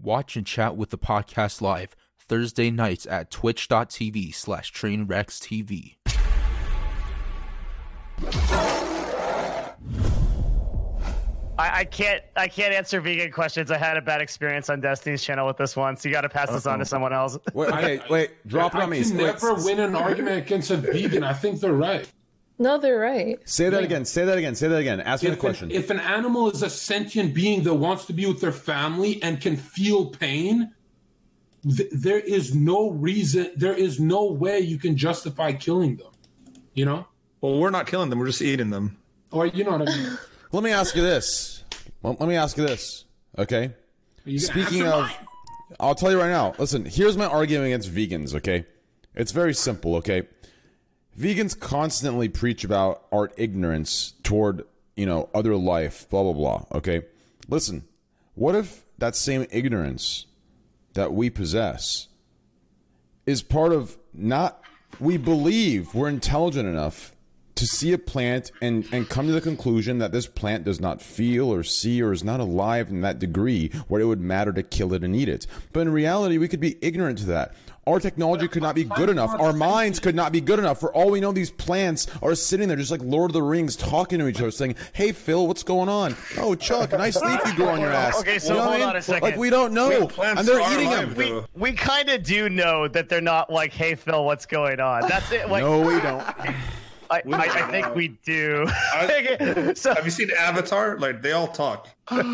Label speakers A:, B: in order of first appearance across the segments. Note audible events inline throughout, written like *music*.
A: Watch and chat with the podcast live Thursday nights at twitch.tv slash trainwreckstv.
B: I, I can't I can't answer vegan questions. I had a bad experience on Destiny's channel with this one, so you got to pass this on to someone else. *laughs*
C: Wait, okay, wait. Drop it
D: I
C: on me.
D: can never
C: Wait,
D: win an argument against a vegan. I think they're right.
E: No, they're right.
F: Say that again. Say that again. Say that again. Ask me the
D: If
F: question.
D: an, if an animal is a sentient being that wants to be with their family and can feel pain, th- there is no reason, there is no way you can justify killing them. You know?
G: Well, we're not killing them. We're just eating them.
D: Or you know what I
G: *laughs*
D: mean?
F: let me ask you this. Well, let me ask you this. Okay.
D: You can
F: Speaking
D: ask them-
F: of, I'll tell you right now. Listen, here's my argument against vegans, okay? It's very simple, okay? Vegans constantly preach about art ignorance toward, you know, other life, blah, blah, blah, okay? Listen, what if that same ignorance that we possess is part of not, we believe we're intelligent enough to see a plant and, and come to the conclusion that this plant does not feel or see or is not alive in that degree where it would matter to kill it and eat it. But in reality, we could be ignorant to that. Our technology could not be good enough. Our minds could not be good enough. For all we know, these plants are sitting there just like Lord of the Rings talking to each other, saying, Hey, Phil, what's going on? Oh, Chuck, nice leaf you grow on your ass.
B: Okay, so
F: You know what I
B: hold
F: mean?
B: on a second.
F: Like, we don't know.
G: Wait, plants
F: and they're
G: are
F: eating
G: alive,
F: them.
G: though.
B: We kind of do know that they're not like, hey Phil, what's going on? That's it. Like
F: No, we don't.
B: I, I, I think we do. *laughs*
G: I-
B: so
G: *laughs* Have you seen Avatar? Like they all talk.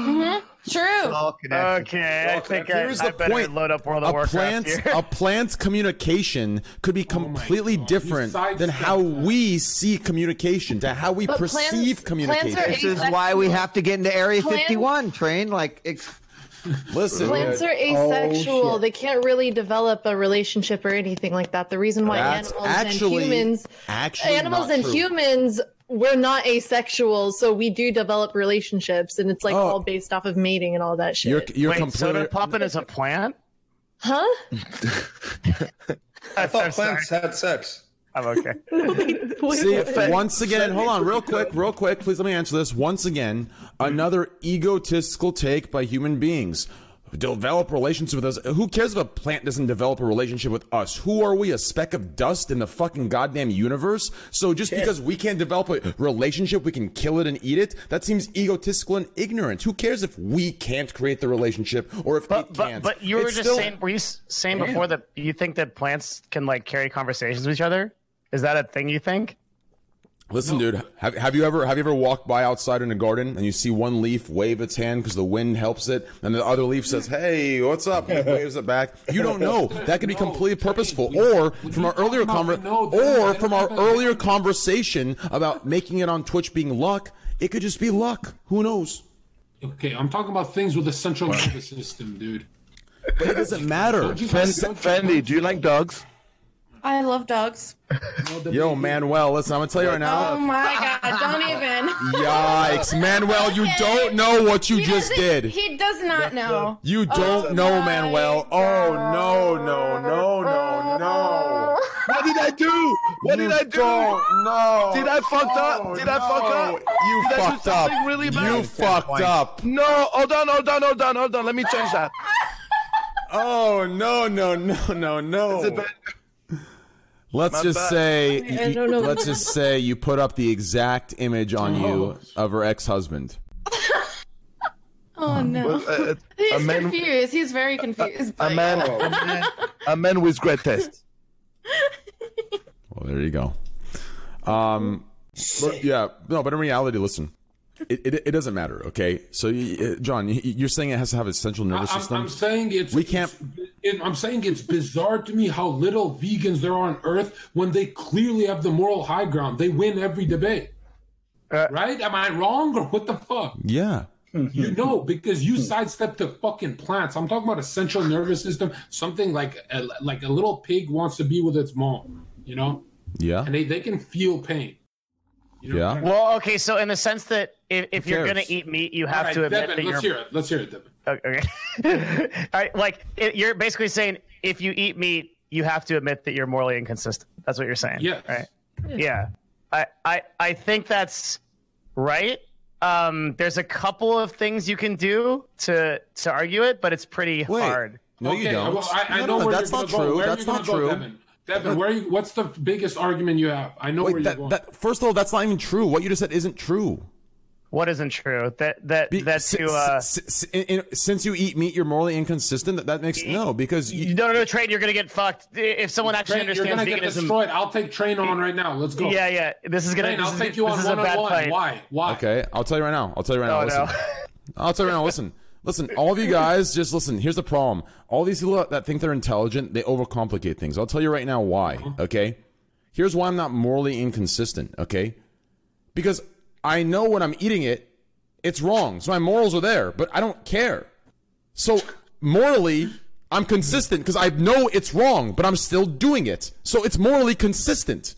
E: Mm-hmm. True.
B: okay, I think I,
F: Here's
B: I
F: the
B: better
F: point.
B: load *laughs* up World of
F: a
B: Warcraft
F: plant's,
B: here.
F: a plant's communication could be completely
D: Oh God.
F: different
D: You sidestepped
F: than how
D: that.
F: we see communication, to how we
E: But plants-
F: perceive communication.
H: This
E: plants
H: is why we have to get into Area
E: Plan-
H: 51, train. Like, Oh, it's,
F: Listen, Oh,
E: Plants are asexual. they can't really develop a relationship or anything like that. The reason why
F: that's
E: animals
F: actually
E: and humans,
F: actually
E: animals
F: not
E: and
F: true.
E: humans, we're not asexual, so we do develop relationships, and it's like
F: Oh.
E: all based off of mating and all that shit.
F: You're, you're
B: Wait,
F: completely.
B: soda poppin is a
D: *laughs*
B: plant?
E: huh?
G: I thought
B: I'm
G: plants had sex.
B: I'm okay. *laughs*
F: See, once again, hold on, real quick, real quick. Please let me answer this. Once again, another egotistical take by human beings. Develop relationships with us. Who cares if a plant doesn't develop a relationship with us? Who are we? A speck of dust in the fucking goddamn universe? So just because we can't develop a relationship, we can kill it and eat it? That seems egotistical and ignorant. Who cares if we can't create the relationship or if
B: But
F: it
B: but,
F: can't?
B: but you were
F: It's
B: just
F: still-
B: saying were you s- saying before that you think that plants can like carry conversations with each other? Is that a thing you think?
F: Listen, dude. Have, have you ever have you ever walked by outside in a garden and you see one leaf wave its hand because the wind helps it, and the other leaf says, "Hey, what's
D: *laughs*
F: up?" and it waves it back. You don't know. That could be completely purposeful, or from our earlier conver-
D: No, that-
F: or from our earlier conversation about making it on Twitch being luck. It could just be luck. Who knows?
D: okay, I'm talking about things with a central nervous system, dude.
F: But it doesn't matter.
I: Fendi, do you like dogs?
J: I love dogs.
F: Yo, Manuel. Listen, I'm gonna tell you right
J: Oh
F: now.
J: my god, don't even.
F: Yikes, Manuel! You don't know what you
J: He
F: just
J: doesn't-
F: did.
J: He does not know.
F: You don't know Manuel. Oh no, no, no, no, no.
I: What did I do? What did I
F: You
I: do?
F: Don't, no.
I: Did I fucked up?
F: Oh,
I: Did I fuck
F: no.
I: up?
F: You
I: Did I do
F: fucked up.
I: something really bad?
F: You fucked up.
I: No, hold on, hold on, hold on, hold on. Let me change that.
F: *laughs* Oh no, no, no, no,
I: Is it
F: no.
I: bad?
F: Let's just
I: bad.
F: say,
E: I don't know.
F: let's just say you put up the exact image on you of her ex-husband.
J: Oh no.
I: Uh, uh,
J: *laughs* He's
I: a man,
J: confused. He's very confused.
I: a
J: but-
I: man, a man, a man with great taste.
F: Well, there you go. Um, but yeah, no, but in reality, listen. It, it, it doesn't matter, okay? So, you, uh, John, you- you're saying it has to have a central nervous
D: I'm,
F: system.
D: I'm saying it's
F: We can't-
D: It, I'm saying it's bizarre to me how little vegans there are on Earth when they clearly have the moral high ground. They win every debate,
B: Uh,
D: right? Am I wrong or what the fuck?
F: yeah.
D: You know, because you sidestep to fucking plants. I'm talking about a central nervous system, something like a, like a little pig wants to be with its mom, you know,
F: Yeah.
D: and they, they can feel pain. You know
F: Yeah.
D: what I'm trying to-
B: Well, okay, so in the sense that if, if
F: Who
B: you're gonna
F: cares?
B: eat meat, you
D: All
B: have
D: right,
B: to admit
D: Devin,
B: that
D: let's
B: you're
D: hear it. Let's hear it, Devin.
B: Okay. All right. Like it, you're basically saying if you eat meat, you have to admit that you're morally inconsistent. That's what you're saying.
D: Yes.
B: Right. Yeah. I I I think that's right. um, there's a couple of things you can do to to argue it, but it's pretty
A: Wait.
B: hard.
A: No, you
D: Okay,
A: don't.
D: Well, I, I
F: No,
D: know
F: no,
D: where
F: that's
D: you're
F: not
D: gonna go.
F: true.
D: Where are you
F: That's
D: gonna
F: not
D: go,
F: true.
D: Devin? Devin, where are you, what's the biggest argument you have? I know where
F: Wait,
D: you're
F: that,
D: going.
F: that first of all, that's not even true. What you just said isn't true.
B: What isn't true? That that
F: Be-
B: that
F: si-
B: to uh,
F: si- si- in- in- since you eat meat, you're morally inconsistent. That, that makes no because you,
B: no, no, no, trade. You're gonna get fucked I- if someone actually
D: Train, you're gonna
B: understands
D: get
B: veganism.
D: destroyed. I'll take train on right now. Let's go.
B: Yeah, yeah. This is gonna.
D: Train,
B: this
D: I'll
B: is,
D: take you
B: this
D: on
B: is a
D: one
B: bad
D: on one.
B: fight.
D: Why? Why?
F: Okay, I'll tell you right now. I'll tell you right now.
B: Oh,
F: Listen.
B: no. *laughs*
F: I'll tell you right now. Listen, listen. All of you guys, just listen. Here's the problem. All these people that think they're intelligent, they overcomplicate things. I'll tell you right now why. Okay. Here's why I'm not morally inconsistent. Okay. Because I know when I'm eating it, it's wrong. So my morals are there, but I don't care. So morally, I'm consistent because I know it's wrong, but I'm still doing it. So it's morally consistent.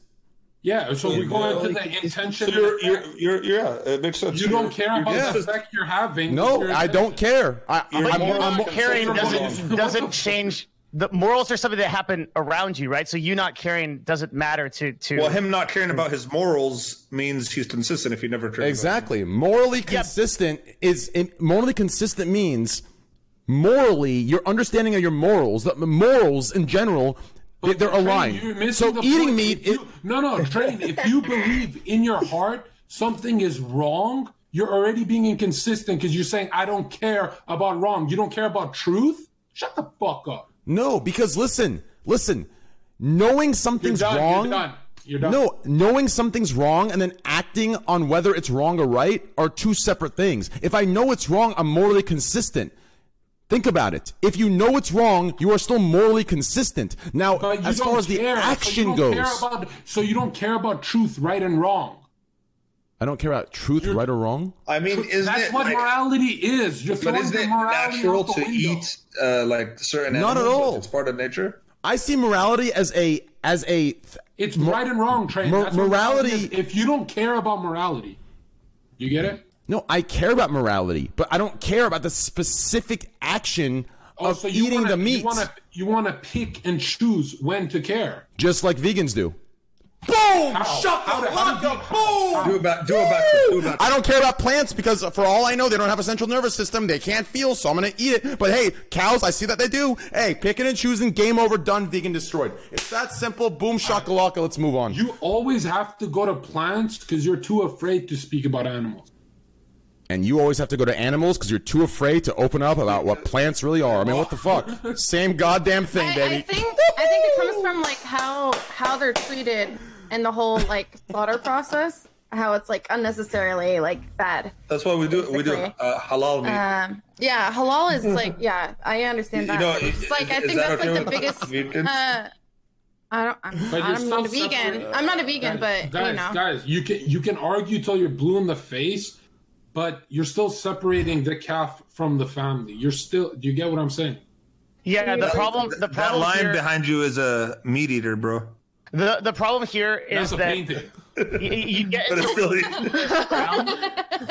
D: Yeah. So we go into the intention. You're, you're,
G: You're, you're, yeah, it makes sense.
D: you do not care about
F: Yeah.
D: the effect you're having.
F: No,
D: You're-
F: I don't care. I,
G: You're
F: I'm,
G: moral-
F: I'm,
B: Caring doesn't
D: Consistent.
B: doesn't change. The morals are something that happen around you, right? So you not caring doesn't matter to to.
G: Well, him not caring about his morals means he's consistent if he never cares. about
F: Exactly. Morally consistent is in, morally consistent means morally your understanding of your morals, the morals in general, they, they're
D: Train, you're
F: aligned.
D: missing
F: So
D: the
F: eating
D: point.
F: meat,
D: If you- no, no, train. If you believe in your heart something is wrong, you're already being inconsistent because you're saying I don't care about wrong. You don't care about truth. Shut the fuck up.
F: it- no, because listen, listen, knowing
D: You're
F: something's
D: done.
F: wrong.
D: You're done. You're done.
F: No, knowing something's wrong and then acting on whether it's wrong or right are two separate things. If I know it's wrong, I'm morally consistent. Think about it. If you know it's wrong, you are still morally consistent. Now,
D: But you
F: as
D: don't
F: far as the
D: care,
F: action
D: so you don't
F: goes,
D: care about, so you don't care about truth, right and wrong.
F: I don't care about truth, right or wrong.
G: it. I mean, isn't
D: That's
G: it
D: what
G: like,
D: morality is. You're
G: but
D: throwing
G: isn't
D: the
G: it
D: morality
G: natural
D: out the
G: to
D: window.
G: eat uh, like certain
F: Not at
G: animals?
F: all.
G: It's part of nature.
F: I see morality as a as a th-
D: It's right and wrong, Trey.
F: mor-
D: That's what morality.
F: morality-
D: is. If you don't care about morality, you get it.
F: no. I care about morality, but I don't care about the specific action of
D: Oh, so
F: eating
D: wanna,
F: the meat,
D: You want to you want to pick and choose when to care.
F: just like vegans do. Boom!
D: How?
F: Shut
D: How
F: the
D: do- how
F: fuck
D: do
F: up!
D: you- how-
F: Boom!
G: Do about, do about, do about.
F: I don't care about plants because, for all I know, they don't have a central nervous system. They can't feel, so I'm gonna eat it. But hey, cows, I see that they do. Hey, picking and choosing, game over, done, vegan destroyed. It's that simple. Boom, shakalaka. Let's move on.
D: You always have to go to plants because you're too afraid to speak about animals.
J: Eh,
F: and you always have to go to animals because you're too afraid to open up about what plants really are. I mean, what the fuck? Same goddamn thing,
J: I,
F: baby.
J: I think I think it comes from like how how they're treated and the whole like slaughter process, how it's like unnecessarily like bad.
G: That's why we do. We do
J: Basically.
G: uh, halal meat.
J: Um, yeah, halal is like yeah, I understand
G: You
J: that.
G: know,
J: it's
G: is-
J: like I
G: is
J: think
G: that
J: that's
G: okay
J: like the
G: with
J: biggest.
G: vegans?
J: Uh, I don't. I'm,
D: But you're
J: I'm not a
D: still
J: vegan.
D: separate-
J: I'm not a vegan,
D: guys,
J: but you know.
D: guys, guys, you can you can argue till you're blue in the face, but you're still separating the calf from the family. You're still. Do you get what I'm saying?
B: yeah, the problem. The
G: that
B: problem
G: line
B: here,
G: behind you is a meat eater, bro.
B: the, the problem here is
D: That's a
B: that
D: painting.
B: y- y- you get
G: But it's still *laughs*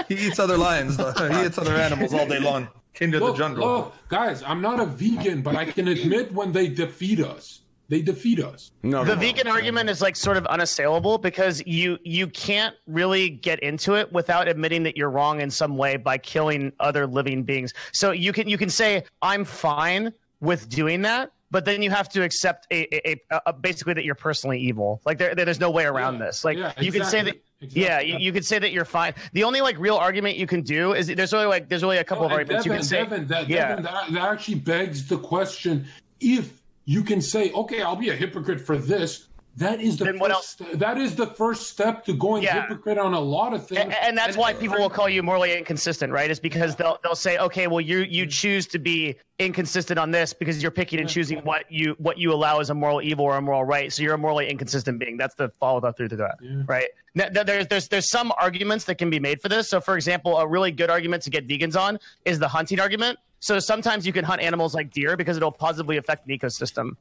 G: he eats other lions. Though. He eats other animals all day long. King of the
D: Look,
G: jungle.
D: look, guys, I'm not a vegan, but I can admit when they defeat us. They defeat us.
F: no, no,
B: the
F: no.
B: vegan argument is like sort of unassailable because you you can't really get into it without admitting that you're wrong in some way by killing other living beings. So you can you can say I'm fine with doing that, but then you have to accept a, a, a, a- basically that you're personally evil. Like there, there's no way around
D: Yeah,
B: this. Like
D: yeah,
B: you can say that.
D: exactly, exactly.
B: Yeah, you, you could say that you're fine. The only like real argument you can do is there's only like there's only a couple of
D: Oh, And
B: arguments you
D: Devin,
B: can say.
D: Devin, that,
B: yeah.
D: Devin, that, that actually begs the question: If you can say, "Okay, I'll be a hypocrite for this," that is the
B: Then
D: first,
B: what
D: ste- that is the first step to going
B: Yeah.
D: hypocrite on a lot of
B: A-
D: things.
B: and that's why people will call you morally inconsistent, right? Is because they'll they'll say, okay, well you
D: Mm.
B: you choose to be inconsistent on this because you're picking and choosing what you what you allow as a moral evil or a moral right. So you're a morally inconsistent being. That's the follow up through to that, right? Now, th- there's there's there's some arguments that can be made for this. So for example, a really good argument to get vegans on is the hunting argument. So sometimes you can hunt animals like deer because it'll positively affect an ecosystem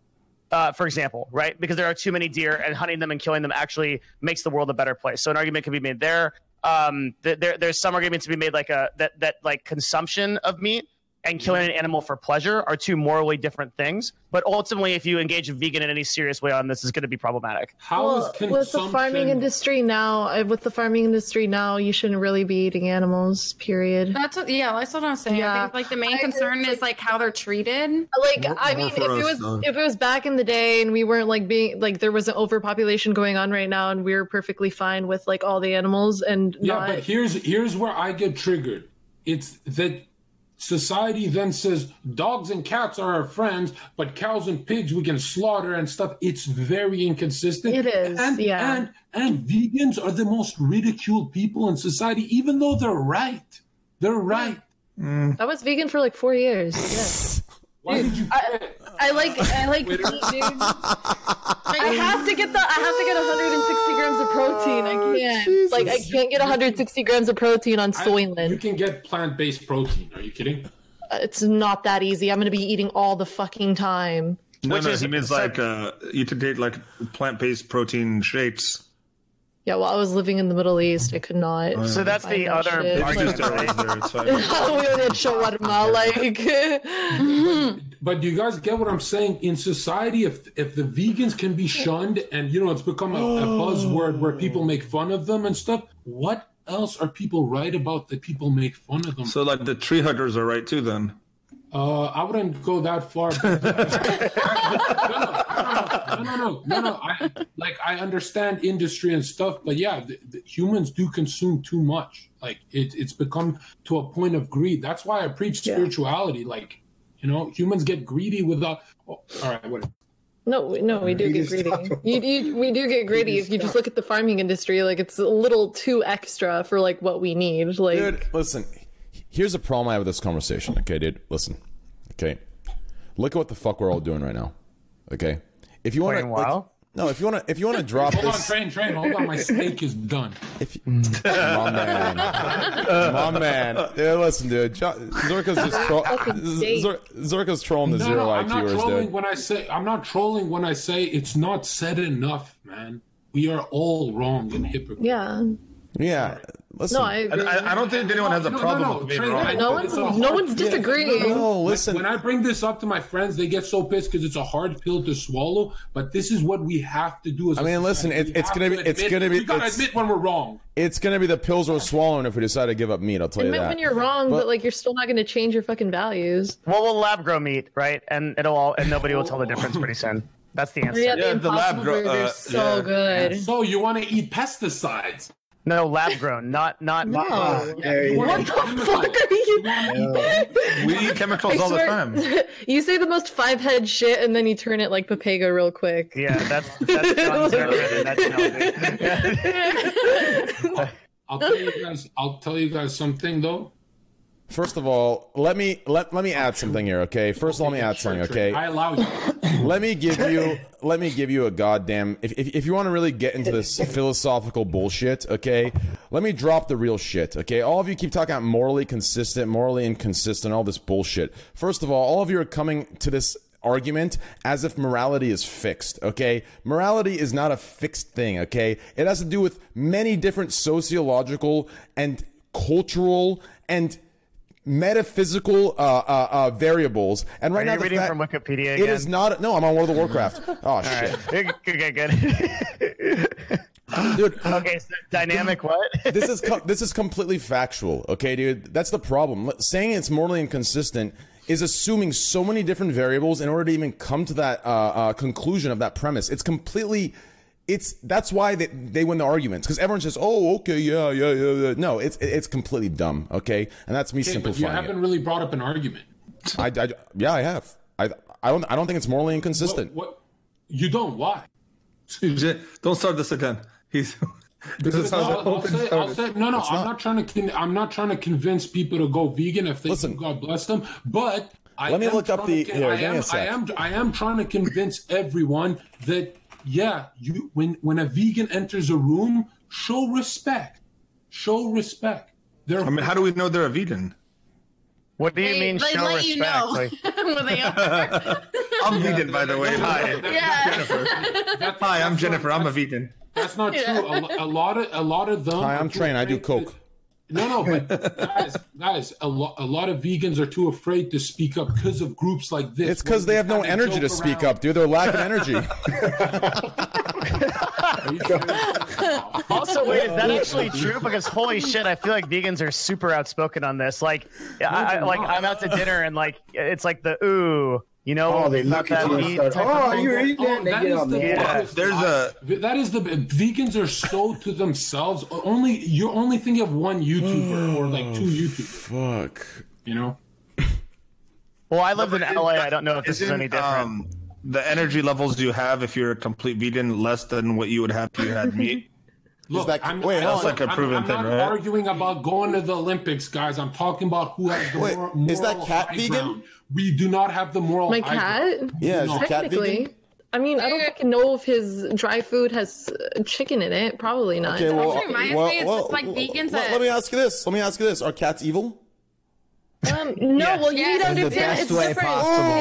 B: uh, for example, right? Because there are too many deer, and hunting them and killing them actually makes the world a better place. So an argument can be made uh, there. Um, th- there there's some argument to be made like a that that like consumption of meat and killing an animal for pleasure are two morally different things. But ultimately, if you engage a vegan in any serious way on this, is going to be problematic.
D: How is
E: Well, with the farming
D: consumption-
E: industry now, uh, with the farming industry now, you shouldn't really be eating animals. Period.
J: That's what, yeah, that's what I'm saying. I
E: Yeah.
J: think like the main
E: I agree,
J: concern is like how they're treated.
E: Like
G: More-
E: I
G: more
E: mean, if
G: for
E: it
G: us,
E: was
G: though. *laughs*
E: if it was back in the day and we weren't like being like there was an overpopulation going on right now and we were perfectly fine with like all the animals and
D: Yeah,
E: not
D: but here's here's where I get triggered. It's that society then says dogs and cats are our friends, but cows and pigs we can slaughter and stuff. It's very inconsistent.
E: It is,
D: and,
E: yeah.
D: And and vegans are the most ridiculed people in society, even though they're right. They're right.
E: I was vegan for like four years. Yeah.
D: *laughs* Why did you?
E: I like I like meat, dude. I have to get the I have to get 160 grams of protein. I can't like I can't get 160 grams of protein on
D: You
E: Soylent. Uh,
D: can get plant-based protein. Are you kidding?
E: It's not that easy. I'm gonna be eating all the fucking time.
G: No,
B: Which
G: no,
B: is-
G: he means like uh, you can take like plant-based protein shakes.
E: Yeah, well, I was living in the Middle East. I could not.
G: Uh,
B: So that's the
E: Find that
B: other
E: shit.
B: It's
G: I
E: Like,
G: just steroids
B: *laughs*
G: there. *laughs* It's
E: *laughs*
G: fine.
E: we were in shawarma, like.
D: But do you guys get what I'm saying? In society, if if the vegans can be shunned, and you know it's become a, a buzzword where people make fun of them and stuff, what else are people right about that people make fun of them?
G: So like the tree huggers are right too. Then
D: uh, I wouldn't go that far. But
F: *laughs*
D: no, no, no, no, no. I, like I understand industry and stuff, but yeah, the, the humans do consume too much. Like it, it's become to a point of greed. That's why I preach spirituality. Like you know, humans get greedy without. Oh, all right, what?
E: No, we- no, we do get greedy. You, you, we do get greedy. If you just look at the farming industry, like it's a little too extra for like what we need. Like,
F: Dude, listen. Here's a problem I have with this conversation. Okay, dude. Listen. Okay. Look at what the fuck we're all doing right now. Okay. If you want to,
B: Playing WoW?
F: no. If you want to, if you want to drop
D: Hold on,
F: this,
D: train, train. Hold on, my steak is done.
F: if you, my man, my man. Yeah, listen, dude. Jo- Zorka's just tro-
E: date.
F: Zor- Zorka's trolling the
D: No,
F: zero
D: no, I'm not
F: IQers,
D: trolling
F: dude.
D: when I say I'm not trolling when I say it's not said enough, man. We are all wrong and hypocrites.
E: yeah,
F: Yeah. Listen.
E: no, I,
G: I,
E: agree.
G: I, I don't think anyone has a
D: No, no,
G: problem
D: no,
G: with being
D: Trey,
G: wrong.
E: no
D: it's
E: one's
D: a hard-
E: no one's disagreeing.
F: No, listen.
D: When I bring this up to my friends, they get so pissed because it's a hard pill to swallow. But this is what we have to do. As
F: I mean, listen,
D: it's
F: it- it's gonna be- it's gonna be-
D: We gotta
F: it's-
D: admit when we're wrong.
F: it's gonna be the pills we're swallowing if we decide to give up meat. I'll tell you
E: Admit
F: that.
E: when you're wrong, but, like you're still not going to change your fucking values.
B: Well, we'll lab grow meat, right? And it'll all and nobody will tell the difference pretty soon. That's the answer.
E: Yeah,
G: Yeah,
E: the
G: the lab
E: impossible
G: grow-
E: burgers are
G: uh,
E: so
G: yeah.
E: good.
D: So you want to eat
E: *laughs*
D: pesticides?
B: No, lab grown, not not.
E: No.
D: You wanna
E: What
D: eat
E: the
D: chemicals.
E: fuck are you?
G: We eat chemicals all the
E: swear-
G: time.
E: *laughs* you say the most five head shit, and then you turn it like Papega real quick.
B: Yeah, that's that's John's *laughs* and that's no.
D: I'll tell you guys. I'll tell you guys something though.
F: First of all, let me let, let me add something here, okay? First, let me add something,
D: I
F: okay?
D: allow you.
F: Let me give
B: *laughs*
F: you let me give you a goddamn if if, if you want to really get into this philosophical bullshit, okay? Let me drop the real shit, okay? All of you keep talking about morally consistent, morally inconsistent, all this bullshit. First of all, all of you are coming to this argument as if morality is fixed, okay? Morality is not a fixed thing, okay? It has to do with many different sociological and cultural and metaphysical uh, uh, uh, variables. And right
B: Are
F: now,
B: you
F: the
B: reading
F: fa-
B: from Wikipedia
F: It
B: again?
F: is not. No, I'm on World of Warcraft.
B: *laughs*
F: Oh shit,
B: Good, good, good. *laughs*
F: dude.
B: okay, so
D: *laughs*
B: dynamic what?
F: *laughs* This is com- this is completely factual, okay, dude. That's the problem. L- Saying it's morally inconsistent is assuming so many different variables in order to even come to that uh, uh, conclusion of that premise. It's completely. It's that's why they, they win the arguments because everyone says, "Oh, okay, yeah, yeah, yeah." yeah." No, it's it's completely dumb, okay, and that's me
D: But you
F: simplifying it.
D: haven't really brought up an argument.
F: I, I- yeah, I have. I, I don't. I don't think it's morally inconsistent.
D: What? You don't.
G: *laughs*
D: Why?
G: Don't start this again. He's *laughs* this is
D: No,
G: how
D: I'll,
G: the
D: I'll
G: open
D: say, I'll
G: started.
D: say, no, no. I'm not, trying to. Con- I'm not trying to convince people to go vegan if they
F: Listen.
D: do, God bless them. But I
F: Let me
D: am
F: look up
D: trying
F: the-
D: to con-
F: here,
D: I
F: give me
D: am.
F: a
D: I
F: sec.
D: am. I am trying to convince everyone that yeah, you when when a vegan enters a room, show respect. Show respect. They're
G: I mean, how do we know they're a vegan?
B: What do you
G: *laughs*
J: They-
B: mean
J: they
B: show
J: let
B: respect?
J: you know.
E: *laughs*
B: Like,
J: Well,
D: *laughs*
J: they are.
G: I'm vegan, by the way. Hi,
J: yeah.
D: That-
G: hi. I'm
D: that's not-
G: Jennifer. I'm a vegan.
D: That's not true. A, lo- a lot of a lot of them.
F: Hi,
D: are
F: I'm
D: too
F: Train. I do
D: afraid to-
F: coke.
D: No, no,
F: *laughs*
D: but guys, guys a, lo- a lot of vegans are too afraid to speak up because of groups like this.
F: It's because they have no energy to speak up, dude.
D: *laughs*
F: They're lacking energy.
B: Also, wait, is
F: *laughs*
B: that actually true? Because holy shit, I feel like vegans are super outspoken on this. Like, I, I like I'm out to dinner and like it's like the ooh, you know?
C: Oh, they look at you and start. Oh, you're eating that?
D: Oh,
C: And they
D: that
C: get
D: is
C: on
D: the
C: the.
D: baddest
G: There's
D: lie.
G: a-
D: that is the vegans are so to themselves. Only you only think of one
F: Hmm.
D: YouTuber or like two YouTubers.
F: Fuck.
D: You know,
B: Well, I lived in LA. I don't know if this is
G: Isn't,
B: any different.
G: um, the energy levels you have if you're a complete vegan less than what you would have if you had meat?
D: look,
F: that-
D: I'm,
F: wait,
D: I'm
F: that's
G: like a
D: I'm-
G: proven
D: I'm
G: thing,
D: not
G: right?
D: arguing about going to the Olympics, guys. I'm talking about who has the
F: Wait,
D: mor- moral
F: is that cat
D: high
F: vegan?
D: ground. We do not have the moral.
E: My
D: high
E: cat?
D: ground.
F: Yeah, is
D: No.
F: your cat vegan?
E: Technically. I mean, I don't fucking know if his dry food has uh, chicken in it. Probably not.
F: Okay, well,
J: Actually reminds
F: well,
J: me, it's
F: well,
J: just like vegans
F: Let,
J: that-
F: let me ask you this. Let me ask you this. Are cats evil?
E: um, no, well, you
J: Yes.
E: need to
J: In
H: the
E: understand.
H: best
E: It's
H: way
E: different.
H: possible.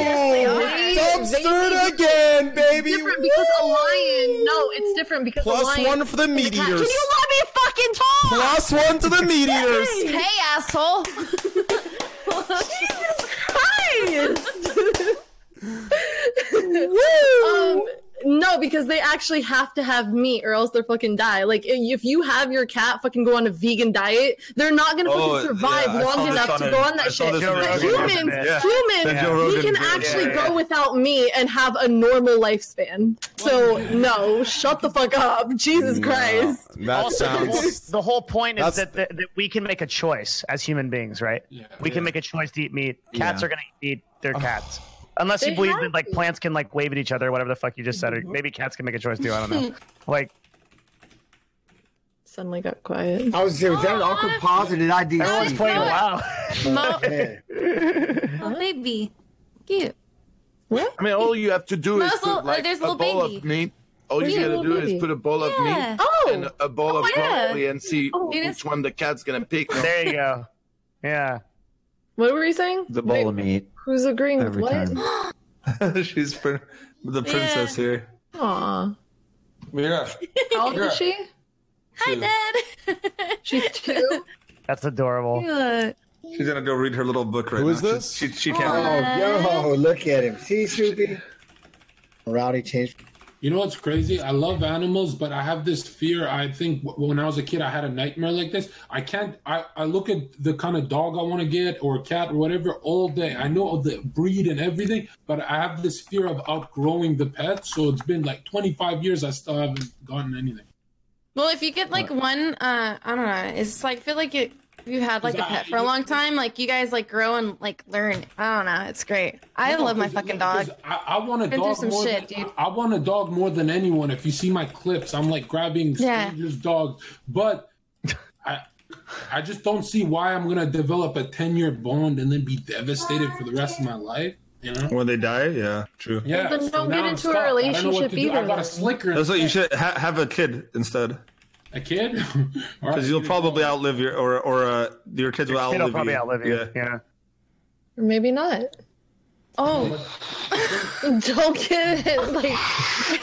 E: They-
F: Dumpstered
E: they-
F: again, baby.
E: different because a
F: Woo!
E: lion. No, it's different because
F: Plus
E: a lion.
F: one for the
E: is a cat.
F: meteors.
E: Can you let me fucking talk?
F: Plus
E: *laughs*
F: one to the meteors.
J: Hey, asshole.
E: Christ! um, no, because they actually have to have meat or else they're fucking die. Like i- if you have your cat fucking go on a vegan diet, they're not gonna
G: Oh,
E: fucking survive
G: yeah, I saw
E: long
G: this
E: enough
G: on
E: to
G: a-
E: go on that
G: I saw
E: shit.
G: this
B: on a
E: But
B: Joe Rogan
E: humans,
B: video.
G: Yeah.
E: humans,
G: The Joe Rogan
E: we can
G: video,
E: actually
G: yeah,
E: go without meat and have a normal lifespan. So no, shut the fuck up, Jesus Christ.
F: Nah, that
B: also, the, whole,
F: sounds.
B: the whole point is
F: That's-
B: that, that, that we can make a choice as human beings, right?
D: Yeah.
B: we can make a choice to eat meat. Cats are going to eat their cats. Unless
E: They
B: you believe
E: have
B: that like
E: to. Mm-hmm.
B: plants can like wave at each other, whatever the fuck you just said, or maybe cats can make a choice too. I don't
E: *laughs*
B: know. like
E: Suddenly got quiet.
C: I was saying, was that an awkward pause or did Oh, I do
B: everyone's
J: it's
B: playing
J: not.
B: WoW.
J: Mo-
C: Yeah.
G: *laughs*
J: oh, baby.
E: *laughs*
J: Cute.
I: I mean, all you have to do is
J: There's a
I: put,
J: little-
I: like
J: there's
I: a
J: a little
I: bowl of
J: baby.
I: meat. All
E: There's
I: you
E: a
I: gotta
E: little
I: do
E: baby.
I: is put a bowl of
J: Yeah.
I: meat and
E: Oh,
I: a bowl of
J: yeah.
I: broccoli and see
J: It is-
I: which one the cat's gonna pick.
B: there you go. Yeah.
E: what were you saying?
H: The bowl of meat
E: Who's agreeing with
H: every
E: what?
H: time.
G: *laughs* She's pr- the princess here.
E: *gasps* Aw.
D: Yeah.
E: How old is she?
J: Hi, Dad. *laughs*
E: She's two.
B: That's adorable.
J: Look.
G: She's gonna go read her little book right
F: Who
G: now.
F: is this?
G: She, she, she
C: Oh,
G: can't.
C: yo, look at him. See, Soupy? Rowdy changed.
D: You know what's crazy? I love animals, but I have this fear. I think w- when I was a kid, I had a nightmare like this. I can't. I, I look at the kind of dog I want to get or cat or whatever all day. I know the breed and everything, but I have this fear of outgrowing the pet. So it's been like 25 years. I still haven't gotten anything.
J: Well, if you get like one, uh, I don't know. It's just, like feel like you you had like a pet for a long time. Like you guys like grow and like learn. I don't know. It's great. I
D: No,
J: love my
D: 'cause-
J: fucking
D: because
J: dog.
D: I, I want a
J: Been through
D: dog
J: some
D: more.
J: shit,
D: than,
J: dude.
D: I, I want a dog more than anyone. If you see my clips, I'm like grabbing
J: Yeah.
D: strangers' dogs, but I. I just don't see why I'm gonna develop a ten year bond and then be devastated for the rest of my life. You know?
G: When they die, yeah, true.
D: Yeah.
E: then
D: so
E: don't
D: now
E: get
D: I'm
E: into a
D: stuck. I don't know what
E: relationship
D: to do. I
E: either,
D: got a
E: then.
D: slicker.
G: That's what you should ha- have a kid instead,
D: A kid? *laughs*
G: because you'll probably outlive your or or uh, your kids will outlive
B: It'll probably
G: you.
B: outlive you. Yeah.
E: Or maybe not.
J: Oh, *laughs*
E: Don't get it. Like,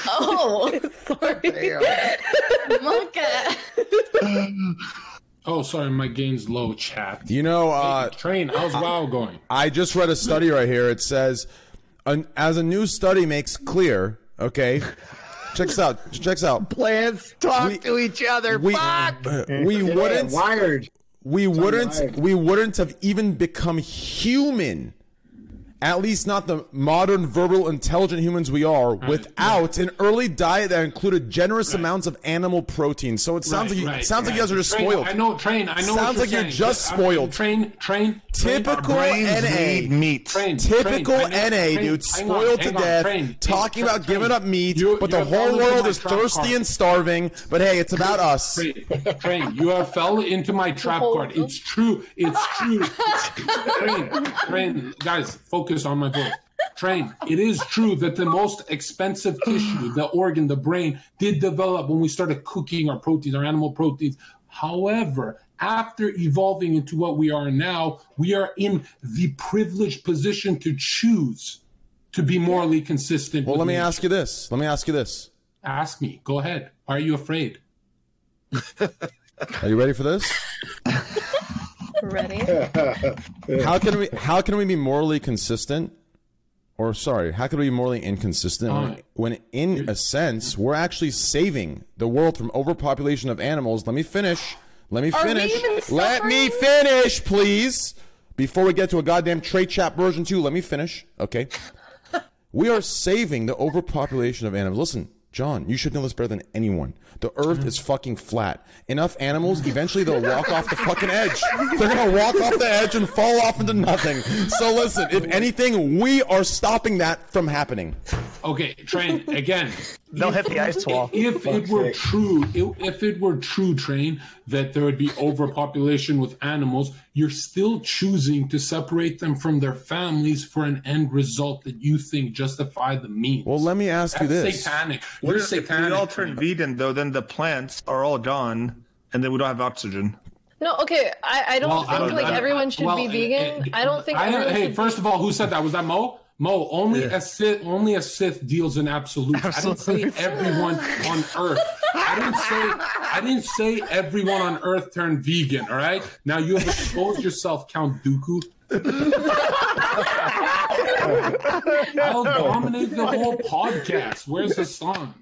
J: oh,
E: *laughs* sorry.
J: Monka.
D: Oh, sorry, my gain's low, chat.
F: You know, uh,
D: Train, how's WoW going?
F: I just read a study right here. It says, an, as a new study makes clear, okay, checks out, checks out.
H: Plants talk
F: We-
H: to each other.
F: We
H: Fuck.
F: we wouldn't
C: Wired.
F: *laughs* we wouldn't
C: wired.
F: we wouldn't have even become human, at least not the modern verbal intelligent humans we are, without an early diet that included generous amounts of animal protein. So it
D: Right,
F: sounds like you,
D: right,
F: it sounds like you
D: right.
F: guys are just
D: Train,
F: spoiled.
D: I know, train. I know.
F: Sounds
D: what you're
F: like you're
D: saying, but
F: just
D: I'm-
F: spoiled.
D: Train, train. train,
F: Typical
D: our brain-
F: NA.
G: Need meat.
D: Train,
F: Typical
D: train, I know,
F: NA,
D: train,
F: dude,
D: hang on,
F: spoiled to
D: hang on,
F: death,
D: train,
F: talking
D: train,
F: about giving
D: train.
F: up meat,
D: You-
F: but the
D: you're
F: whole
D: falling into
F: world
D: my
F: is
D: trap
F: thirsty
D: card.
F: and starving. But hey, it's about us.
D: Train, train, you have fell into my trap card. It's true. It's true. train, train, guys, focus on my voice. Train, it is true that the most expensive tissue, the organ, the brain, did develop when we started cooking our proteins, our animal proteins. However, after evolving into what we are now, we are in the privileged position to choose to be morally consistent.
F: Well,
D: with
F: let me
D: nature.
F: ask you this. Let me ask you this.
D: Ask me. Go ahead. Why are you afraid?
F: Are you ready for this?
D: *laughs*
J: ready.
F: how can we how can we be morally consistent or sorry how can we be morally inconsistent when, when in a sense we're actually saving the world from overpopulation of animals let me finish let me
K: Are we
F: finish
K: even
F: let me finish please before we get to a goddamn trade chap version 2 let me finish okay we are saving the overpopulation of animals listen John, you should know this better than anyone. The earth is fucking flat. Enough animals, eventually they'll walk off the fucking edge. They're gonna walk off the edge and fall off into nothing. So listen, if anything, we are stopping that from happening.
D: Okay, train
B: *laughs*
D: again.
B: They'll hit the ice wall.
D: If it were true, i- if it were true, train that there would be overpopulation with animals, you're still choosing to separate them from their families for an end result that you think justify the means. Well,
F: let me ask
D: That's Satanic.
G: What
D: You're
G: if, if
D: satanic.
G: we all turn vegan though? Then the plants are all gone, and then we don't have oxygen.
E: No, okay. I, I don't
G: Well,
E: think
G: I don't-
E: like
G: I don't-
E: everyone should
G: well,
E: be
G: and-
E: vegan. I don't think
D: I don't-
E: everyone
D: hey,
E: should
D: first of all, who said that? Was that Mo? Mo, only a Sith, only a Sith deals in absolutes. I didn't say everyone on Earth. I didn't say I didn't say everyone on Earth turned vegan. All right, now you have exposed yourself, Count Dooku. I'll dominate the whole podcast. Where's the song?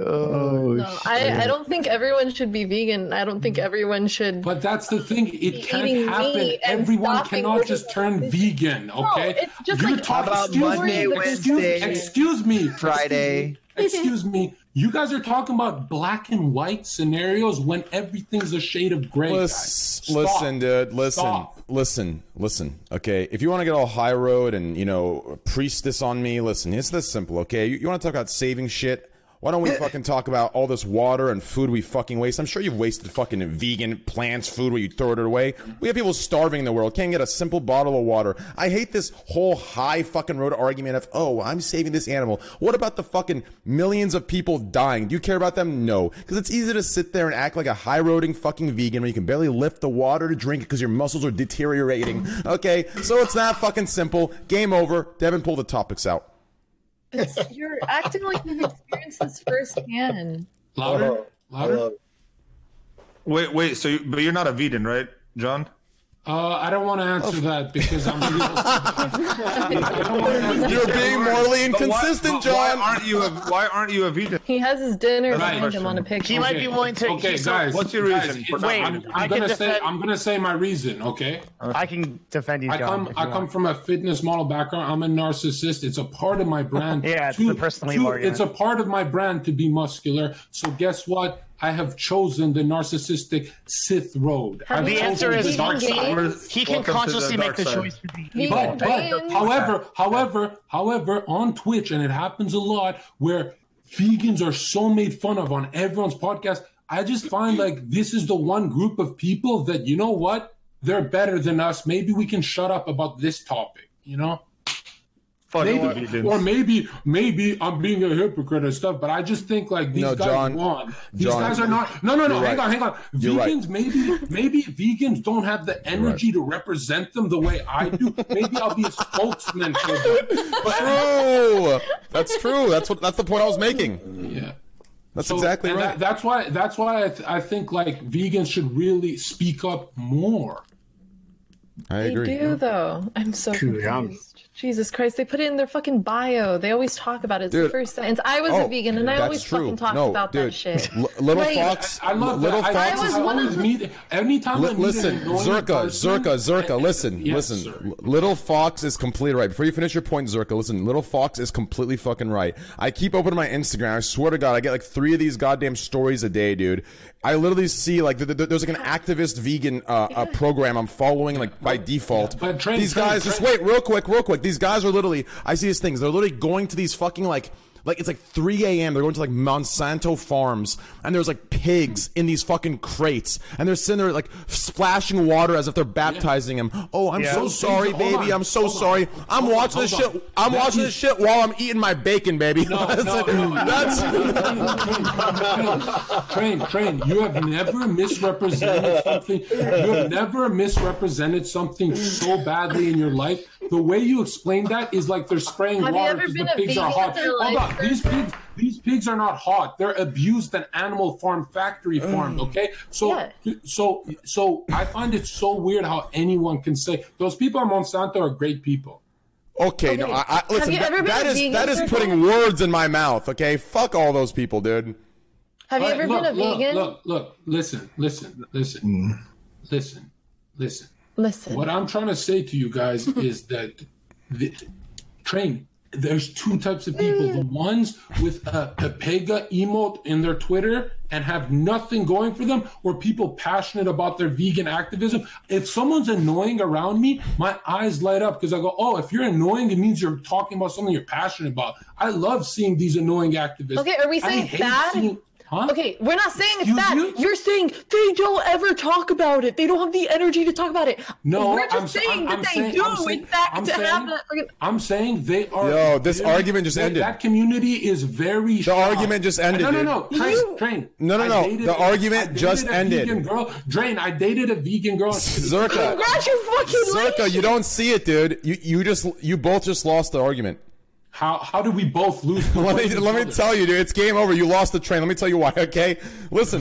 I: Oh,
E: No, I, I don't think everyone should be vegan. I don't think everyone should.
D: Mm-hmm. But that's the thing. It
E: eating
D: can't happen.
E: meat and
D: Everyone
E: stopping
D: cannot
E: with-
D: just turn vegan, okay?
E: it's just
D: You're
E: like-
D: talking-
H: How about
D: excuse
H: Monday,
D: me, excuse-
H: Wednesday,
D: excuse me, excuse
H: Friday?
D: me, Excuse me. You guys are talking about black and white scenarios when everything's a shade of gray. guys.
F: Lis- Listen, dude. Listen,
D: Stop.
F: listen, listen. Okay, if you want to get all high road and you know priest this on me, listen. It's this simple. Okay, you, want to talk about saving shit? Why don't we
D: Eh.
F: fucking talk about all this water and food we fucking waste? I'm sure you've wasted fucking vegan plants food where you throw it away. We have people starving in the world, can't get a simple bottle of water. I hate this whole high fucking road argument of, oh, I'm saving this animal. What about the fucking millions of people dying? Do you care about them? No. Because it's easy to sit there and act like a high roading fucking vegan where you can barely lift the water to drink because your muscles are deteriorating. Okay, so it's not fucking simple. Game over. Devin, pull the topics out. *laughs*
E: It's- You're acting like you've experienced this firsthand.
D: Louder, louder.
G: Wait, wait. So, you, but you're not a vegan, right, John?
D: Uh, I don't want to
F: Oh.
D: answer that because I'm.
F: *laughs*
D: *laughs*
F: You're being morally
G: But why-
F: inconsistent,
G: but why
F: John.
G: aren't you a Why aren't you a
F: *laughs*
G: vegan?
E: *laughs* He has his dinner
G: Right.
E: behind him on a picture.
B: He might be willing to.
D: Okay,
B: he's-
D: guys.
G: what's your
D: guys,
G: reason
D: it's-
G: for not-
D: I'm,
B: Wait,
D: I'm
B: I can
D: gonna say.
B: defend-
D: I'm gonna say my reason. Okay.
B: I can defend you,
D: I
B: John.
D: come.
B: if you
D: I
B: want.
D: come from a fitness model background. I'm a narcissist. It's a part of my brand.
B: *laughs* Yeah, it's the personal
D: to-
B: argument.
D: It's a part of my brand to be muscular. So guess what? I have chosen the narcissistic Sith road.
E: Have
D: I've
E: you
B: The
D: chosen
B: answer is
E: Vegan
B: dark side.
E: games?
B: He can
G: Welcome to the
B: consciously make
G: dark
B: the
G: side.
B: choice to be.
E: Vegan
D: but, but
E: brands. *laughs*
D: however, however, however, on Twitch, and it happens a lot where vegans are so made fun of on everyone's podcast. I just find like this is the one group of people that you know what they're better than us. Maybe we can shut up about this topic, you know.
G: Fuck the
D: Maybe,
G: vegans.
D: or maybe, maybe I'm being a hypocrite and stuff, but I just think like these
F: No,
D: guys
F: John.
D: want. These
F: John.
D: guys are not. No, no, no.
F: You're
D: Hang
F: right.
D: on, hang on.
F: You're right.
D: Vegans, maybe, maybe vegans don't have the energy to represent them the way I do. Maybe I'll be a spokesman for them.
F: *laughs* True. That's true. That's what. That's the point I was making.
D: Yeah.
F: That's
D: So-
F: exactly
D: and
F: right.
D: that- that's why. That's why I, th- I think like vegans should really speak up more.
F: I
E: They
F: agree.
E: do though. I'm so confused. Jesus Christ! They put it in their fucking bio. They always talk about it. It's the
F: Dude.
E: first sentence. I was
F: Oh,
E: a vegan, and I
F: that's
E: always
F: true.
E: fucking talk
F: No,
E: about
F: dude.
E: that shit.
F: L- Little
E: Like-
F: Fox.
D: I love
F: Little
D: that. I,
F: Fox
E: was
D: I,
F: is
E: one
D: always
E: of the-
D: meet anytime. I
F: Li-
D: meet an
F: listen,
D: annoying
F: Zerka,
D: person- *laughs*
F: Zerka, Zerka, listen,
D: Yes,
F: listen.
D: sir.
F: L- Little Fox is completely right. Before you finish your point, Zerka, listen, Little Fox is completely fucking right. I keep opening my Instagram. I swear to God, I get like three of these goddamn stories a day, dude. I literally see like th- th- there's like an activist vegan uh, uh, program I'm following like by default.
D: But Trent,
F: these
D: Trent,
F: guys, just
D: Trent-
F: wait, real quick, real quick. These guys are literally, I see these things. They're literally going to these fucking like. Like it's like 3 a.m. They're going to like Monsanto farms, and there's like pigs in these fucking crates, and they're sitting there like splashing water as if they're baptizing them. Oh, I'm
B: Yeah.
F: so
B: Those
F: sorry,
D: things- hold
F: baby.
D: on,
F: I'm so
D: hold on.
F: sorry. I'm
D: Hold on,
F: watching this
D: hold on.
F: shit. I'm
D: That
F: watching
D: is-
F: this shit while I'm eating my bacon, baby.
D: No,
F: *laughs* That's
D: no,
F: it.
D: no, no.
F: That's-
D: train, train. You have never misrepresented something. You have never misrepresented something so badly in your life The way you explain that is like they're spraying
E: Have you
D: water
E: ever
D: because
E: been
D: the
E: a
D: pigs are
E: vegan
D: hot.
E: in their
D: Hold
E: life,
D: on, these pigs, these pigs are not hot. They're abused and animal farm, factory
F: Mm.
D: farmed. Okay, so so so I find it so weird how anyone can say those people at Monsanto are great people.
F: Okay, no, I, I, listen.
J: you
F: that-
J: ever been
F: that
J: a
F: is
J: vegan
F: that is
J: for a
F: putting words in my mouth. Okay, fuck all those people, dude.
E: Have you
D: All right,
E: ever
D: look,
E: been a
D: look,
E: vegan?
D: Look, look, listen, listen, listen, listen, listen.
E: Listen.
D: What I'm trying to say to you
E: *laughs*
D: guys is that the train. There's two types of people:
E: Mm.
D: the ones with a Pepega emote in their Twitter and have nothing going for them, or people passionate about their vegan activism. If someone's annoying around me, my eyes light up because I go, "Oh, if you're annoying, it means you're talking about something you're passionate about." I love seeing these annoying activists.
E: Okay, are we
D: I
E: saying
D: hate
E: bad?
D: seeing- huh?
E: Okay, we're not saying it's
D: Excuse
E: bad.
D: you?
E: You? are saying they don't ever talk about it. They don't have the energy to talk about it.
D: No,
E: we're just
D: I'm,
E: saying
D: I'm,
E: that
D: I'm
E: they
D: saying,
E: do,
D: I'm saying,
E: in fact,
D: I'm
E: to
D: saying,
E: have that. freaking-
D: I'm saying they are.
F: Yo, this
D: very-
F: argument just
D: that-
F: ended.
D: That community is very. The
F: argument just ended,
D: No, no, no.
F: dude.
D: Train,
E: You-
D: train.
F: No, no,
D: I
F: no,
D: dated
F: the
D: a-
F: argument
D: I dated
F: just
D: a
F: ended.
D: Vegan girl, Drain. I dated a vegan girl.
F: Zerka,
E: Congratulations.
F: Zerka, you don't see it, dude. You you just you both just lost the argument.
D: How how do we both lose?
F: *laughs* Let me let me tell you, dude. It's game over. You lost the train. Let me tell you why. Okay, listen.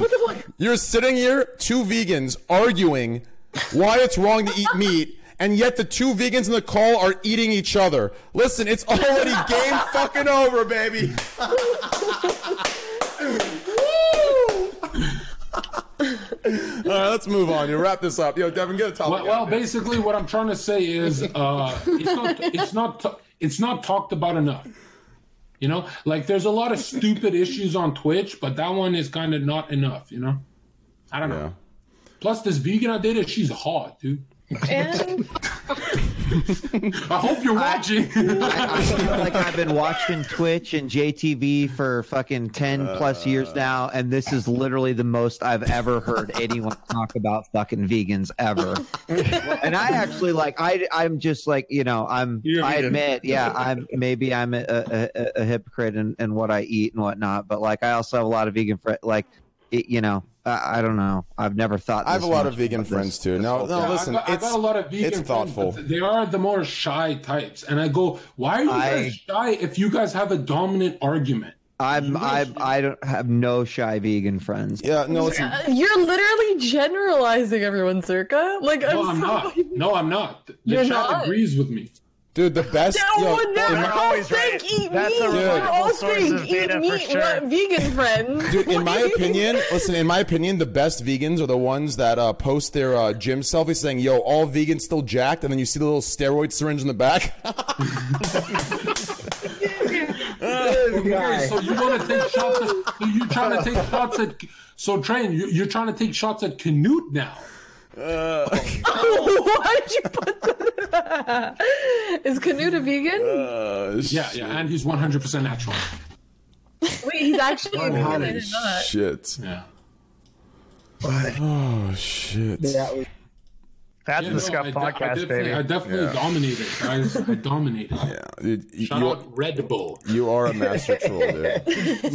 F: You're sitting here, two vegans arguing why it's wrong to eat meat, and yet the two vegans in the call are eating each other. Listen, it's already game fucking over, baby. Woo! All right, let's move on. You wrap this up, yo, Devin. Get a topic.
D: Well,
F: out,
D: well
F: dude.
D: basically, what I'm trying to say is, uh, *laughs*
B: *laughs*
D: it's not it's not ta- it's not talked about enough. You know, like there's a lot of stupid issues on Twitch, but that one is kind of not enough. You know, I don't know. Plus, this vegan I dated, she's hot, dude.
E: And
D: I hope you're watching.
H: I
E: *laughs*
H: feel *laughs* like I've been watching Twitch and JTV for fucking 10 plus years now, and this is literally the most I've ever heard anyone talk about fucking vegans
E: *laughs*
H: ever. and I actually like, I, I'm just like, you know, I'm,
G: You're
H: I
G: vegan.
H: admit,
D: *laughs*
H: yeah, I'm maybe I'm a, a, a, a hypocrite in, in what I eat and whatnot, but like, I also have a lot of vegan friends, like, it, you know, I, I don't know. I've never thought.
F: I have a
H: this
F: lot
H: much
F: of vegan
H: about this-
F: friends too.
H: this
F: No,
H: whole
F: no,
H: thing.
F: listen,
D: I got, I
F: it's
D: got a lot of vegan
F: it's
D: friends,
F: thoughtful.
D: but they are the more shy types, and I go, why are you guys shy if you guys have a dominant argument?
H: I'm I I don't have no shy vegan friends.
F: yeah, no, listen.
E: uh, *laughs* you're literally generalizing everyone, Circa. Like *laughs* I'm,
D: No, I'm
E: so-
D: not. No, I'm not. The
E: You're
D: chat
E: not?
D: agrees with me.
F: Dude, the best.
E: No
F: yo,
E: one never.
F: in
E: We're
F: my-
E: all
B: always
E: saying
B: right.
E: eat
B: That's
E: meat.
B: a
E: We're all
B: reliable source
E: saying
B: of
E: eat
B: data for
E: meat.
B: sure.
E: We're
B: *laughs*
E: vegan friends. *laughs*
F: Dude, in
E: What
F: my
E: do you-
F: opinion, listen. In my opinion, the best vegans are the ones that uh, post their uh, gym selfies saying, "Yo, all vegans still jacked," and then you see the little steroid syringe in the back.
C: This
D: Okay,
C: guy.
D: so you want to take shots? At, so you trying to take shots at? So train, you, you're trying to take shots at Canute now.
B: *laughs*
E: uh, Why did you put *laughs* that? Is Canute a vegan?
D: Yeah, yeah, and he's 100 percent natural.
E: Wait, he's actually
B: Oh,
E: a vegan. I didn't know that.
F: Shit.
D: Yeah.
F: Oh shit.
C: That was-
B: That's
D: Yeah,
B: the
D: no,
B: scuff
D: I de- I
B: podcast,
D: definitely-
B: baby.
D: I definitely dominated, guys. I dominated.
F: Yeah, dude, you,
D: Shout
F: you-
D: out Red Bull.
F: you are a master
E: *laughs*
F: troll, dude.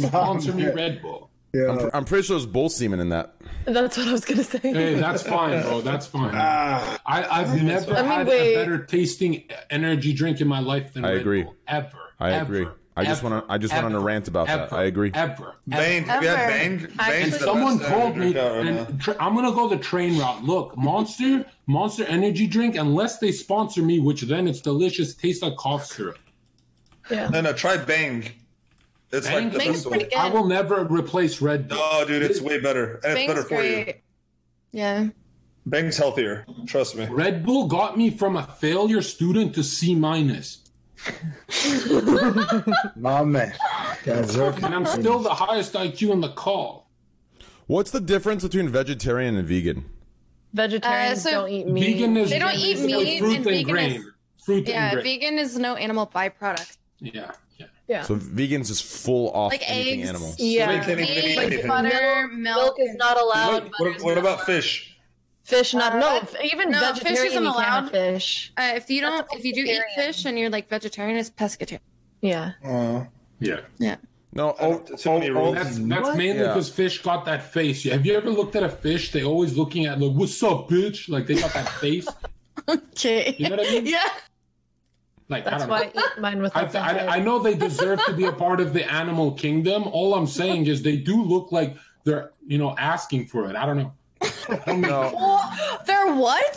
B: *laughs*
D: Sponsor me Red Bull.
F: I'm, pr- I'm pretty sure there's bull semen in that.
E: *laughs* That's what I was gonna say.
D: Hey, that's fine, bro. That's fine. I, I've never
E: I mean,
D: had
E: wait.
D: a better tasting energy drink in my life than
F: I
D: Red
F: agree.
D: Bull. Ever.
F: I
D: Ever.
F: agree. I just
D: Ever.
F: wanna- I just went on a
D: Ever.
F: rant about that.
D: Ever.
F: I agree.
D: Ever.
G: Bane. We
J: Ever.
G: had Bane. uh,
J: I
G: Bane's
J: actually-
G: the
D: Someone
G: best
D: told me,
G: energy drink out right now.
D: and tr- I'm gonna go the train route. Look, Monster, Monster Energy Drink, unless they sponsor me, which then it's delicious, tastes like cough syrup. Uh,
E: Yeah.
G: No, no, try Bang. It's
D: Bang?
G: like the
D: Bang's
G: best
J: pretty
G: one.
J: good.
D: I will never replace Red Bull.
G: Oh, dude, it's way better. And it's better
J: Bang's
G: for you.
J: great. Yeah.
G: Bang's healthier. Trust me.
D: Red Bull got me from a failure student to C minus,
C: my man. That's
D: and I'm still the highest IQ in the call.
F: What's the difference between vegetarian and vegan?
E: Vegetarians
J: Uh, so
E: don't eat meat.
D: Vegan is
J: They don't eat
D: basically
J: meat,
D: fruit
J: and
D: and,
J: vegan
D: grain.
J: is-
D: fruit
J: Yeah.
D: and grain.
J: Vegan is no animal byproduct.
D: Yeah, yeah.
E: Yeah.
F: So vegans is full off
J: Like
F: anything
J: eggs.
F: animal.
E: yeah.
G: They can't even eat
J: Eggs,
G: anything.
J: butter,
E: Milk
J: milk.
E: is not allowed.
G: Wait,
E: butter's
G: what, what
E: not
G: about
E: allowed.
G: fish?
E: Fish not
J: Uh,
E: no. f- Even
J: no, fish
E: vegetarian
J: isn't
E: you can't have
J: allowed.
E: Fish.
J: Uh, if you don't,
E: That's
J: if you do eat
E: pescatarian.
J: fish and you're like vegetarian, it's pescatarian.
E: Yeah.
G: Uh,
D: Yeah,
J: Yeah.
F: No, oh,
G: don't- too many
F: oh,
D: *laughs*
G: rules.
D: that's that's mainly
F: Yeah.
D: because fish got that face. Have you ever looked at a fish? They always looking at like, "What's up, bitch?" Like they got that face.
J: *laughs* Okay.
D: You know what I mean?
J: Yeah.
D: Like I
E: That's
D: don't
E: why
D: know.
E: I eat mine with
D: I,
E: my
D: I, I
J: *laughs*
D: know they deserve to be a part of the animal kingdom. All I'm saying is they do look like they're you know asking for it. I don't know. I don't know.
J: Well, they're what?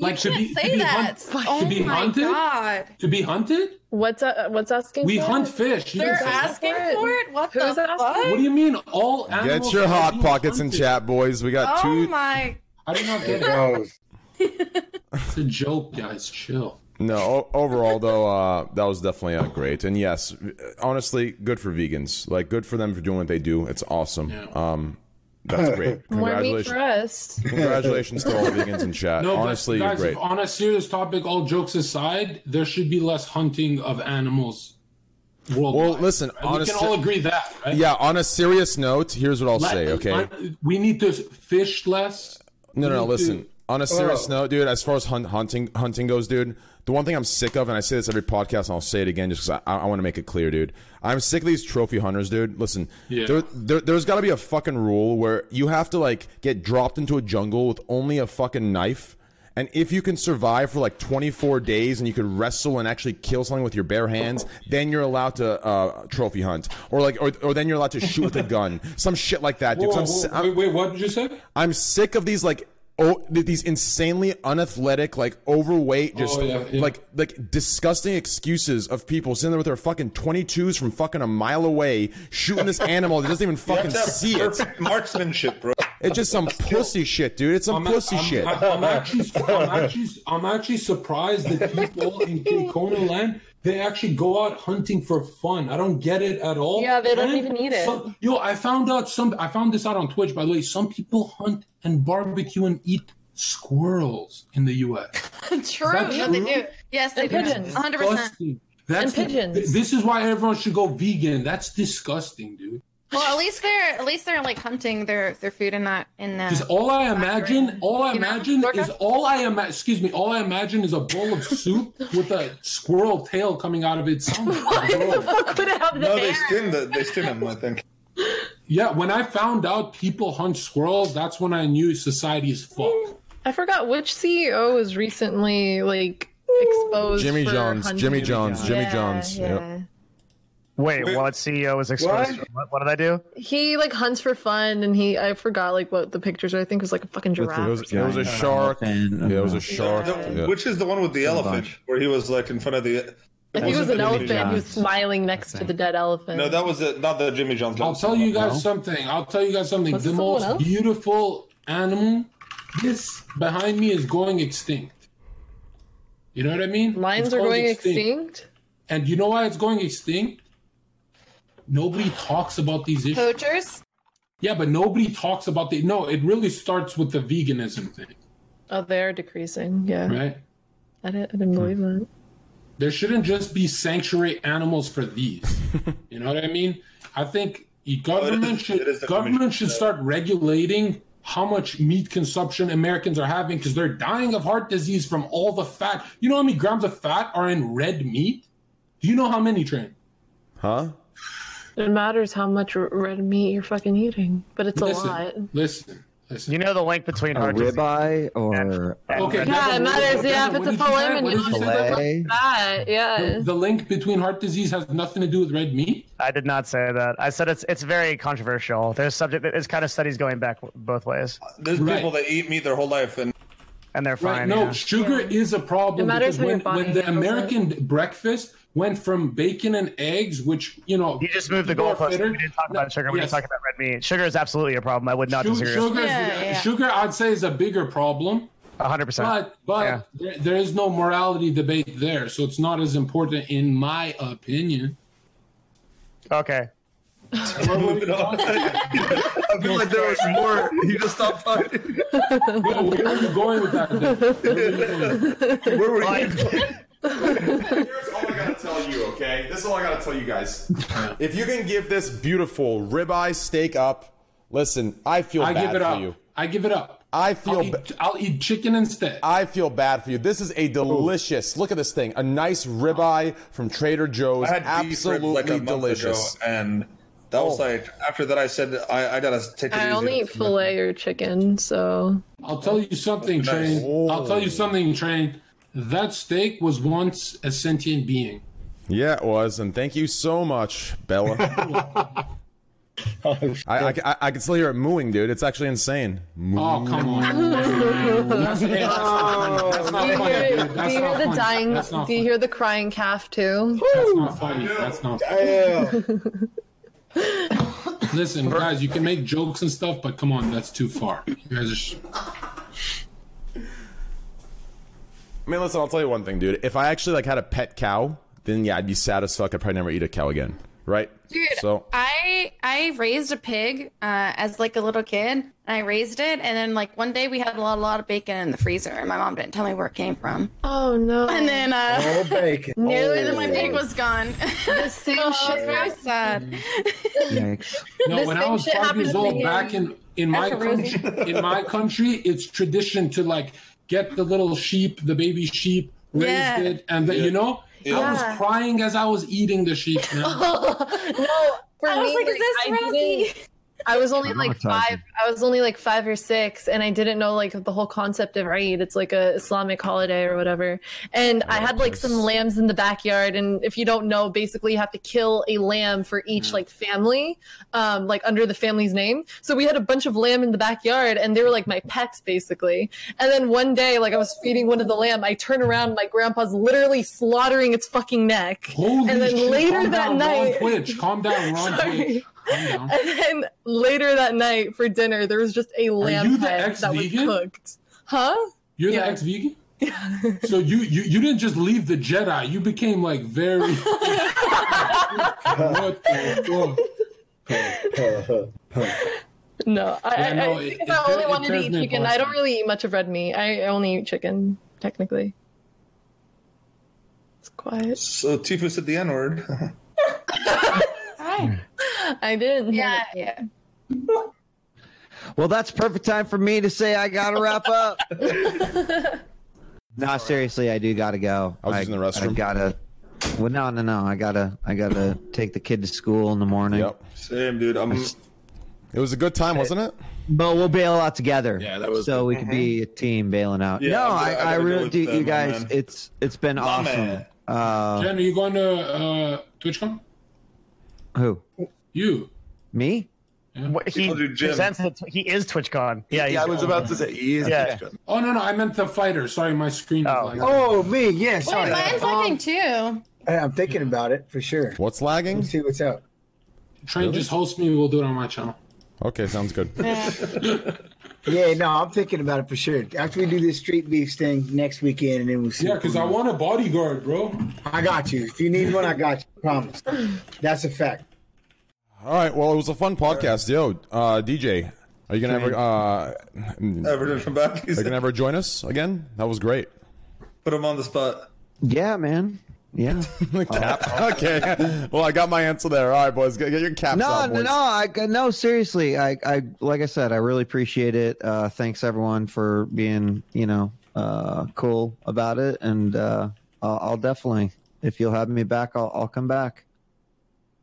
D: Like
J: you can't say that.
D: hunt-
J: oh
D: *laughs* to be
J: my
D: hunted.
J: god.
D: To be hunted.
E: What's uh, what's asking?
D: We
E: for?
D: hunt fish. You
J: They're
D: can say that.
J: asking for it? What
E: Who's
J: the
E: asking?
J: fuck?
D: What do you mean? All animals
F: Get your
D: are
F: hot
D: being
F: pockets in
D: hunted?
F: chat, boys. We got
J: Oh
F: two.
J: my.
D: I do not get it.
C: Gross.
D: It's a joke, guys. Chill.
F: No, o- overall though, uh, that was definitely uh, great. And yes, honestly, good for vegans. Like, good for them for doing what they do. It's awesome.
D: Yeah.
F: Um, that's
J: *laughs*
F: great.
E: More meat for
F: Congratulations,
E: us.
F: congratulations to all the vegans in chat.
D: No,
F: honestly,
D: but
F: you're
D: guys,
F: great.
D: if on a serious topic, all jokes aside, there should be less hunting of animals worldwide.
F: Well, listen,
D: right?
F: honest-
D: we can all agree that, right?
F: Yeah. On a serious note, here's what I'll
D: Let-
F: say. Okay.
D: let- we need to fish less.
F: No, no, no.
D: Me
F: Listen,
D: too.
F: on a serious
C: Oh.
F: note, dude. As far as hunt, hunting, hunting goes, dude. The one thing I'm sick of, and I say this every podcast, and I'll say it again, just because I, I want to make it clear, dude. I'm sick of these trophy hunters, dude. Listen,
D: Yeah.
F: there, there, there's got to be a fucking rule where you have to like get dropped into a jungle with only a fucking knife, and if you can survive for like 24 days and you could wrestle and actually kill something with your bare hands, then you're allowed to uh, trophy hunt, or like, or, or then you're allowed to shoot with a gun, some shit like that, dude.
D: Whoa,
F: So I'm
D: whoa,
F: si- I'm-
D: wait, wait, what did you say?
F: I'm sick of these like oh these insanely unathletic, like overweight, just
D: Oh, yeah, yeah.
F: like like disgusting excuses of people sitting there with their fucking 22s from fucking a mile away
D: *laughs*
F: shooting this animal that doesn't even
G: You have
F: fucking
G: to have
F: see it.
G: perfect marksmanship, bro.
F: It's just some pussy shit, dude. It's some
D: I'm-
F: pussy
D: I'm-
F: shit.
D: I'm, I'm actually, I'm actually, I'm actually surprised that people
E: *laughs*
D: in Kona land they actually go out hunting for fun. I don't get it at all.
E: Yeah, they don't
D: And
E: even eat it.
D: some- yo, I found out some. I found this out on Twitch, by the way. Some people hunt and barbecue and eat squirrels in the U.S.
J: *laughs* True.
D: that
J: No, they
D: true?
J: do. Yes, they
E: And
J: do.
E: pigeons.
J: 100%.
D: Disgusting. That's
E: And pigeons.
D: th- This is why everyone should go vegan. That's disgusting, dude.
J: Well, at least they're at least they're like hunting their their food and not in uh,
D: Because all I imagine, all I
J: You know,
D: imagine
J: Lorca?
D: is all I ima- Excuse me, all I imagine is a bowl of
E: *laughs*
D: soup with a squirrel tail coming out of its. stomach.
E: Fuck would have the
G: No, they
E: hair.
G: skin the, they skin them. I think.
D: yeah, when I found out people hunt squirrels, that's when I knew society is fucked.
E: I forgot which CEO was recently like exposed.
F: Jimmy
E: for
F: Jones,
E: hunting.
F: Jimmy Jones, Jimmy Jones. Yep.
B: Wait, what CEO was exposed? to- What, what did I do?
E: He like hunts for fun, and he I forgot like what the pictures. Were. I think it was like a fucking giraffe.
F: There
E: or
F: was,
E: something.
F: there was a shark. Yeah,
H: Elephant.
F: there was a shark. Yeah.
G: Which is the one with the elephant,
H: bunch.
G: where he was like in front of the.
E: I think it was an
G: Wasn't
E: elephant.
G: Jimmy
E: He was
H: John's.
E: smiling next to the dead elephant.
G: No, that was it. Not the Jimmy John's.
D: I'll tell you guys
H: No.
D: something. I'll tell you guys something.
E: Was
D: the
E: it someone
D: most
E: else?
D: beautiful animal, this behind me is going extinct. You know what I mean?
E: Lions
D: It's
E: are going extinct.
D: And you know why it's going extinct? Nobody talks about these issues.
J: poachers.
D: Yeah, but nobody talks about the. No, it really starts with the veganism thing,
E: Oh, they are decreasing. Yeah,
D: right?
E: I, didn't, I didn't believe that.
D: There shouldn't just be sanctuary animals for these. you know what I mean? I think the government
G: is-
D: should
G: it is the
D: government
G: commission,
D: should
G: yeah.
D: start regulating how much meat consumption Americans are having because they're dying of heart disease from all the fat. You know how many grams of fat are in red meat? Do you know how many, Train?
F: Huh?
E: It matters how much r- red meat you're fucking eating, but it's a lot.
D: Listen, listen, listen.
B: You know the link between
H: A
B: heart disease-
H: ribeye or
B: Yeah,
D: Okay, Devin,
E: it
D: what-
E: matters, yeah,
D: Devin,
E: if it's
D: what
E: a
D: did you
E: filet
D: say? What did you
E: mignon.
D: say, Devin?
H: filet?
E: Fat, yeah.
D: The link between heart disease has nothing to do with red meat.
B: I did not say that. I said it's it's very controversial. There's subject. It's kind of studies going back both ways,
G: There's
D: Right.
G: people that eat meat their whole
D: *laughs*
G: life, and
B: and they're
D: Right.
B: fine.
D: no,
B: yeah.
D: sugar is a problem.
E: It matters
D: because
E: how your
D: when,
E: body
D: when the
E: handles
D: American breakfast went from bacon and eggs, which you know,
B: You just moved the
D: people are
B: goalpost.
D: fitter-
B: We didn't talk
D: No,
B: about sugar. We
D: yes.
B: just talked about red meat. Sugar is absolutely a problem. I would not
D: Su-
B: disagree.
D: Sugar, is-
J: Yeah, yeah.
D: sugar, I'd say is a bigger problem,
B: 100. percent
D: but but
B: Yeah.
D: there, there is no morality debate there, so it's not as important in my opinion.
B: Okay.
G: moving on. *laughs* I feel like there was more. You just stopped talking.
D: Yo, where are you going with that? Dave?
F: *laughs*
G: Where were you? going?
F: Here's all I gotta tell you, okay? This is all I gotta tell you guys. if you can give this beautiful ribeye steak up, listen, I feel
D: I
F: bad
D: give it
F: for
D: up.
F: you.
D: I give it up.
F: I
D: I'll
F: feel.
D: eat,
F: Ba-
D: I'll eat chicken instead.
F: I feel bad for you. This is a delicious. Look at this thing. A nice ribeye from Trader Joe's.
G: I had
F: Absolutely
G: beef ribs like a month
F: delicious. Oh.
G: ago, and that was like after that. I said I, I gotta take it
E: I
G: easy.
E: only eat filet or chicken, so
D: I'll tell you something, Train. I'll tell you something, Train. That steak was once a sentient being.
F: Yeah, it was, and thank you so much, Bella.
G: *laughs* Oh,
F: I, I, I, I can still hear it mooing, dude. It's actually insane.
D: Oh come
E: *laughs* That's-
D: hey, that's not funny. That's
E: do
D: not
E: you
D: funny,
E: hear,
D: dude. That's
E: do you
D: not
E: hear the
D: funny.
E: dying?
D: That's not
E: Do you hear the crying calf too?
D: That's not funny. That's not
E: *laughs*
D: funny. Listen, guys, you can make jokes and stuff, but come on, that's too far. You guys are sh-
F: I mean, listen, I'll tell you one thing, dude. If I actually like had a pet cow, then yeah, I'd be sad as fuck. I'd probably never eat a cow again, right?
J: Dude,
F: so
J: I I raised a pig uh, as like a little kid, and I raised it, and then like one day we had a lot, a lot of bacon in the freezer, and my mom didn't tell me where it came from.
E: Oh no!
J: And then, uh,
C: Oh, bacon.
J: Nearly, then
C: Oh.
J: my pig was *laughs* gone.
E: The same
J: oh, I was
E: shit.
J: very sad.
I: Mm.
D: No,
E: This
D: when I
E: same
D: was
E: shit
D: five
E: happened
D: years
E: to
D: old,
E: me
D: back in in my
J: That's a roozy.
D: country, in
E: *laughs*
D: my country, it's tradition to like get the little sheep, the baby sheep, raise
J: Yeah.
D: it, and then you know, I was
J: Yeah.
D: crying as I was eating the sheep.
E: *laughs*
D: Man.
E: no, for
J: I was
E: me,
J: like, is this
E: I
J: Rosie?
E: didn't- I was only like
H: Traumatizing.
E: five. I was only like five or six, and I didn't know like the whole concept of Eid. It's like a Islamic holiday or whatever. And I had like some lambs in the backyard, and if you don't know, basically you have to kill a lamb for each like family, um, like under the family's name. So we had a bunch of lamb in the backyard, and they were like my pets basically. And then one day, like I was feeding one of the lamb, I turn around, my grandpa's literally slaughtering its fucking neck.
D: Holy
E: and then
D: shit,
E: later
D: calm
E: that
D: down,
E: night,
D: Ron Twitch, calm
E: *laughs*
D: down, Ron
E: Sorry.
D: Twitch, calm down.
E: and then later that night for dinner, there was just a
D: you
E: lamb
D: the
E: head that was
D: ex-vegan?
E: cooked. Huh?
D: You're
E: Yeah.
D: the ex-vegan. so you, you you didn't just leave the Jedi. You became like very. what the fuck?
E: No, I,
D: Yeah,
E: I,
D: no,
E: I
D: it-
E: think if
D: it tur-
E: I only
D: it
E: wanted to
D: turns
E: eat
D: me
E: chicken,
D: off.
E: I don't really eat much of red meat. I only eat chicken, technically. It's quiet.
G: So Tifu said the N *laughs* word.
D: Hmm.
E: I didn't. hear
J: Yeah,
E: it.
J: yeah.
H: Well, that's perfect time for me to say I gotta wrap up. no, seriously, I do gotta go.
F: I was just in the restroom.
H: I gotta. Well, no, no, no. I gotta. I gotta take the kid to school in the morning.
F: yep,
G: Same, dude. I'm.
F: it was a good time, wasn't it?
H: But we'll bail out together.
G: Yeah, that was
H: so we could be a team bailing out.
G: Yeah,
H: no, I,
G: I'm gonna-
H: I,
G: I gotta go
H: really
G: with,
H: do.
G: uh,
H: you
G: my
H: guys,
G: man.
H: it's it's been awesome.
G: man.
H: Uh,
D: Jen, are you going to uh, TwitchCon?
H: who?
D: You.
H: Me?
B: What, *laughs* he
G: told you, Jim.
B: presents the, he is TwitchCon. Yeah,
I: Yeah, I was about to say he is.
B: Yeah.
I: Christian.
D: Oh no no, I meant the fighter. Sorry, my screen.
B: Oh.
D: was like,
C: Oh, me. Yeah,
J: Wait,
C: sorry.
J: mine's looking too.
C: Hey, I'm thinking about it for sure.
F: What's
C: Let's
F: lagging?
C: see what's up.
D: Train just host me. We'll do it on my channel.
F: Okay, sounds good.
C: Yeah, no, I'm thinking about it for sure. After we do this street beef thing next weekend, and then we'll see.
D: Yeah,
C: what
D: because
C: we
D: I
C: do.
D: want a bodyguard, bro.
C: I got you. If you need one, I got you. Promise. That's a fact.
F: All right, well, it was a fun podcast, yo. Uh, DJ, are you gonna ever uh, are
G: Everton from back. He
F: you gonna
G: said,
F: ever join us again? That was great.
G: Put him on the spot.
H: Yeah, man.
F: *laughs*
H: Yeah.
F: Cap. Okay. Well, I got my answer there. All right, boys, get, get your caps
H: no,
F: off,
H: no,
F: boys.
H: no, I no. Seriously, I, I, like I said, I really appreciate it. Uh, thanks everyone for being, you know, uh, cool about it, and uh, I'll, I'll definitely, if you'll have me back, I'll, I'll come back.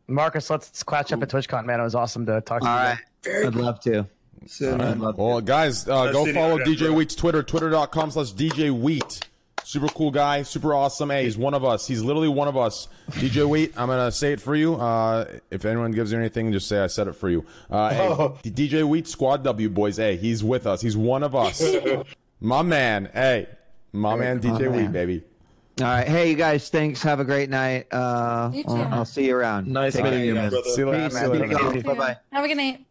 B: Marcus, let's catch up at TwitchCon, man. It was awesome to talk to
H: All
B: you.
H: right, I'd love to.
G: So,
H: I'd love
F: Well, guys, uh,
G: Let's
F: go
G: see the
F: follow
G: other
F: DJ
G: bro.
F: Wheat's Twitter, twitter.com slash DJ Wheat. Super cool guy, super awesome. Hey, he's one of us. He's literally one of us. DJ Wheat, I'm going to say it for you. Uh, if anyone gives you anything, just say I said it for you. Uh, hey, DJ Wheat, Squad W, boys. Hey, he's with us. He's one of us. my man. Hey, my man, DJ
H: man.
F: Wheat, baby.
H: to. All right, hey, you guys, thanks. Have a great night. Uh,
J: You too.
H: I'll, I'll see you around.
I: Nice
H: Take
I: meeting you, man.
G: brother.
F: See you later. See you later. man.
H: Bye bye.
J: Have a good night.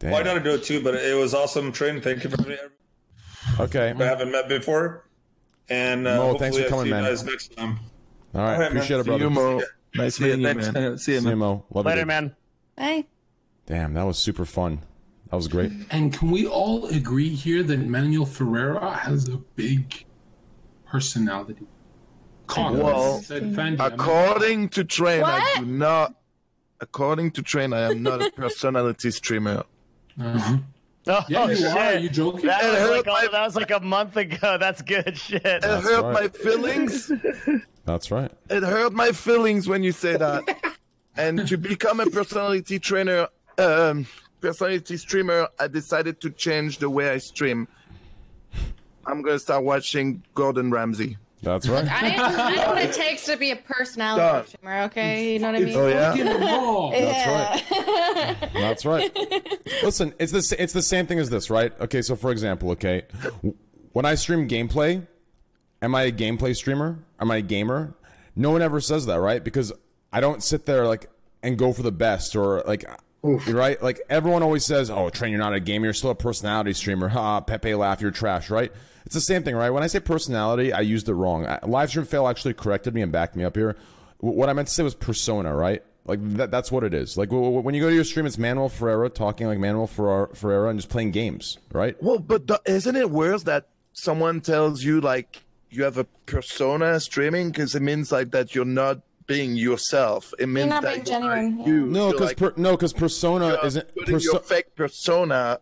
G: Well, I know how to do it too, but it was awesome. Train, thank you for me.
F: Okay.
G: I haven't met before. And uh,
F: Mo,
G: hopefully
F: thanks for
G: I'll
F: coming,
G: see you
F: man.
G: guys next time.
F: All right.
G: man.
F: Appreciate it,
G: See you,
F: brother.
I: Mo. Nice
G: See you
I: meeting you,
G: next
I: man.
G: time. See you,
F: See you,
G: man.
F: Mo. Love you,
B: Later,
F: dude.
B: man.
J: Bye.
F: Damn, that was super fun. That was great.
D: And can we all agree here that Manuel Ferreira has a big personality? Cock.
I: Well,
D: said Fendi. I mean,
I: According to train, I
J: What?
I: do not. According to train, I am
J: *laughs*
I: not a personality streamer.
D: uh-huh.
B: Oh,
D: Yeah, you
B: shit.
D: are. Are you joking?
B: That was, like
I: hurt
B: a,
I: my-
B: that was like a month ago. *laughs* That's good shit.
I: It
F: That's
I: hurt
F: right.
I: my feelings.
F: That's right.
I: It hurt my feelings when you say that. and to become a personality trainer, um, personality streamer, I decided to change the way I stream. I'm gonna start watching Gordon Ramsay.
F: That's right.
J: I, I know *laughs* what it takes to be a personality streamer, okay? You know what I mean?
F: Oh, yeah? fucking raw. That's
J: *laughs* right.
F: That's right. Listen, it's the s- it's the same thing as this, right? Okay, so for example, okay, w- when I stream gameplay, am I a gameplay streamer? Am I a gamer? No one ever says that, right? Because I don't sit there like and go for the best or like. Right, like everyone always says, "Oh, train, you're not a gamer. You're still a personality streamer." Ha, Pepe, laugh, you're trash. Right? It's the same thing, right? When I say personality, I used it wrong. I, Livestream fail actually corrected me and backed me up here. W- what I meant to say was persona, right? Like that, that's what it is. Like w- w- when you go to your stream, it's Manuel Ferreira talking like Manuel Ferrar- Ferreira and just playing games, right?
I: Well, but the, isn't it worse that someone tells you like you have a persona streaming because it means like that you're not being yourself. It means
J: not
I: that
J: being
I: you're, like,
J: genuine,
I: you.
F: No,
I: You're,
F: because
I: like,
F: per- no, because persona isn't
I: putting
F: perso-
I: your fake persona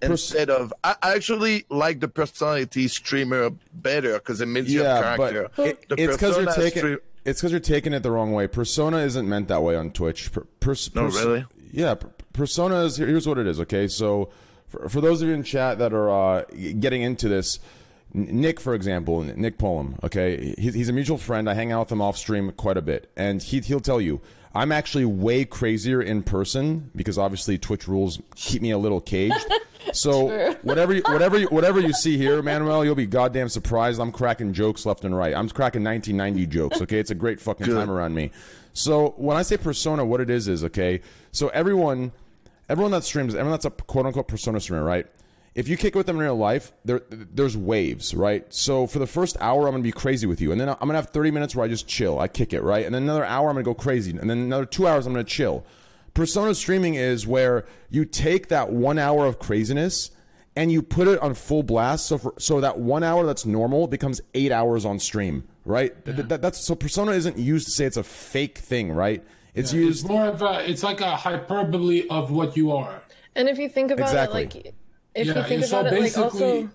I: instead of. I I actually like the personality streamer better because it means
F: yeah,
I: your character.
F: but it-
I: The
F: it's because you're
I: persona
F: taking
I: stream-
F: it's because you're taking it the wrong way. Persona isn't meant that way on Twitch. Per- pers-
I: No,
F: pers-
I: really?
F: Yeah, per- persona is here- here's what it is. Okay, so for, for those of you in chat that are uh, getting into this. N- Nick, for example, N- Nick Pullum, okay, he's, he's a mutual friend. I hang out with him off stream quite a bit, and he, he'll tell you I'm actually way crazier in person because obviously Twitch rules keep me a
D: *laughs*
F: little caged.
E: *laughs*
F: So
E: True.
F: whatever you, whatever you, whatever you see here, Manuel, you'll be goddamn surprised. I'm cracking jokes left and right. I'm cracking 1990 jokes. Okay, it's a great fucking time around me. So when I say persona, what it is is okay. So everyone, everyone that streams, everyone that's a quote unquote persona streamer, right? If you kick it with them in real life, there there's waves, right? So for the first hour, I'm gonna be crazy with you, and then I'm gonna have 30 minutes where I just chill, I kick it, right? And then another hour, I'm gonna go crazy, and then another two hours, I'm gonna chill. Persona streaming is where you take that one hour of craziness and you put it on full blast. So for, so that one hour that's normal becomes eight hours on stream, right? Th- th- that's so persona isn't used to say it's a fake thing, right? It's used.
D: It's more of a. It's like a hyperbole of what you are.
E: And if you think about
F: Exactly.
E: it, like if
D: yeah.
E: you think
D: and so
E: about it, like
D: basically,
E: also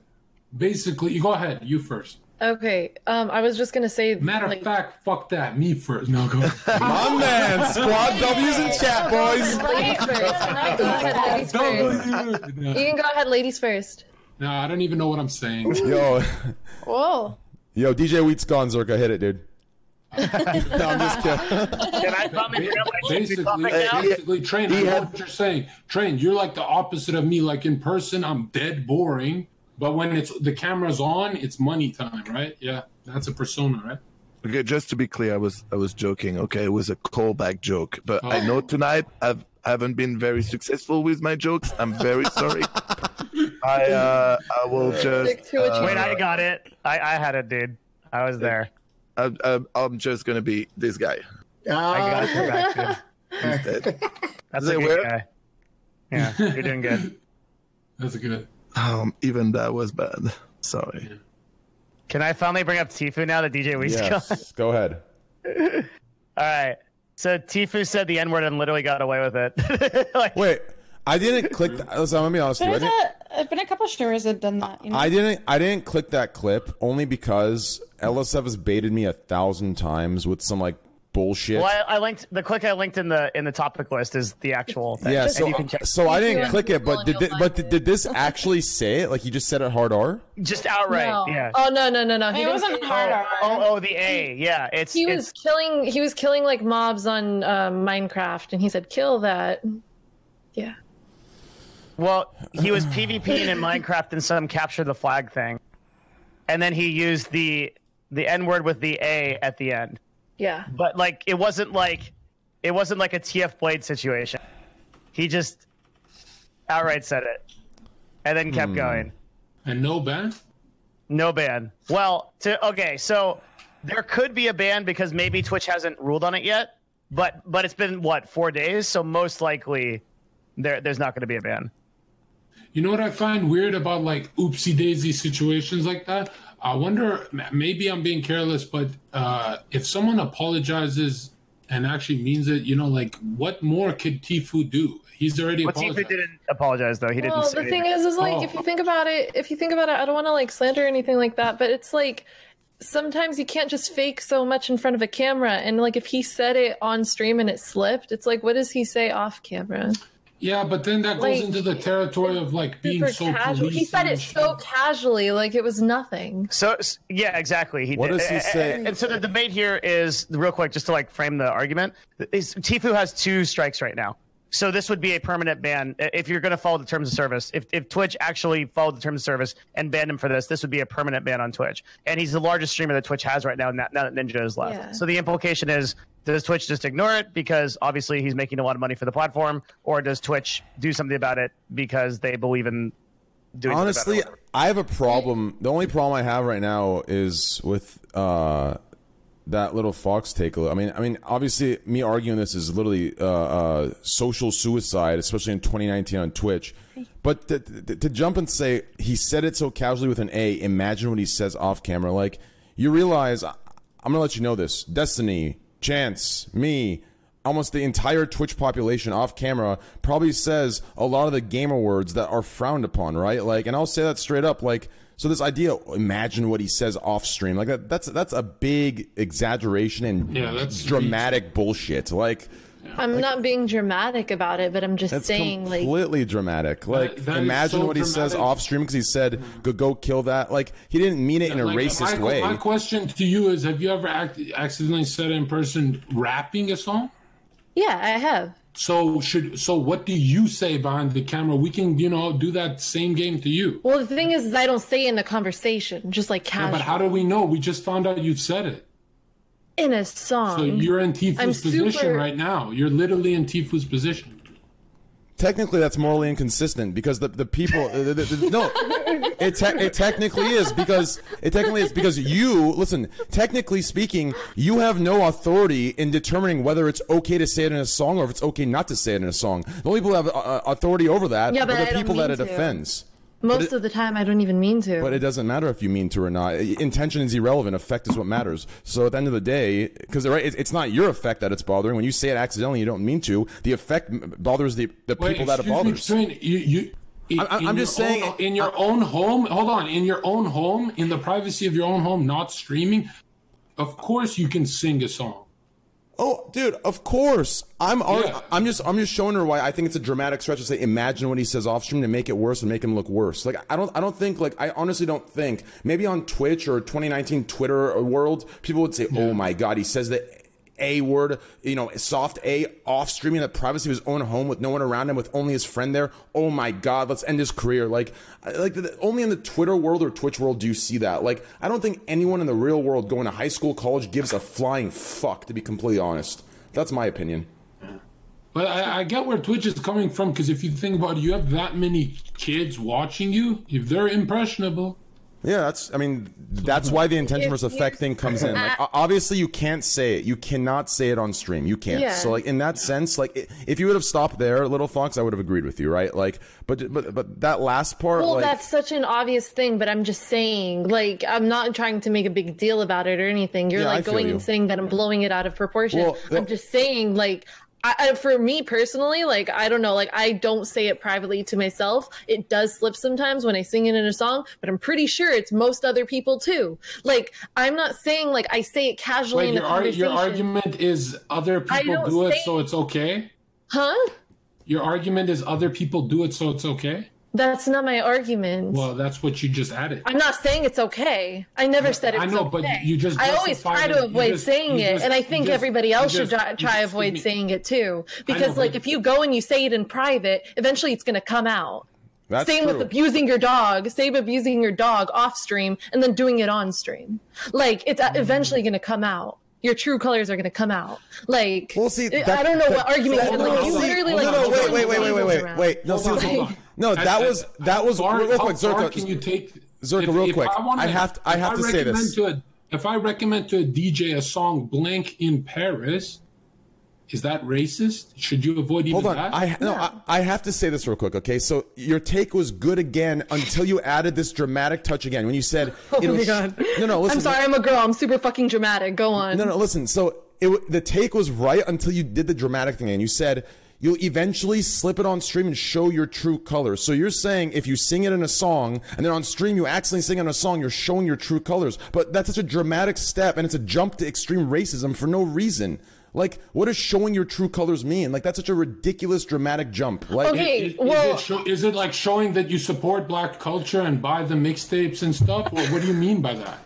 D: basically, you go ahead. You first.
E: okay. Um, I was just gonna say,
D: Matter
E: like,
D: of fact, fuck that. Me first. No, go.
F: *laughs* My man, squad W's in chat, boys.
E: ladies first. Go ahead, ladies
D: *laughs*
E: first.
D: no,
E: You can go ahead, ladies first.
D: no, I don't even know what I'm saying.
F: *laughs* Yo,
E: Oh.
J: Whoa.
F: yo, DJ Wheat's gone, Zerka, hit it, dude. no, I'm just kidding.
B: Can I
F: *laughs*
B: comment?
D: basically, basically, train. I know what you're saying. Train, you're like the opposite of me. Like in person, I'm dead boring. But when it's the camera's on, it's money time, right? Yeah, that's a persona, right?
I: Okay, just to be clear, I was I was joking. Okay, it was a callback joke, but I know tonight I've I haven't been very successful with my jokes. I'm very sorry. I uh, I will just
E: Stick to it,
I: uh,
B: Wait, I got it. I, I had it, dude. I was there.
I: I, I, I'm just gonna be this guy.
B: I got
C: Ah,
B: it. You're back, dude.
I: He's dead.
B: That's
I: Is
B: a
I: it
B: good
I: weird?
B: guy. Yeah, you're doing good.
D: That's a good.
I: um, even that was bad. Sorry.
B: Can I finally bring up Tifu now that DJ Wee's gone? *laughs*
F: Yes, go ahead.
B: All right. So Tifu said the N word and literally got away with it. *laughs* like,
F: Wait, I didn't click. That. Uh, Listen, I'm gonna be honest with you. I
J: There's
F: didn't,
J: a, there's been a couple streamers that done that. You know?
F: I didn't I didn't click that clip only because LSF has baited me a thousand times with some like bullshit.
B: well, I, I linked the click I linked in the in the topic list is the actual thing.
F: Yeah,
B: And
F: so,
B: you can check
F: so I
E: If you
F: didn't
E: were
F: click it,
E: Google
F: but
E: and
F: did
E: you'll
F: thi-
E: find
F: but did,
E: it.
F: did this actually say it? Like you just said it hard R?
B: just outright.
E: No.
B: Yeah.
E: Oh no no no no! He
J: it
E: didn't
J: wasn't
E: say-
J: hard.
B: Oh, oh, oh, the A. Yeah, it's
E: He
B: it's
E: was killing. He was killing like mobs on um, Minecraft, and he said, "Kill that." Yeah.
B: Well, he was PvPing in Minecraft in some capture the flag thing, and then he used the the N word with the A at the end.
E: Yeah.
B: But like, it wasn't like it wasn't like a TF Blade situation. He just outright said it, and then kept going.
D: Hmm. And no ban.
B: No ban. Well, to okay, so there could be a ban because maybe Twitch hasn't ruled on it yet. But but it's been what four days, so most likely there there's not going to be a ban.
D: You know what I find weird about like oopsie daisy situations like that? I wonder, m- maybe I'm being careless, but uh, if someone apologizes and actually means it, you know, like what more could Tifu do? He's already
B: But Tifu
D: apologized.
B: didn't apologize though. He didn't.
E: Well,
B: say
E: the thing
B: anything.
E: is, is like
D: Oh.
E: if you think about it, if you think about it, I don't want to like slander or anything like that, but it's like sometimes you can't just fake so much in front of a camera. And like if he said it on stream and it slipped, it's like what does he say off camera?
D: Yeah, but then that goes
E: Like,
D: into the territory of like being
E: Super
D: so
E: casual. He
D: police.
E: said it so casually, like it was nothing.
B: So s- yeah, exactly. He
F: What
B: did.
F: does he
B: A- a-
F: say?
B: And, so the debate here is real quick, just to like frame the argument. Is Tifu has two strikes right now. So this would be a permanent ban I- if you're going to follow the terms of service. If if Twitch actually followed the terms of service and banned him for this, this would be a permanent ban on Twitch. And he's the largest streamer that Twitch has right now. Now, now that Ninja is left,
E: Yeah.
B: so the implication is: does Twitch just ignore it because obviously he's making a lot of money for the platform, or does Twitch do something about it because they believe in doing something about it or
F: Honestly,
B: whatever?
F: I have a problem. The only problem I have right now is with uh, that little fox take. I mean, I mean, obviously, me arguing this is literally uh, uh, social suicide, especially in 2019 on Twitch. But to, to, to jump and say he said it so casually with an A, imagine what he says off camera. Like you realize, I- I'm gonna let you know this: Destiny, Chance, me, almost the entire Twitch population off camera probably says a lot of the gamer words that are frowned upon, right? Like, and I'll say that straight up, like. So this idea, imagine what he says off stream, like that, that's that's a big exaggeration and
D: Yeah, that's-
F: dramatic bullshit. Like
E: I'm not being dramatic about it, but I'm just
F: that's
E: saying, like,
F: completely dramatic. Like
D: that is
F: imagine
D: so
F: what he says
D: dramatic.
F: off stream because he said go go kill that. Like he didn't mean it in a
D: Like,
F: racist
D: my,
F: way.
D: My question to you is: Have you ever act- accidentally said in person rapping a song?
E: yeah, I have.
D: So should so what do you say behind the camera? We can you know do that same game to you.
E: Well, the thing is, is I don't say in the conversation, just like
D: Yeah,
E: casual
D: but how do we know? We just found out you've said it.
E: in a song.
D: So you're in Tifu's
E: I'm
D: position
E: super-
D: right now. You're literally in Tifu's position.
F: Technically, that's morally inconsistent because the the people the, the- the- no, it, te- it technically is because it technically is because you listen. Technically speaking, you have no authority in determining whether it's okay to say it in a song or if it's okay not to say it in a song. The only people who have uh, authority over that
E: Yeah, but
F: are
E: I
F: the
E: don't
F: people
E: mean
F: that it
E: to.
F: offends.
E: Most
F: it-
E: of the time, I don't even mean to.
F: But it doesn't matter if you mean to or not. Intention is irrelevant. Effect is what matters. So at the end of the day, because right, it's it's not your effect that it's bothering. When you say it accidentally, you don't mean to. The effect m- bothers the the people that it
D: excuse me,
F: bothers.
D: Train, you, you, in-
F: I- I'm
D: in
F: just
D: your
F: saying-
D: own- in your own home. Hold on, in your own home, in the privacy of your own home, not streaming. Of course, you can sing a song.
F: Oh, dude, of course. I'm al-
D: Yeah.
F: I'm just I'm just showing her why I think it's a dramatic stretch to say imagine what he says off stream to make it worse and make him look worse. Like I don't I don't think like I honestly don't think maybe on Twitch or 2019 Twitter world people would say oh my god he says the a word you know soft a off streaming in the privacy of his own home with no one around him with only his friend there. Oh my god, let's end his career. Like I- like the, only in the Twitter world or Twitch world do you see that. Like I don't think anyone in the real world going to high school college gives a flying fuck to be completely honest. That's my opinion.
D: But I, I get where Twitch is coming from because if you think about it, you have that many kids watching you. If they're impressionable,
F: Yeah, that's. I mean, that's why the intention versus effect thing comes in.
E: *laughs*
F: Like, o- obviously, you can't say it. You cannot say it on stream. You can't.
E: Yeah.
F: So, like in that sense, like i- if you would have stopped there, little fox, I would have agreed with you, right? Like, but but but that last part,
E: well,
F: like,
E: that's such an obvious thing, but I'm just saying, like, I'm not trying to make a big deal about it or anything. You're
F: Yeah, I
E: like
F: feel
E: going
F: you.
E: and saying that I'm blowing it out of proportion.
F: Well, the-
E: I'm just saying, like, I, I, for me personally, like, I don't know, like, I don't say it privately to myself. It does slip sometimes when I sing it in a song, but I'm pretty sure it's most other people too. Like, I'm not saying, like, I say it casually in
D: wait,
E: a
D: your, ar-
E: conversation.
D: your argument is other
E: I
D: people
E: don't
D: do it,
E: say-
D: so it's okay.
E: Huh?
D: Your argument is other people do it, so it's okay.
E: That's not my argument.
D: Well, that's what you just added.
E: I'm not saying it's okay. I never said it's
D: I know, but
E: okay.
D: you just
E: I always
D: justified
E: try
D: it.
E: to
D: You
E: avoid
D: just-
E: saying
D: you
E: it,
D: just-
E: and I
D: you
E: think
D: just-
E: everybody
D: you
E: else
D: just-
E: should try,
D: you
E: try
D: just-
E: avoid
D: excuse me.
E: saying it too. Because
D: but-
E: like if you go and you say it in private, eventually it's going to come out.
F: that's
E: same
F: true.
E: with abusing your dog. Same abusing your dog off stream and then doing it on stream. Like it's uh, eventually going to come out. Your true colors are going to come out. Like
F: Well, see,
E: I-
F: that-
E: I don't know
F: that-
E: what
F: *laughs*
E: argument.
D: hold
E: like,
D: on,
E: you
D: hold on,
E: literally
D: hold
E: like
D: on,
F: no,
D: hold
F: wait,
D: on,
F: wait, wait, wait, wait, wait,
E: around.
F: wait, No, see,
D: Hold on, hold on.
F: no,
D: I-
F: that
D: I-
F: was that was
D: Far-
F: real
D: how
F: quick,
D: far
F: Zerka.
D: can you take
F: Zerka, real quick. I have to- I
D: if
F: have to say
D: recommend
F: this.
D: To a, if I recommend to a DJ a song "Blank in Paris," is that racist? Should you avoid even
F: Hold on,
D: that?
F: I no, I, I have to say this real quick, okay? So your take was good again until you added this dramatic touch again when you said,
E: *laughs* Oh
F: it'll
E: my
F: sh-
E: god!
F: no, no, listen,
E: I'm sorry. I'm a girl. I'm super fucking dramatic. Go on.
F: No, no, listen. So it, w- the take was right until you did the dramatic thing and you said, you'll eventually slip it on stream and show your true colors. So you're saying if you sing it in a song and then on stream you accidentally sing it in a song, you're showing your true colors. But that's such a dramatic step and it's a jump to extreme racism for no reason. Like, what does showing your true colors mean? Like, that's such a ridiculous, dramatic jump. Like,
E: Okay,
D: Is- is,
E: well-
D: it show, is it like showing that you support black culture and buy the mixtapes and stuff? Or what do you mean by that?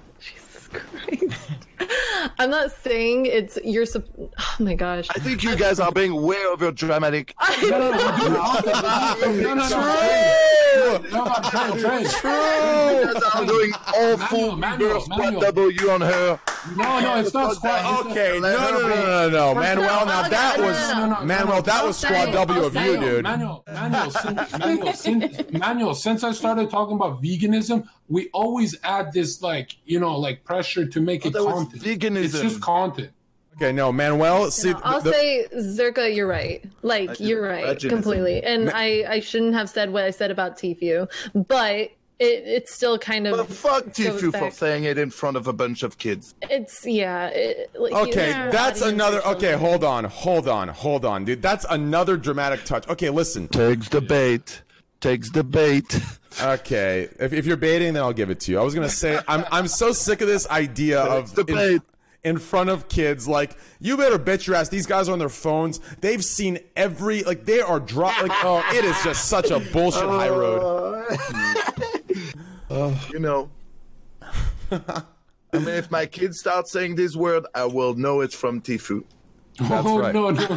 E: I'm not saying it's your. Sup- oh my gosh.
I: I think you guys are being way over dramatic.
E: *laughs*
D: No, no, no, No, no, Trey, Trey.
I: You guys are doing awful
D: Manuel, Manuel,
I: reverse
D: Manuel.
I: W on her.
D: No, no, it's not squad.
F: Okay, no, no, no, no, no, no, Oh, Manuel. Now that
E: no,
F: was
E: no,
D: no, no.
F: Manuel. That was
E: I'll
F: squad
E: say-
F: W of
E: I'll
F: you,
E: say-
F: dude.
D: Manuel, Manuel, since, Manuel, since, Manuel, since I started talking about veganism, we always add this like you know like pressure to make it
I: Oh, that was
D: content.
I: veganism.
D: It's just content.
F: Okay, no, Manuel. See,
E: I'll
F: the-
E: say, Zerka, you're right. Like, you're right
I: imagine if
E: completely. And I, I shouldn't have said what I said about Tfue, but it, it's still kind of.
I: But fuck Tifu for
E: back.
I: saying it in front of a bunch of kids.
E: It's, yeah. It, like,
F: Okay,
E: yeah,
F: that's
E: audience
F: another.
E: or something.
F: Okay, hold on, hold on, hold on, dude. That's another dramatic touch. Okay, listen.
I: Takes the bait. Takes the bait.
F: Okay, if, if you're baiting, then I'll give it to you. I was gonna say, I'm I'm so sick of this idea of
I: the
F: in,
I: bait.
F: in front of kids. Like, you better bet your ass these guys are on their phones. They've seen every like they are drop. Like, oh, it is just such a bullshit high road.
I: You know. I mean, if my kids start saying this word, I will know it's from Tifu.
D: oh
F: right.
D: no, no,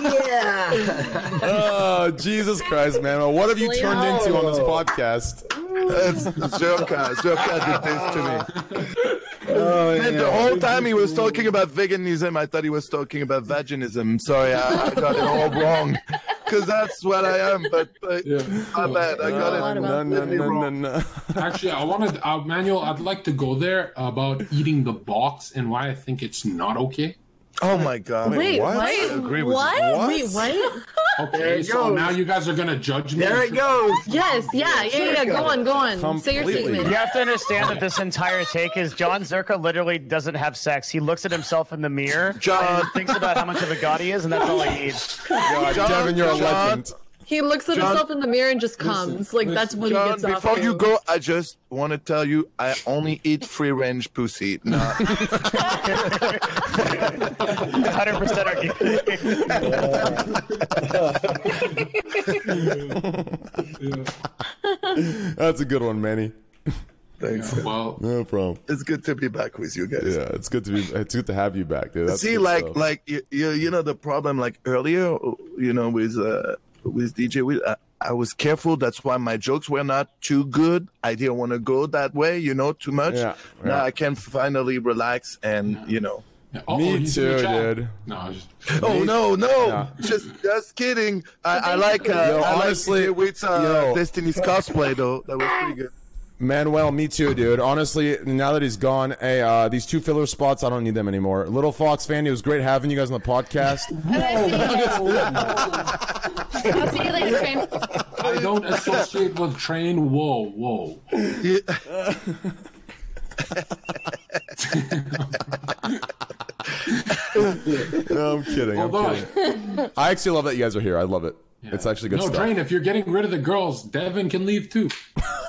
D: no.
C: yeah.
F: Oh, Jesus Christ, man! What have you turned into on this podcast?
I: That's Zerka. Zerka did this to me. and the whole time he was talking about veganism, I thought he was talking about vaginism. Sorry, I, I got it all wrong. *laughs* Because that's what I am, but, but
D: Yeah.
I: my bad.
E: A lot
I: I got it.
E: about
F: No, no, no, no, no.
D: Actually, I wanted uh, Manuel. I'd like to go there about eating the box and why I think it's not okay.
I: Oh my god.
E: Wait, what?
I: agree with
E: what?
I: you. What?
E: Wait, what?
D: Okay,
C: it
D: so
C: goes.
D: now you guys are gonna judge me.
C: There it goes.
E: Yes, yeah, yeah, yeah. Go on, go on. Say your
F: Completely.
E: statement.
B: You have to understand that this entire take is John Zerka literally doesn't have sex. He looks at himself in the mirror,
I: John.
B: and thinks about how much of a god he is, and that's all he needs.
F: God, Devin, you're a
I: John,
F: legend.
B: *laughs*
E: He looks at himself in the mirror and just comes. Like, that's what he
I: John,
E: gets off
I: before you
E: to.
I: go, I just want to tell you I only eat free range pussy. No,
B: 100%
I: *laughs*
B: argument.
F: *laughs* That's a good one, Manny.
I: thanks.
D: Well,
F: No problem.
I: It's good to be back with you guys.
F: Yeah, it's good to be. It's good to have you back, dude. That's
I: See,
F: good
I: like,
F: stuff.
I: like you, you, you know, the problem, like earlier, you know, with uh, with DJ, with, I, uh, I was careful. That's why my jokes were not too good. I didn't want to go that way, you know, too much.
F: Yeah,
I: Now
F: yeah.
I: I can finally relax and you know.
D: uh-oh,
F: Me
D: he's in the
F: too,
D: chat.
F: dude.
D: No, I just-
I: Oh no, no,
F: Yeah.
I: just just kidding. I, I like, uh,
F: Yo,
I: I like
F: honestly,
I: DJ Wheat's, uh,
F: yo.
I: Destiny's cosplay though. That was pretty good.
F: Manuel, me too, dude. Honestly, now that he's gone, hey, uh, these two filler spots, I don't need them anymore. Little Fox Fanny, it was great having you guys on
I: *laughs*
F: the podcast.
J: And I see you. *laughs* I'll see you later,
F: *laughs*
J: Crane.
D: I don't associate with train. Whoa, whoa.
F: no, I'm kidding. I'm
D: Although,
F: kidding. I actually love that you guys are here. I love it. It's actually good
D: no
F: stuff.
D: train. If you're getting rid of the girls, Devin can leave too.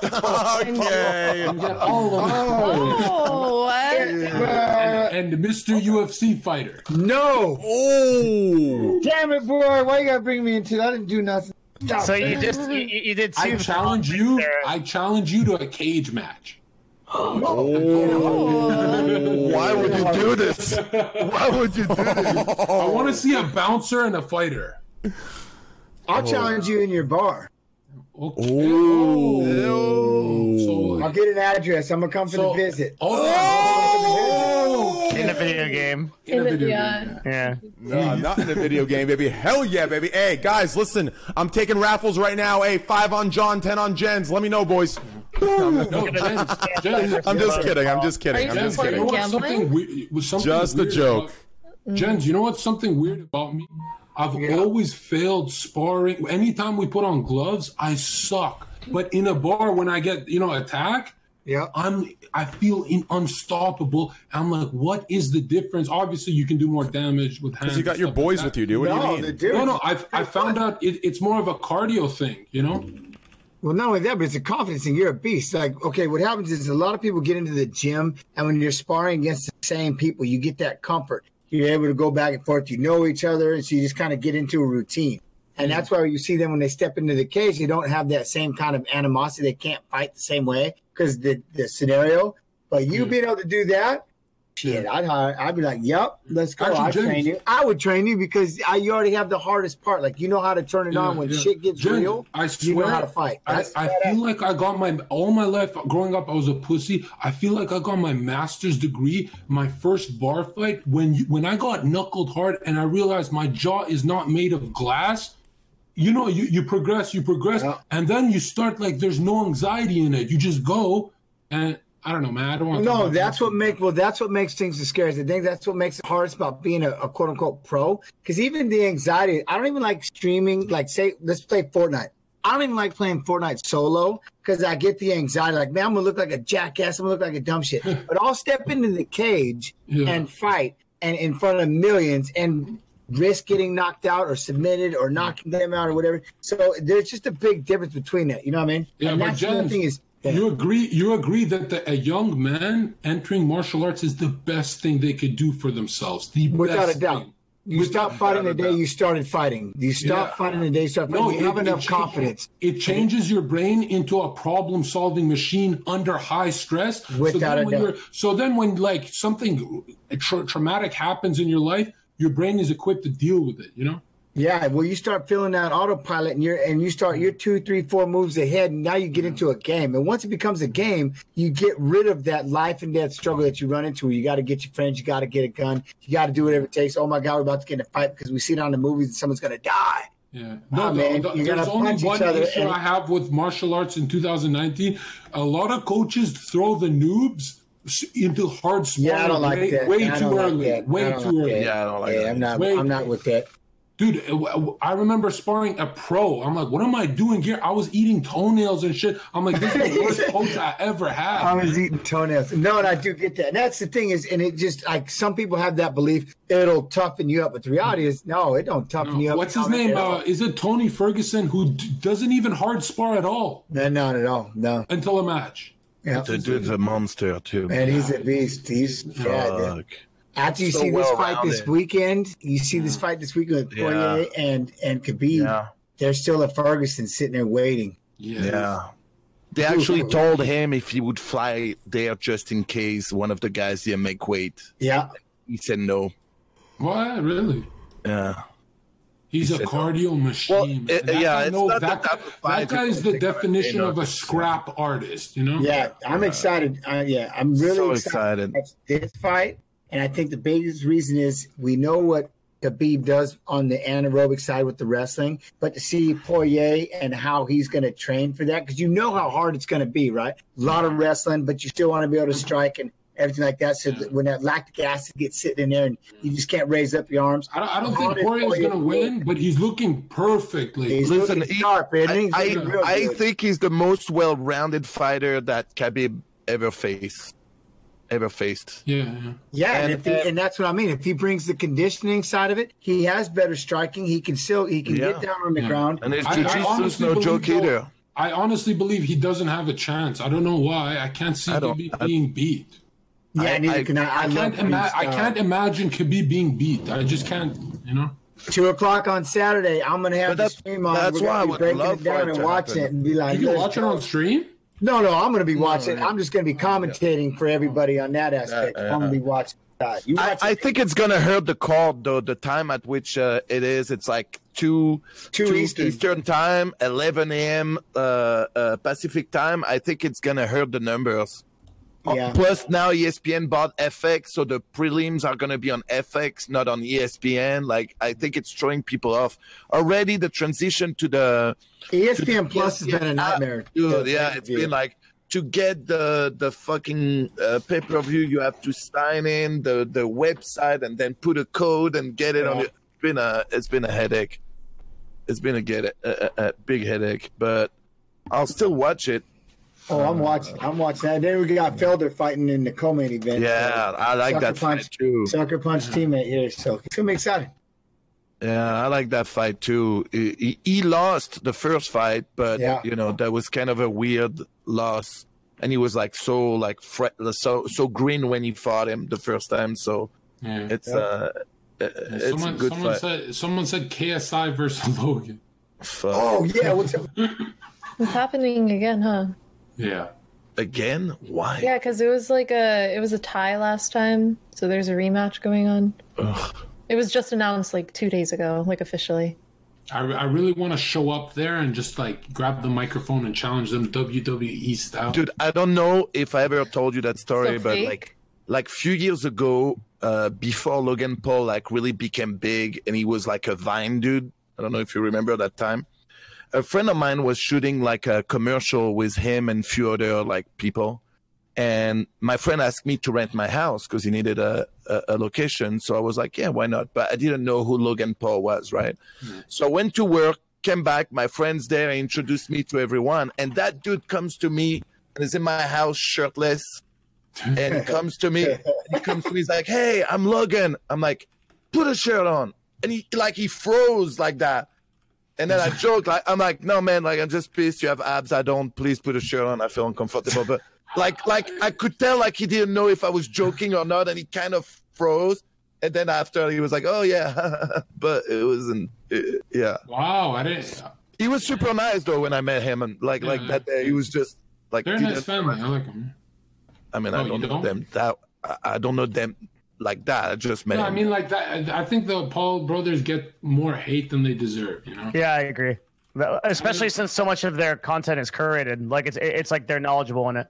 F: okay.
D: You get all of them.
J: Oh, what?
D: and, and Mr. UFC fighter.
C: No.
F: Oh.
C: Damn it, boy. Why you gotta bring me into that? I didn't do nothing. Stop
B: So
C: it.
B: you just you, you did two.
D: I challenge you.
B: there.
D: I challenge you to a cage match.
I: Why would you do this?
D: *laughs*
I: Why would you do this? *laughs*
D: I want to see a bouncer and a fighter.
C: I'll challenge you in your bar.
D: Okay. Oh.
C: I'll
D: So,
C: get an address. I'm gonna come for
D: so,
C: the visit.
D: Oh.
B: in a video game.
D: In a video
E: Yeah.
D: game.
B: Yeah.
F: No, not in a video game, baby. Hell yeah, baby. Hey, guys, listen. I'm taking raffles right now. Hey, five on John, ten on Jens. Let me know, boys.
D: No, Jens, Jens,
F: I'm just kidding. I'm just kidding.
E: you
F: I'm just
E: supporting
F: kidding.
E: Gambling?
D: something weird, was something
F: Just a
D: weird
F: joke.
D: About, Jens, you know what's something weird about me? I've always failed sparring. Anytime we put on gloves, I suck. But in a bar, when I get you know attack,
C: Yeah.
D: I'm I feel in, unstoppable. I'm like, what is the difference? Obviously, you can do more damage with hands.
F: you got
D: and
F: your
D: stuff like
F: boys
D: that.
F: with you, dude. What do you No, mean? the dude-
D: No, no. I I found out it, it's more of a cardio thing. You know.
C: Well, not only that, but it's a confidence thing. You're a beast. Like, okay, what happens is a lot of people get into the gym, and when you're sparring against the same people, you get that comfort. You're able to go back and forth. You know each other, and so you just kind of get into a routine. And that's why you see them when they step into the cage, they don't have that same kind of animosity. They can't fight the same way because the, the scenario. But
D: Hmm.
C: you being able to do that, shit, I'd hire, I'd be like, yep, let's go.
D: Actually,
C: I'd train
D: James-
C: you. I would train you because I, you already have the hardest part. Like, you know how to turn it
D: Yeah,
C: on when
D: yeah.
C: shit gets
D: Jen,
C: real.
D: I
C: you
D: swear,
C: know how to fight.
D: I,
C: That's
D: I feel like I got my all my life growing up. I was a pussy. I feel like I got my master's degree, my first bar fight when you, when I got knuckled hard and I realized my jaw is not made of glass. You know, you, you progress, you progress, and then you start like there's no anxiety in it. You just go, and I don't know, man. I don't want.
C: No, that's what make well, that's what makes things the scariest. I think that's what makes it hardest about being a, a quote unquote pro. Because even the anxiety, I don't even like streaming. Like, say, let's play Fortnite. I don't even like playing Fortnite solo because I get the anxiety. Like, man, I'm gonna look like a jackass. I'm gonna look like a
D: *laughs*
C: dumb shit. But I'll step into the cage
D: Yeah.
C: and fight and in front of millions and risk getting knocked out or submitted or knocking them out or whatever. So there's just a big difference between that. You know what I mean?
D: Yeah,
C: and
D: but
C: that's the other
D: James,
C: thing is.
D: You agree? You agree that the, a young man entering martial arts is the best thing they could do for themselves. The
C: Without
D: best
C: a doubt.
D: thing.
C: You stop fighting the day you started fighting. You stop
D: Yeah.
C: fighting the day you start fighting. you have enough
D: change-
C: confidence.
D: It changes your brain into a problem-solving machine under high stress. so
C: Without
D: then
C: a
D: when
C: doubt.
D: You're, so then, when like something tra- traumatic happens in your life, your brain is equipped to deal with it. You know.
C: Yeah, well, you start feeling that autopilot, and you're and you start your two, three, four moves ahead, and now you get into a game. And once it becomes a game, you get rid of that life and death struggle that you run into. You got to get your friends, you got to get a gun, you got to do whatever it takes. Oh my God, we're about to get in a fight because we see it on the movies, and someone's gonna die.
D: Yeah.
C: Nah,
D: No, the-
C: man,
D: the-
C: you gotta
D: there's only
C: punch each
D: one
C: other
D: issue
C: and-
D: I have with martial arts in 2019. A lot of coaches throw the noobs s- into hard sparring
C: Yeah, I don't like
D: way,
C: that.
D: way
C: I
D: too
C: don't like
D: early.
C: that.
D: Way
C: I don't
D: too
C: like
D: early.
C: that.
I: Yeah, I don't like
C: Yeah,
I: that.
C: I'm not.
D: Wait.
C: I'm not with that.
D: Dude, uh, w- w- I remember sparring a pro. I'm like, what am I doing here? I was eating toenails and shit. I'm like, this
C: *laughs*
D: is the worst coach I ever had.
C: I was eating toenails. No, and I do get that. And that's the thing is, and it just like some people have that belief it'll toughen you up, but the reality is, no, it don't toughen you up.
D: What's his
C: Not at
D: name?
C: all.
D: Uh, is it Tony Ferguson who d- doesn't even hard spar at all
C: no, not at all. No,
D: until a match?
C: yeah.
I: The dude's a monster too.
C: man, he's a beast. He's yeah.
I: Fuck.
C: dude. After you
I: So
C: see this fight
I: well-rounded.
C: this weekend, you see this fight this weekend with Poirier and and Khabib.
I: Yeah.
C: There's still a Ferguson sitting there waiting.
D: Yeah.
I: Yeah. They
C: *laughs*
I: actually told him if he would fly there just in case one of the guys here make weight.
C: Yeah,
I: He said no.
D: What? Really?
I: Yeah.
D: He's a
I: said that.
D: cardio machine.
I: Well,
D: man.
I: it-
D: that
I: Uh, yeah,
D: guy
I: it's
D: knows-
I: not the type
D: that, guy-
I: of fight
D: that guy is
I: that
D: the
I: they got
D: definition
I: in
D: of a
I: office,
D: scrap artist, you know?
C: yeah. I'm excited. Uh, yeah, I'm really
I: So
C: excited.
I: excited.
C: to watch This fight, and I think the biggest reason is we know what Khabib does on the anaerobic side with the wrestling, but to see Poirier and how he's going to train for that, because you know how hard it's going to be, right? A lot of wrestling, but you still want to be able to strike and everything like that. So that when that lactic acid gets sitting in there and you just can't raise up your arms,
D: I don't, I don't
C: How
D: think
C: did
D: Poirier's
C: Poirier
D: going to
C: do it?
D: win, but he's looking perfectly.
C: he's
I: Listen,
C: looking
I: he-
C: sharp, isn't he?
I: I,
C: He's
I: I,
C: looking real
I: I
C: good.
I: think he's the most well-rounded fighter that Khabib ever faced. Ever faced.
D: yeah, yeah.
C: Yeah, and,
I: And-
C: if he, and that's what I mean. If he brings the conditioning side of it, he has better striking. He can still he can
I: Yeah.
C: get down on the
D: Yeah.
C: ground.
I: And his
D: I- I
I: jiu-jitsu's
D: honestly
I: no
D: believe
I: joke
D: though-
I: either.
D: I honestly believe he doesn't have a chance. I don't know why. I can't see
I: I don't-
D: Khabib
I: I-
D: being beat.
C: yeah,
I: I-
C: neither
I: I-
C: can I. I,
D: I
C: love
D: can't, ima-
C: Khabib's
D: I
C: style.
D: can't imagine Khabib being beat. I just can't, you know?
C: Two o'clock on Saturday, I'm gonna have
I: But
C: the
I: that's-
C: stream on.
I: that's
C: We're
I: why I
C: gonna be
I: would
C: breaking
I: love
C: it
I: for
C: down
I: it
C: and
I: to
C: watching
I: happen.
C: it and be like,
D: You can
C: "Let's
D: watch it
C: go."
D: on stream?
C: No, no, I'm gonna be watching. I'm just gonna be commentating for everybody on that aspect.
I: yeah.
C: I'm gonna be watching. that. E You
I: I,
C: watch
I: I
C: it.
I: think it's gonna hurt the call though. The time at which uh, it is, it's like two
C: Two Eastern.
I: time, eleven a.m. Uh, uh, Pacific time. I think it's gonna hurt the numbers. Uh,
C: Yeah.
I: Plus now ESPN bought FX, so the prelims are gonna be on FX, not on E ESPN. Like I think it's throwing people off already. The transition to the
C: E ESPN Plus has
I: ESPN
C: been a
I: app,
C: nightmare.
I: Dude, yeah, it's been like to get the the fucking uh, pay per view, you have to sign in the the website and then put a code and get it on.
C: Yeah.
I: Your, it's been a it's been a headache. It's been a get a, a, a big headache, but I'll still watch it.
C: Oh, I'm watching. I'm watching that. Then we got Felder fighting in the co-main event.
I: Yeah, I like
C: Sucker
I: that
C: uh, punch
I: fight too.
C: Sucker Punch teammate here, so it's gonna be exciting.
I: Yeah, I like that fight too. He, he- he lost the first fight, but
C: Yeah.
I: you know that was kind of a weird loss, and he was like so like fre- so so green when he fought him the first time. So
D: Yeah.
I: it's uh, it's
D: someone,
I: a good
D: someone
I: fight.
D: said someone said KSI versus *laughs* Logan.
I: Fuck.
C: Oh yeah, what's up?
E: It's happening again, huh?
D: Yeah.
I: Again? Why?
E: Yeah, because it was like a it was a tie last time, so there's a rematch going on. It was just announced like two days ago, like officially.
D: *laughs* I, I really want to show up there and just like grab the microphone and challenge them WWE style.
I: dude i don't know if i ever told you that story
E: So
I: but
E: fake.
I: like like few years ago uh before logan paul like really became big and he was like a vine dude i don't know if you remember that time a friend of mine was shooting like a commercial with him and few other like people and my friend asked me to rent my house because he needed a, a, a location so i was like yeah why not but i didn't know who logan paul was right so i went to work came back my friends there introduced me to everyone and that dude comes to me and is in my house shirtless and he comes to me he comes to me he's like hey i'm logan i'm like put a shirt on and he like he froze like that and
D: *laughs*
I: then i joke like i'm like no man like i'm just pissed you have abs i don't please put a shirt on i feel uncomfortable but like like i could tell like he didn't know if i was joking or not and he kind of froze and then after he was like oh yeah *laughs* but it wasn't it, yeah
D: Wow, I didn't.
I: he was super nice though when i met him and like like
D: Yeah.
I: that day he was just like
D: They're a
I: didn't-
D: nice family. I like them.
I: I mean,
D: Oh,
I: I
D: you
I: don't know
D: don't?
I: them that. I, I don't know them like that. I just met.
D: No, I
I: him.
D: mean like that. I I think the Paul brothers get more hate than they deserve. You know.
B: Yeah, I agree. That- Especially since so much of their content is curated, like it's it's like they're knowledgeable in it.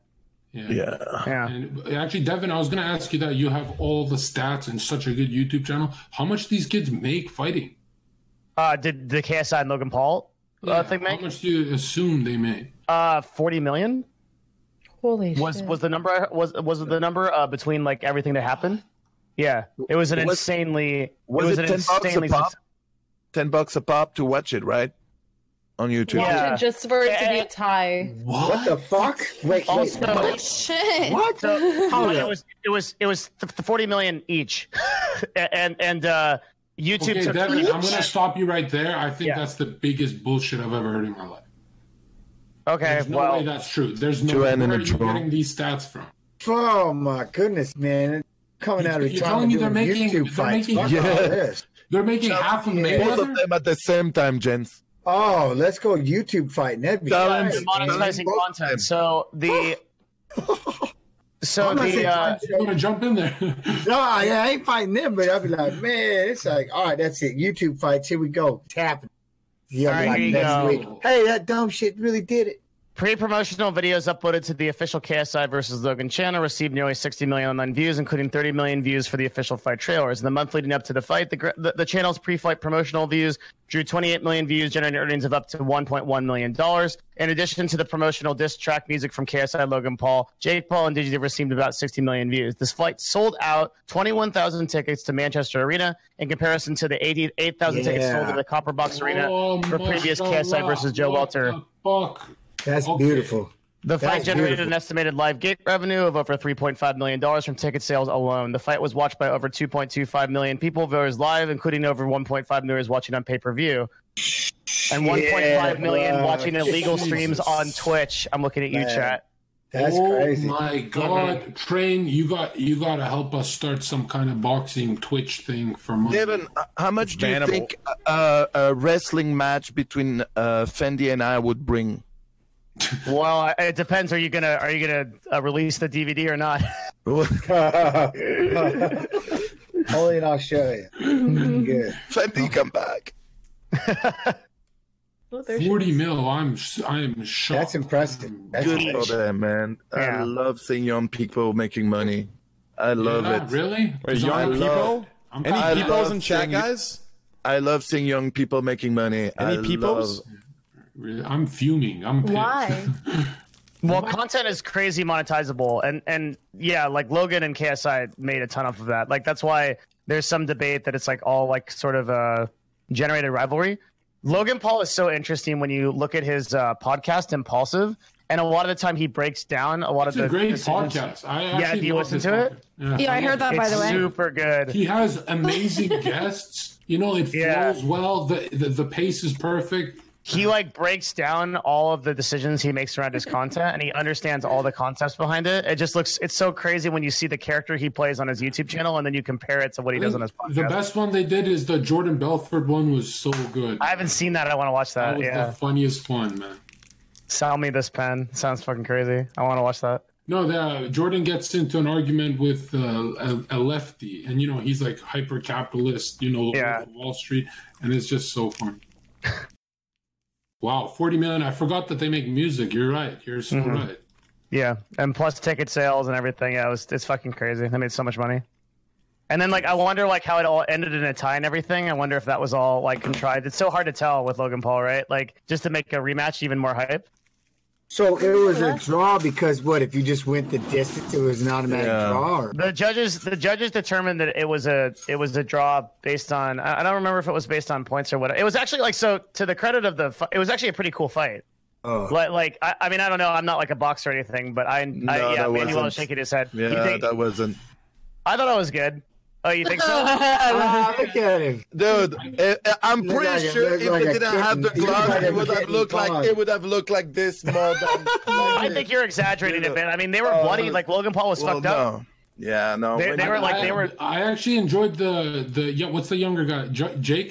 I: yeah.
B: Yeah,
D: And actually, Devin, I was going to ask you that you have all the stats and such a good YouTube channel. How much these kids make fighting?
B: uh, did the KSI and Logan Paul uh, thing
D: How
B: make
D: much do you assume they make?
B: uh, forty million?
E: Holy
B: Was
E: shit!
B: was the number I- was was the number uh, between like everything that happened? Yeah, it was an
I: Was-
B: insanely
I: was
B: it was an
I: it 10 bucks a
B: insanely
I: pop?
B: success-
I: Ten bucks a pop to watch it, right? On YouTube.
E: Watch
B: Yeah.
E: it just for it to be a tie.
C: What the fuck? Wait, wait,
B: Also-
E: oh,
J: Holy shit.
C: what?
B: Oh,
I: *laughs*
C: Hold
B: it
C: up.
B: was it was it was th- th- forty million each, *laughs* A- and and uh, YouTube
D: Okay,
B: took
D: Devin, I'm going to stop you right there. I think
B: Yeah.
D: that's the biggest bullshit I've ever heard in my life.
B: okay.
D: There's no
B: Well,
D: way that's true. There's no
I: Joanne
D: where
I: and the
D: are you
I: troll.
D: getting these stats from?
C: Oh my goodness, man! Coming out of
D: You're telling
C: retirement,
D: me they're
C: doing
D: making-
C: YouTube
D: they're
C: fights.
D: making-
C: Fuck
I: Yeah.
C: all this.
D: They're making half of
I: Both
D: Mayweather.
I: of them at the same time, gents.
C: Oh, let's go YouTube fighting. That'd be
I: Tell
B: yeah,
I: him-
B: it's monetizing
I: Both
B: content. So the so
C: I'm not saying
B: the uh,
D: I'm going to jump in *laughs* there.
C: No, I, I ain't fighting them, but I'd be like, man, it's like, all right, that's it. YouTube fights, here we go. Tapping. *gasps* Yeah,
B: All right,
C: like
B: here you
C: next
B: go.
C: week. Hey, that dumb shit really did it.
B: pre-promotional videos uploaded to the official KSI versus Logan channel received nearly 60 million online views, including 30 million views for the official fight trailers. In the month leading up to the fight, the, gr- the, the channel's pre-fight promotional views drew 28 million views, generating earnings of up to 1.1 million dollars. In addition to the promotional disc track music from KSI Logan Paul, Jake Paul and Digidev received about 60 million views. This flight sold out 21,000 tickets to Manchester Arena in comparison to the 88,000 tickets sold
C: Yeah.
B: to the Copper Box Arena
D: Oh,
B: for previous
D: mashallah.
B: KSI versus Joe
D: What
B: Welter.
D: the Fuck.
C: That's
D: Okay.
C: beautiful.
B: The fight
C: That's
B: generated
C: beautiful.
B: an estimated live gate revenue of over $3.5 million from ticket sales alone. The fight was watched by over 2.25 million people viewers live, including over 1.5 million watching on pay per view. And 1.5 million
C: bro.
B: watching illegal
D: Jesus.
B: streams on Twitch. I'm looking at you,
C: Man.
B: chat.
C: That's
D: oh
C: crazy.
D: my god, train! You got you got to help us start some kind of boxing Twitch thing for money.
I: Devin, uh, how much do
F: Bannable.
I: you think uh, a wrestling match between uh, Fendi and I would bring?
B: *laughs* Well, I- it depends. Are you gonna are you gonna uh, release the DVD or
I: *laughs*
C: *laughs*
B: not?
C: Only in *laughs* Australia. Good.
I: Fendi, come back.
E: Oh, there's
D: Forty mil. I'm s- I'm shocked.
C: That's impressive. That's
I: Good for
C: impressive.
I: them, man. I
B: Yeah.
I: love seeing young people making money. I love
D: Yeah,
I: it.
D: Really?
F: Wait,
D: 'Cause
F: young
D: I
F: people?
D: love- I'm-
F: Any
I: I
F: peoples
I: love
F: in chat,
I: seeing you-
F: guys?
I: I love seeing young people making money.
F: Any
I: I
F: peoples?
I: love-
D: really- I'm fuming. I'm pissed.
E: Why?
B: *laughs* Well, content is crazy monetizable, and and yeah, like Logan and KSI made a ton off of that. Like that's why there's some debate that it's like all like sort of uh, generated rivalry. Logan Paul is so interesting when you look at his uh, podcast Impulsive, and a lot of the time he breaks down a lot
D: It's
B: of the
D: a great
B: decisions.
D: podcast. I
B: Yeah,
D: actually
B: do you
D: love
B: listen
D: this
B: to it?
D: podcast.
J: Yeah, I heard that by
B: it's
J: the way.
B: super good.
D: He has
J: *laughs*
D: amazing guests. You know, it
B: Yeah.
D: flows well. The, the the pace is perfect.
B: he like breaks down all of the decisions he makes around his content and he understands all the concepts behind it it just looks it's so crazy when you see the character he plays on his youtube channel and then you compare it to what he does on his podcast
D: The best one they did is the Jordan Belford one was so good.
B: i haven't seen that i want to watch that,
D: that was
B: yeah
D: the funniest one, man.
B: sell me this pen sounds fucking crazy i want to watch that
D: No, the, Jordan gets into an argument with uh, a, a lefty, and you know he's like hyper capitalist, you know,
B: Yeah.
D: Wall Street, and it's just so
B: *laughs*
D: funny. wow, forty million! I forgot that they make music. You're right. You're so
B: Mhm.
D: right.
B: yeah and plus ticket sales and everything yeah, it was, it's fucking crazy they made so much money and then like i wonder like how it all ended in a tie and everything i wonder if that was all like contrived it's so hard to tell with logan paul right like just to make a rematch even more hype
C: So it was a draw because what if you just went the distance? It was an automatic
I: Yeah.
C: draw. Or,
B: The judges, the judges determined that it was a it was a draw based on I I don't remember if it was based on points or what. It was actually like so to the credit of the fi- it was actually a pretty cool fight.
I: Oh.
B: Like, like I, I mean I don't know I'm not like a boxer or anything, but I, I
I: No,
B: yeah
I: that
B: Manuel
I: wasn't.
B: shaking his head. You
I: Yeah,
B: think-
I: that wasn't.
B: I thought I was good. Oh, you think so?
C: *laughs* ah, look at him.
I: Dude, eh, eh, I'm
C: Look
I: pretty
C: like a-
I: sure
C: look
I: if
C: like
I: it
C: a
I: didn't have the
C: kitten. You look
I: gloves,
C: like a
I: it would have
C: kitten
I: looked
C: dog.
I: like it would have looked like this more than.
B: I think you're exaggerating a bit. I mean they were
I: Oh,
B: bloody. Like Logan Paul was
I: well,
B: fucked up.
I: no. Yeah, no.
B: They-
I: when
B: they
I: you-
B: were like-
D: I,
B: they were-
D: I actually enjoyed the the yeah, what's the younger guy? J- Jake.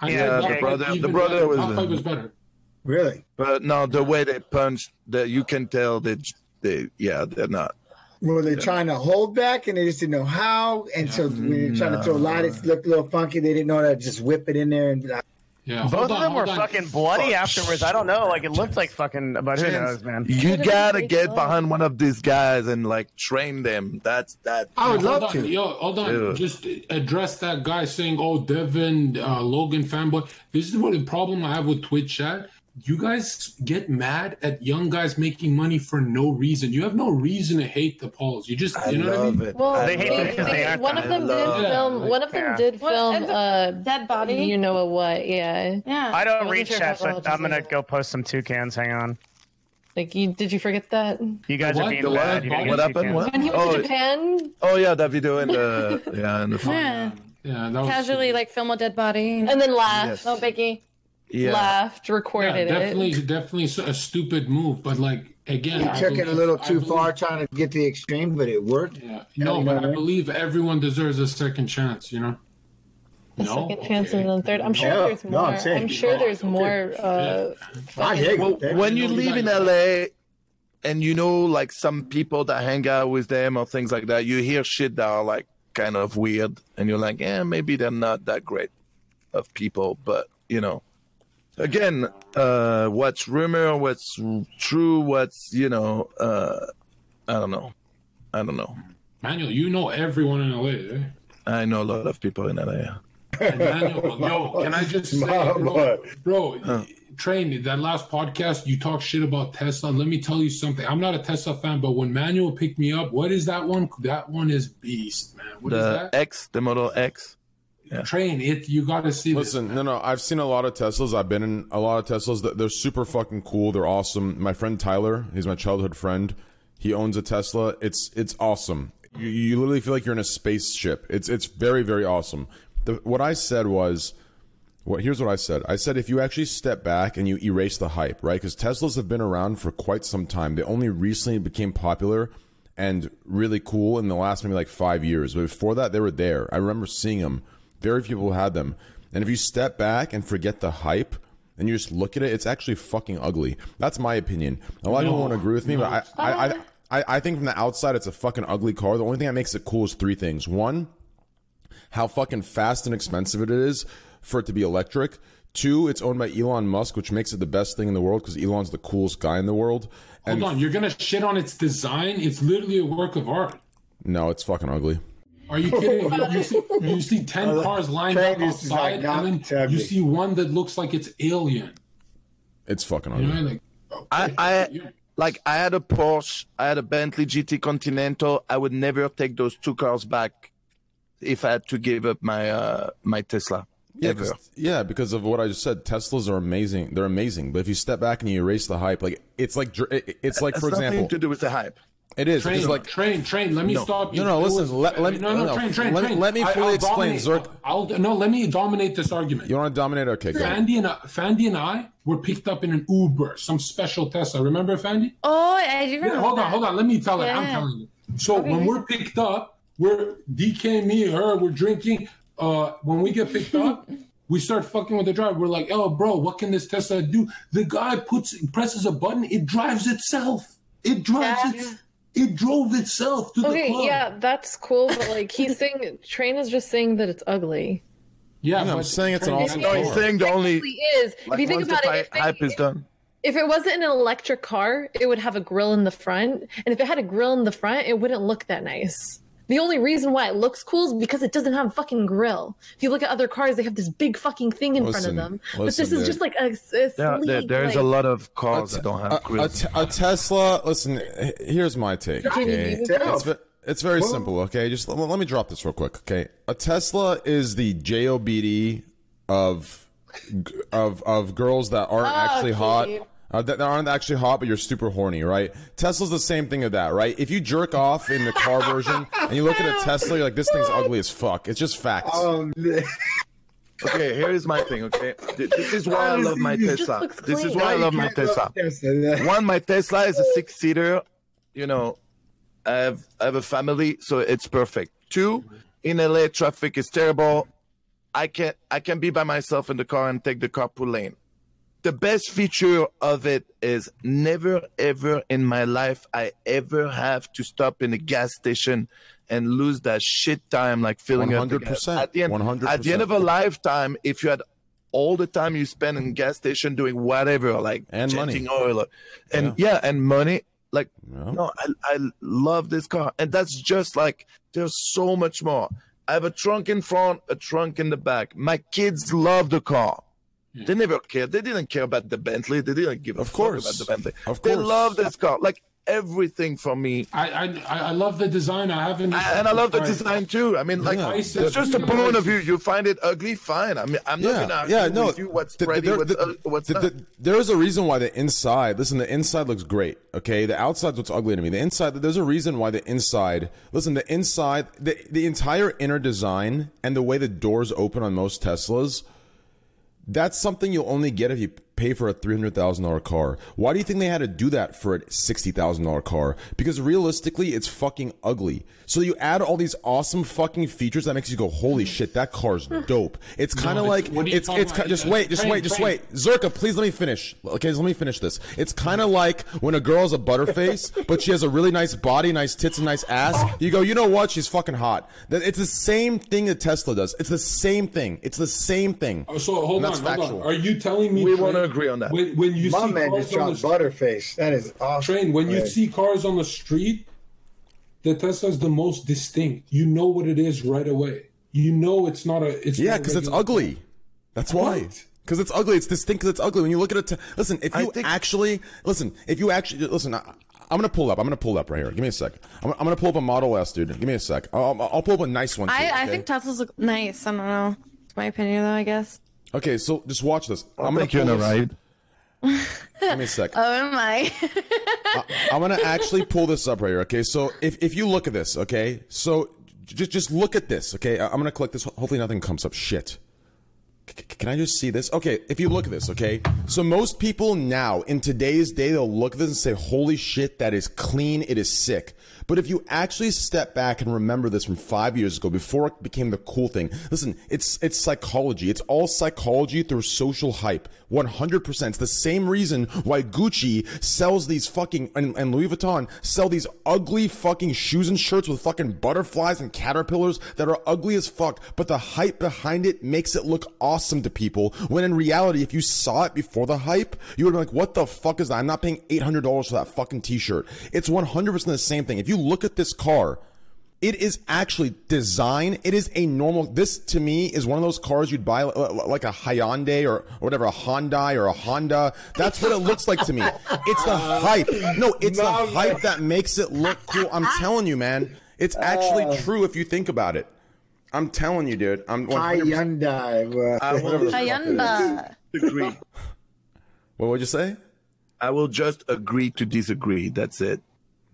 D: I
B: Yeah,
D: thought
B: the
D: that
I: brother- the
D: even
I: brother
D: better.
I: was
D: That
I: the-
D: fight was better.
C: *laughs* Really?
I: But no, the way they punched, that you can tell they, they, yeah, they're not.
C: Were they trying to hold back and they just didn't know how? And so when you're trying to throw light, it looked a little funky. They didn't know how to just whip it in there and be like,
D: Yeah,
B: Both
D: hold
B: of
D: on,
B: them were
D: hold on.
B: fucking bloody afterwards. I don't know. Like it looked like fucking. But who knows, man?
I: You
E: Could've
I: gotta
E: been
I: get
E: Jake
I: behind one of these guys and like train them. That's that.
C: I would
D: Hold
C: love
D: on,
C: to.
D: Yo, hold on.
I: Dude.
D: Just address that guy saying, "Oh, Devin, uh, Logan fanboy." This is what the problem I have with Twitch chat. You guys get mad at young guys making money for no reason. You have no reason to hate the Pauls. You just,
I: I
D: you know what I
I: love
D: mean?
I: it.
E: Well,
I: I
B: They hate
I: love
B: it
I: it.
B: because they aren't
E: one of them did
I: Yeah.
E: film. One of them
B: Yeah.
E: did
J: What,
E: film.
J: and the
E: Uh,
J: dead body?
E: You know a what? Yeah.
J: Yeah.
B: I don't
E: wasn't
B: read
E: sure
B: chat,
E: how well
B: but
E: to
B: I'm
E: say
B: gonna
E: that.
B: go post some toucans. Hang on.
E: Like you? Did you forget that
B: You guys
D: what?
B: are being
D: The what?
B: bad. You gotta
I: What
B: get
I: happened?
B: toucans.
I: What?
E: when he went
I: Oh,
E: to Japan?
I: oh yeah, that video
E: *laughs*
I: in the yeah, in the
J: yeah.
D: Yeah, that was
J: Casually like film a dead body.
E: And then laughed.
I: Yes.
J: Oh, Biggie.
I: yeah.
E: Laughed.
D: yeah,
E: Recorded
D: definitely,
E: it.
D: definitely s- a stupid move. But like again, I
C: you took it a
D: believe-
C: little
D: I
C: too
D: believe-
C: far trying to get the extreme, but it worked.
D: Yeah, no,
C: you
D: but
C: know,
D: I
C: right?
D: believe everyone deserves a second chance. You know,
E: A
D: No?
E: second chance
D: Okay.
E: and then third. I'm sure
C: No,
E: there's
C: no,
E: more.
C: I'm saying-
E: I'm sure there's
D: Okay.
E: more. Uh,
C: I
E: fucking-
C: dig
I: Well,
C: it.
I: when you
D: You know,
I: live in
D: you got-
I: LA and you know like some people that hang out with them or things like that, you hear shit that are like kind of weird and you're like, yeah, maybe they're not that great of people, but you know. Again, uh what's rumor, what's true, what's you know, uh I don't know. I don't know.
D: Manuel, you know everyone in LA. Eh?
I: I know a lot of people in LA.
D: Emmanuel, yo,
C: *laughs*
D: can I just say,
C: Oh,
D: bro, bro train that last podcast you talk shit about Tesla. Let me tell you something. I'm not a Tesla fan, but when Manuel picked me up, what is that one? That one is beast, man. What is
I: The
D: that?
I: X, the Model X.
D: Train it. You gotta see this.
F: Listen, no, no. I've seen a lot of Teslas. I've been in a lot of Teslas. Th- They're super fucking cool. They're awesome. My friend Tyler, he's my childhood friend. He owns a Tesla. It's it's awesome. You, you literally feel like you're in a spaceship. It's it's very very awesome. The, what I said was, well, here's what I said. I said if you actually step back and you erase the hype, right? Because Teslas have been around for quite some time. They only recently became popular and really cool in the last maybe like five years. But before that, they were there. I remember seeing them. Very few people had them. And if you step back and forget the hype and you just look at it, it's actually fucking ugly. That's my opinion. A lot of people won't agree with me, but I, I, I, I, I think from the outside, it's a fucking ugly car. The only thing that makes it cool is three things. One, how fucking fast and expensive it is for it to be electric. Two, it's owned by Elon Musk, which makes it the best thing in the world because Elon's the coolest guy in the world. And
D: Hold on, you're gonna shit on its design. It's literally a work of art.
F: no, it's fucking ugly.
D: Are you kidding? you, you see, you see ten cars lined up
C: Train is
D: outside,
C: like not
D: and then
C: ugly.
D: you see one that looks like it's alien.
F: It's fucking
D: You know,
F: ugly.
D: like
I: I, I like I had a Porsche, I had a Bentley GT Continental. I would never take those two cars back if I had to give up my uh, my Tesla.
F: Yeah,
I: ever.
F: 'cause- yeah, because of what I just said, Teslas are amazing. They're amazing, but if you step back and you erase the hype, like it's like dr- it- it's like
I: That's
F: for example,
I: nothing to do with the hype.
F: it is
D: Train,
F: because like
D: train, train. Let me
I: No.
D: stop you.
F: No, no,
D: It
F: listen,
D: was-
F: let- let me-
D: no, no,
F: no, no,
D: train, train,
F: let me-
D: train.
F: let me
D: I-
F: fully
D: I'll
F: explain,
D: dominate-
F: Zerk.
D: I'll, no, let me dominate this argument.
F: you want to dominate. Okay, go.
D: Fandy and I, Fandy and I were picked up in an Uber, some special Tesla. Remember Fandy?
J: Oh, I do remember.
D: Yeah, hold on,
J: that.
D: hold on. Let me tell it. I'm
J: Yeah.
D: telling you. So when we're picked up, we're DK, me, her, we're drinking. Uh, when we get
J: *laughs*
D: picked up, we start fucking with the driver. We're like, oh, bro, what can this Tesla do? The guy puts presses a button, it drives itself. It drives
E: Yeah.
D: its, it drove itself to the
E: Okay,
D: club.
E: yeah, that's cool, but like he's saying, Train is just saying that it's ugly.
D: yeah
F: No, I'm saying it's an
D: Train-
F: awesome
I: No, he's
F: car.
I: saying the only
E: It is.
I: like,
E: if you think
I: once
E: about
I: the
E: it, if,
I: fi- hype
E: they-
I: is done.
E: if it wasn't an electric car, it would have a grill in the front, and if it had a grill in the front, it wouldn't look that nice. The only reason why it looks cool is because it doesn't have a fucking grill. If you look at other cars, they have this big fucking thing in front
F: Listen,
E: of them.
F: listen,
E: but this
F: dude.
E: is just like a, a
I: Yeah, there,
E: sleek,
I: there is
E: like,
I: a lot of cars
F: Te-
I: that don't
F: a-
I: have
F: a,
I: grills.
F: te- a Tesla. Listen, h- here's my take. Okay?
E: you
F: It's, ve- it's very simple. Okay, just l- let me drop this real quick. Okay, a Tesla is the JOBD of g- of of girls that aren't
E: Ah,
F: actually hot. Uh, that that aren't actually hot, but you're super horny, right? Tesla's the same thing of that, right? If you jerk off in the car version and you look at a Tesla, you're like, this thing's ugly as fuck. It's just facts.
C: Um,
I: *laughs* Okay, here is my thing. Okay, Th- this is why I love my Tesla.
E: looks
I: This is
E: clean.
I: why I love my
E: *laughs*
I: Tesla. One, my Tesla is a six seater. You know, I have I have a family, so it's perfect. Two, in LA traffic is terrible. I can I can be by myself in the car and take the carpool lane. The best feature of it is never ever in my life I ever have to stop in a gas station and lose that shit time like filling up the gas.
F: 100%,
I: At the end, at the
F: 100%.
I: end of a lifetime, if you had all the time you spend in gas station doing whatever, like
F: And money.
I: changing oil, or- and yeah. and money. Like
F: Yeah.
I: no, I, I love this car, and that's just like there's so much more. I have a trunk in front, a trunk in the back. My kids love the car. They never cared. They didn't care about the Bentley. They didn't give a
F: Of
I: fuck
F: course.
I: about the Bentley.
F: Of
I: they
F: course.
I: love this car. Like everything for me.
D: I, I I- I love the design. I haven't
I: I- and I love the
D: Sorry.
I: design too. I mean, like
F: Yeah.
I: it's just a point of view. You find it ugly, fine. I mean, I'm not gonna argue
F: yeah, no.
I: with you what's
F: th-
I: pretty,
F: there-
I: what's,
F: th-
I: ug- what's
F: th-
I: not.
F: th- There is a reason why the inside. Listen, the inside looks great. Okay, the outside's what's ugly to me. The inside. There's a reason why the inside. Listen, the inside. The the entire inner design and the way the doors open on most Teslas. That's something you'll only get if you pay for a three hundred thousand dollar car. Why do you think they had to do that for a sixty thousand dollar car? Because realistically, it's fucking ugly. So you add all these awesome fucking features that makes you go, holy shit, that car's dope. It's kind of
D: Hmm. it's-
F: like
D: what are you
F: it's
D: talking
F: it's
D: about?
F: ki- just wait, just
D: Train,
F: wait, just
D: train.
F: wait. Zerka, please let me finish. Okay, let me finish this. It's kind of like when a girl's
D: *laughs*
F: a butterface, but she has a really nice body, nice tits, and nice ass. You go, you know what? She's fucking hot. That- It's the same thing that Tesla does. It's the same thing. It's the same thing.
D: Oh, So hold
F: And
D: on,
F: that's
D: hold
F: factual.
D: on. Are you telling me
I: We
D: Train,
I: wanna agree on that.
D: When, when you
C: My
D: see
C: man
D: cars
C: just shot
D: on the
C: Butterface.
D: *laughs*
C: That is awesome.
D: train, when you
C: Right.
D: see cars on the street, the Tesla's the most distinct. You know what it is right away. You know it's not a. It's
F: Yeah,
D: not a
F: because it's
D: regular-
F: ugly. That's why.
D: What?
F: Because it's ugly. It's distinct. Because it's ugly. When you look at it, t- listen. If
I: I
F: you
I: think-
F: actually listen, if you actually listen, I, I'm gonna pull up. I'm gonna pull up right here. Give me a sec. I'm, I'm gonna pull up a Model S, dude. Give me a sec. I'll, I'll pull up a nice one. Too,
J: I, I
F: okay?
J: think Teslas look nice. I don't know. It's my opinion, though, I guess.
F: Okay, so just watch this. I'm
I: Like you're in
F: pull
I: a
F: this-
I: ride.
F: *laughs* Give me a sec.
J: Oh, am I? *laughs*
F: I'm gonna actually pull this up right here. Okay, so if if you look at this, okay, so just just look at this. Okay, I- I'm gonna click this. Hopefully, nothing comes up. Shit. C- c- Can I just see this? Okay, if you look at this, okay? So most people now, in today's day, they'll look at this and say, holy shit, that is clean, it is sick. But if you actually step back and remember this from five years ago, before it became the cool thing, listen, it's it's psychology. It's all psychology through social hype. 100%. It's the same reason why Gucci sells these fucking, and, and Louis Vuitton sell these ugly fucking shoes and shirts with fucking butterflies and caterpillars that are ugly as fuck, but the hype behind it makes it look awesome to people. When in reality, if you saw it before the hype, you would be like, what the fuck is that? I'm not paying $800 for that fucking t shirt. It's 100% the same thing. If you look at this car, it is actually design. It is a normal. This to me is one of those cars you'd buy, li- li- like a Hyundai or, or whatever, a Hyundai or a Honda. That's what it looks like to me. It's the hype. No, it's the
I: Uh.
F: hype that makes it look cool. I'm telling you, man. It's actually true if you think about it. I'm telling you, dude. I'm 100%.
C: Hyundai. bro.
I: I will, just
J: Ayanda.
I: agree.
F: What would you say?
I: I will just agree to disagree. That's it.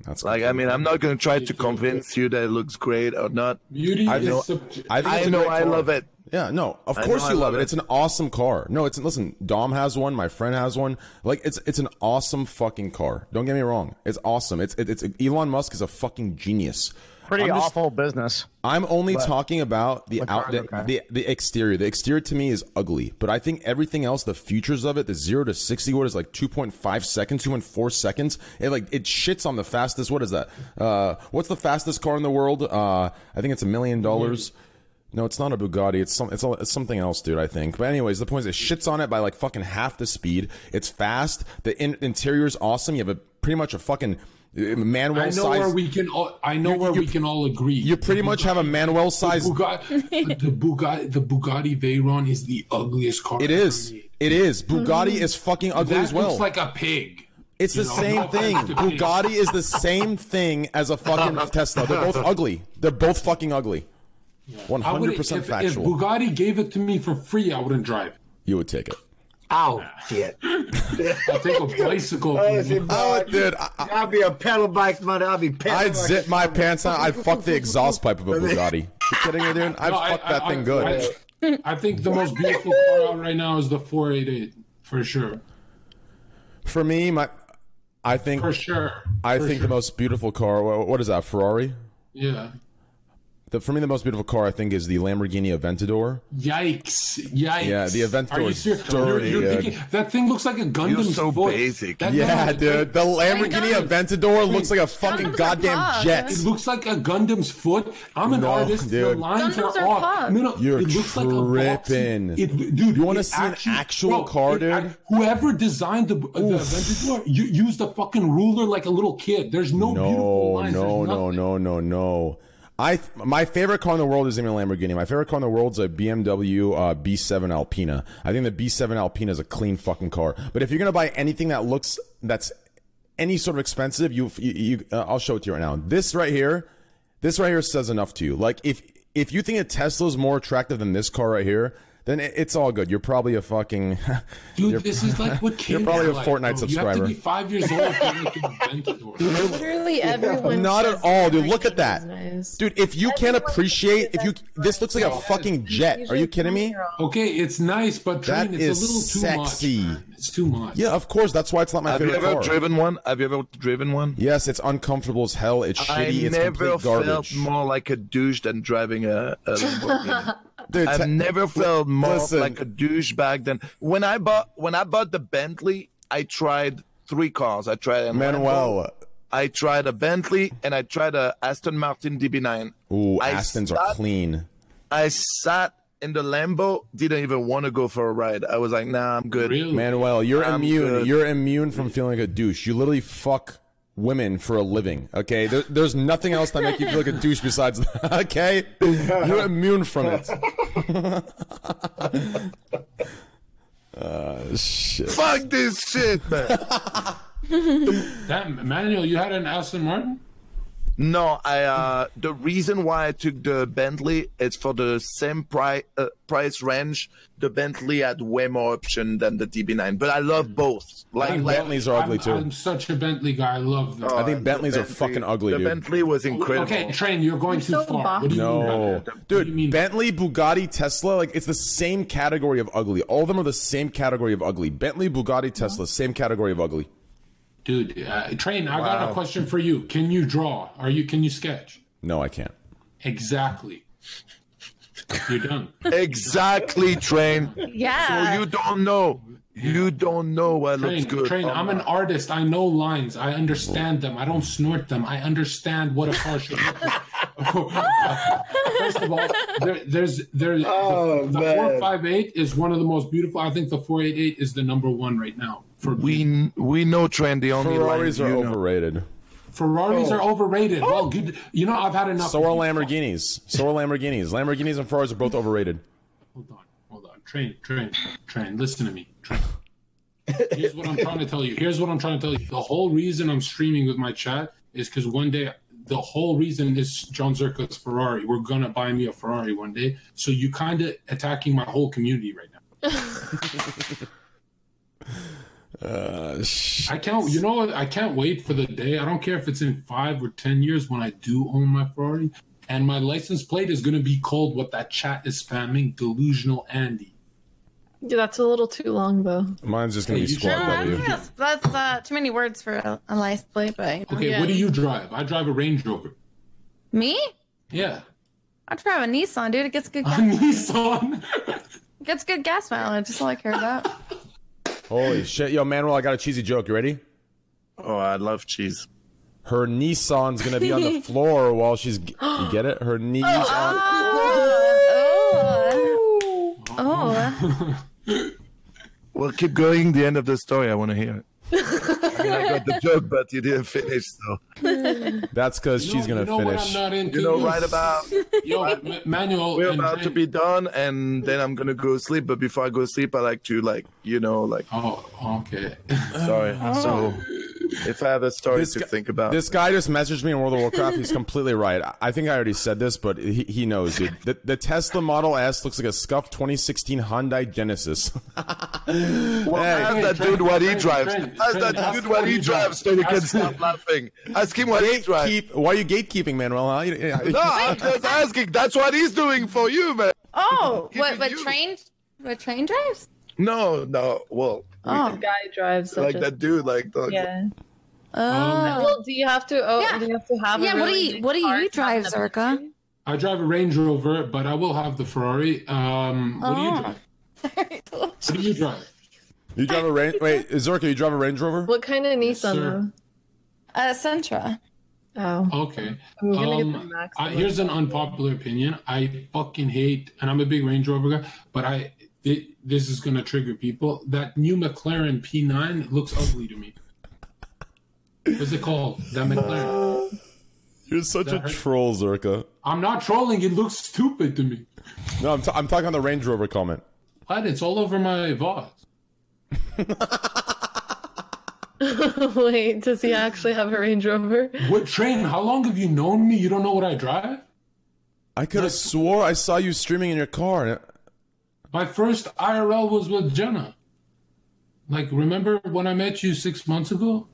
F: That's
I: Like, I mean, I'm not going to try to convince you that it looks great or not.
D: Beauty
F: I
D: is
F: know-
D: subjective.
F: I think
I: I
F: it's a
I: know
F: great
I: I
F: car.
I: love it.
F: Yeah, no, of
I: I
F: course
I: know I
F: you love
I: love
F: it.
I: it.
F: It's an awesome car. No, it's listen, Dom has one, my friend has one. Like it's it's an awesome fucking car. Don't get me wrong. It's awesome. It's it, it's Elon Musk is a fucking genius.
B: Pretty
F: I'm just-
B: awful business.
F: I'm only talking about the out the,
C: cars, okay.
F: the the exterior. The exterior to me is ugly, but I think everything else, the features of it, the zero to sixty, what is like two point five seconds, two point four seconds. It like it shits on the fastest. What is that? Uh, what's the fastest car in the world? Uh, I think it's a million dollars. No, it's not a Bugatti. It's some, it's, all, it's something else, dude. I think. But anyways, the point is, it shits on it by like fucking half the speed. It's fast. The in- interior is awesome. You have a pretty much a fucking manual
D: I know
F: size.
D: where we can all. I know where we can all agree.
F: you pretty much have a manuel size
D: Bugatti, *laughs* the Bugatti, the Bugatti Veyron is the ugliest car.
F: It
D: ever
F: is.
D: made.
F: It is. Bugatti is fucking ugly
D: That
F: as well.
D: looks like a pig.
F: it's the
D: you know,
F: same
D: no
F: thing.
D: offense to pigs.
F: Bugatti is the same thing as a fucking
D: *laughs*
F: Tesla. They're both ugly. They're both fucking ugly. One
D: I
F: hundred
D: would,
F: percent
D: if,
F: factual.
D: If Bugatti gave it to me for free, I wouldn't drive. it.
F: you would take it.
C: Ow,
D: *laughs*
C: shit.
D: I'll *laughs* take a bicycle.
C: Oh,
D: from you.
F: Oh, dude, I,
C: I'll be a pedal bike mother. I'll be pedal
F: would
C: bike.
F: zip my pants on. I'd fuck the exhaust pipe
C: *laughs*
F: of a Bugatti. You kidding me, dude? I'd
D: No, I-
F: fuck
D: I-
F: that
D: I-
F: thing good.
D: I, I think the most beautiful car out right now is the 488 for sure.
F: For me, my, I think,
D: For sure.
F: I
D: For
F: think the
D: sure.
F: most beautiful car. wha- What is that? Ferrari.
D: Yeah.
F: The, for me, the most beautiful car I think is the Lamborghini Aventador.
D: Yikes! Yikes!
F: Yeah, the event
D: Are
F: door
D: you
F: is
D: serious?
F: dirty,
D: You're,
F: yeah.
D: you're thinking, that thing looks like a Gundam.
I: You're so basic.
F: Yeah, dude. The Lamborghini
J: God.
F: Aventador looks like a fucking
J: Condoms are
F: goddamn
J: pog.
F: jet.
D: It looks like a Gundam's foot. I'm an
F: No,
D: artist. The
F: dude.
D: lines
J: Gundams
D: are,
J: are
D: off.
J: pog.
D: No, no,
F: You're
D: it looks like a
F: tripping.
D: boxy- It, dude,
F: You wanna
D: it
F: see an
D: actually-
F: actual
D: bro,
F: car,
D: it act-
F: dude?
D: whoever designed the, the Aventador you, used a fucking ruler like a little kid. There's no, beautiful
F: No,
D: lines.
F: no,
D: There's
F: no,
D: nothing.
F: no, no, no. I th- my favorite car in the world isn't even a Lamborghini. My favorite car in the world's a BMW uh, B7 Alpina. I think the B7 Alpina is a clean fucking car. But if you're gonna buy anything that looks that's any sort of expensive, you you, you uh, I'll show it to you right now. This right here, this right here says enough to you. Like if if you think a Tesla is more attractive than this car right here, then it, it's all good. You're probably a fucking *laughs*
D: Dude, this is like what kids
F: you're probably
D: are
F: a
D: like,
F: Fortnite
D: bro. You
F: subscriber.
D: have to be five years old to make an Aventador.
E: Literally everyone.
F: Not
E: says
F: at all, dude. Look at that,
E: everything is nice.
F: dude. If you can't appreciate, if you this looks like a fucking jet. Are you kidding me?
D: Okay, it's nice, but
F: *laughs* That
D: train, it's
F: is
D: a little too
F: sexy.
D: much. man. It's too much.
F: Yeah, of course. That's why it's not my
I: Have you
F: favorite
I: ever
F: car.
I: driven one? Have you ever driven one?
F: yes, it's uncomfortable as hell. It's shitty.
I: I
F: It's
I: never *laughs*
F: complete
I: felt
F: garbage.
I: more like a douche than driving a,
D: *laughs*
I: a Lamborghini.
F: Dude,
I: I've
F: te-
I: never felt more
F: listen.
I: like a douchebag than when I bought when I bought the Bentley. I tried three cars. I tried a Lambo,
F: Manuel.
I: I tried a Bentley and I tried a Aston Martin DB9.
F: Ooh,
I: I
F: Astons are
I: sat-
F: clean.
I: I sat in the Lambo, didn't even want to go for a ride. I was like, nah, I'm good.
D: Really?
F: Manuel, you're
I: I'm
F: immune.
I: good.
F: You're immune from feeling like a douche. You literally fuck women for a living. Okay, there, there's nothing else that make you feel like a douche besides that. *laughs* Okay, you're immune from it. *laughs* uh, shit.
I: Fuck this shit, man.
D: *laughs* That Manuel, you had an Aston Martin?
I: No, I uh the reason why I took the Bentley is for the same price uh, price range. The Bentley had way more option than the DB9, but I love both. Like
D: I
I: like
D: love-
F: Bentleys are ugly,
D: Hmm. I'm-
F: too.
D: I'm such a Bentley guy. I love them.
F: I think Bentleys
I: Oh, the
F: are fucking ugly,
I: The
F: dude.
I: Bentley was incredible.
D: Okay, train, you're going too
E: so
D: far. What do you
F: No,
D: mean by that? What do you
F: dude.
D: mean?
F: Bentley, Bugatti, Tesla, like it's the same category of ugly. All of them are the same category of ugly. Bentley, Bugatti, Tesla, same category of ugly.
D: dude, uh, train. I got a question for you. Can you draw? Are you? Can you sketch?
F: No, I can't.
D: Exactly. You're done.
I: Exactly, train.
J: Yeah.
I: You don't know. You don't know what looks
D: Train,
I: good.
D: train.
I: Oh
D: I'm an
I: my-
D: artist. I know lines. I understand them. I don't snort them. I understand what a car should look like. *laughs* Oh, First of all, there, there's there.
C: Oh,
D: the the
C: man.
D: four five eight is one of the most beautiful. I think the four eight eight is the number one right now for
I: we we know train. The only
F: Ferraris
I: line
F: are
I: you know.
F: *laughs* overrated.
I: Oh.
D: Ferraris are overrated. Well, good. You know, I've had enough.
F: So are Lamborghinis. So are Lamborghinis. Lamborghinis and Ferraris are both overrated.
D: Hold on, hold on. Train, train, train. Listen to me. Train. Here's what I'm trying to tell you. Here's what I'm trying to tell you. The whole reason I'm streaming with my chat is because one day the whole reason is John Zerka's Ferrari. We're gonna buy me a Ferrari one day. So you kind of attacking my whole community right now.
F: *laughs* Uh, sh-
D: I can't. You know, what? I can't wait for the day. I don't care if it's in five or ten years when I do own my Ferrari, and my license plate is gonna be called what that chat is spamming: delusional Andy.
E: Yeah, that's a little too long though.
F: mine's just gonna be
D: Hey, you
F: squad
D: should-
J: I
F: W.
J: think that's that's uh, too many words for a, a lice plate, but you know.
D: Okay,
E: Yeah.
D: what do you drive? I drive a Range Rover.
J: me,
D: Yeah,
J: I drive a Nissan, dude. It gets
E: *laughs*
J: good,
D: *laughs* a
J: gas,
F: *laughs*
D: Nissan.
J: gets good gas mileage. That's all I
E: *laughs*
J: care about.
F: Holy shit, yo, Manuel! I got a cheesy joke. You ready?
I: Oh, I love cheese.
F: Her Nissan's gonna be
D: *laughs*
F: on the floor while she's. You
D: *gasps*
F: get it? Her knees. on-
J: Oh, oh, oh.
I: Well, keep going. The end of the story. I want to hear it. I, mean, I got
D: *laughs*
I: the joke, but you didn't finish. So
F: That's because
D: You know-
F: she's gonna
D: you know what
F: finish.
D: I'm not into?
I: you know, right about
D: *laughs* Yo, M- Manuel.
I: we're
D: and
I: about to
D: Ren-
I: be done, and then I'm gonna go sleep. But before I go sleep, I like to like you know like
D: Oh,
F: *laughs*
D: okay.
I: sorry. So if I have a story
F: Oh. This
I: to
F: guy-
I: think about,
F: This guy just messaged me in World of Warcraft. He's completely right. I- I think I already said this, but he, he knows, dude. The, the Tesla Model S looks like a scuffed 2016 Hyundai Genesis. *laughs*
I: well, ask
D: Hey,
I: that
D: Trent,
I: dude what he
D: Trent,
I: drives.
D: Trent,
I: ask that
D: Trent, ask
I: dude
D: him
I: what he drives, so you can
D: Ask him.
I: stop laughing. Ask him what he drives.
F: Gatekeep. Why are you gatekeeping, Manuel?
I: *laughs*
F: Huh? You- you-
I: No, I'm just asking. That's what he's doing for you, man.
J: oh.
I: it
J: what? What
I: you.
J: train? What train drives?
I: No, no. Well,
J: Oh,
E: Guy drives such
I: like
E: a,
I: that dude, like the,
E: Yeah.
J: oh.
E: Well, do you have to? Oh,
J: Yeah.
E: do you have to have? a
J: Yeah, what do
E: really
J: you-
E: big
J: what do you
E: car to
J: drive,
E: have that
J: Zerka?
E: much?
D: I drive a Range Rover, but I will have the Ferrari. Um, what do you
J: Oh.
D: drive? What do you drive?
F: You drive a Range. Wait, Zerka, you drive a Range Rover?
E: What kind of
D: Yes,
E: Nissan
J: Uh, Sentra.
E: though? Oh,
D: Okay.
E: I'm gonna get the
D: Um,
E: max.
D: I, here's an unpopular opinion. I fucking hate, and I'm a big Range Rover guy, but I thi- this is gonna trigger people. That new McLaren P9 looks ugly to me. What's it called? That McLaren.
F: You're such a
D: hurt?
F: troll, Zerka.
D: I'm not trolling. It looks stupid to me.
F: No, I'm, t- I'm talking on the Range Rover comment.
D: What? It's all over my VOD.
E: *laughs* Wait, does he actually have a Range Rover?
D: What train? How long have you known me? You don't know what I drive?
F: I could have swore I saw you streaming in your car.
D: My first IRL was with Jenna. Like, remember when I met you six months ago?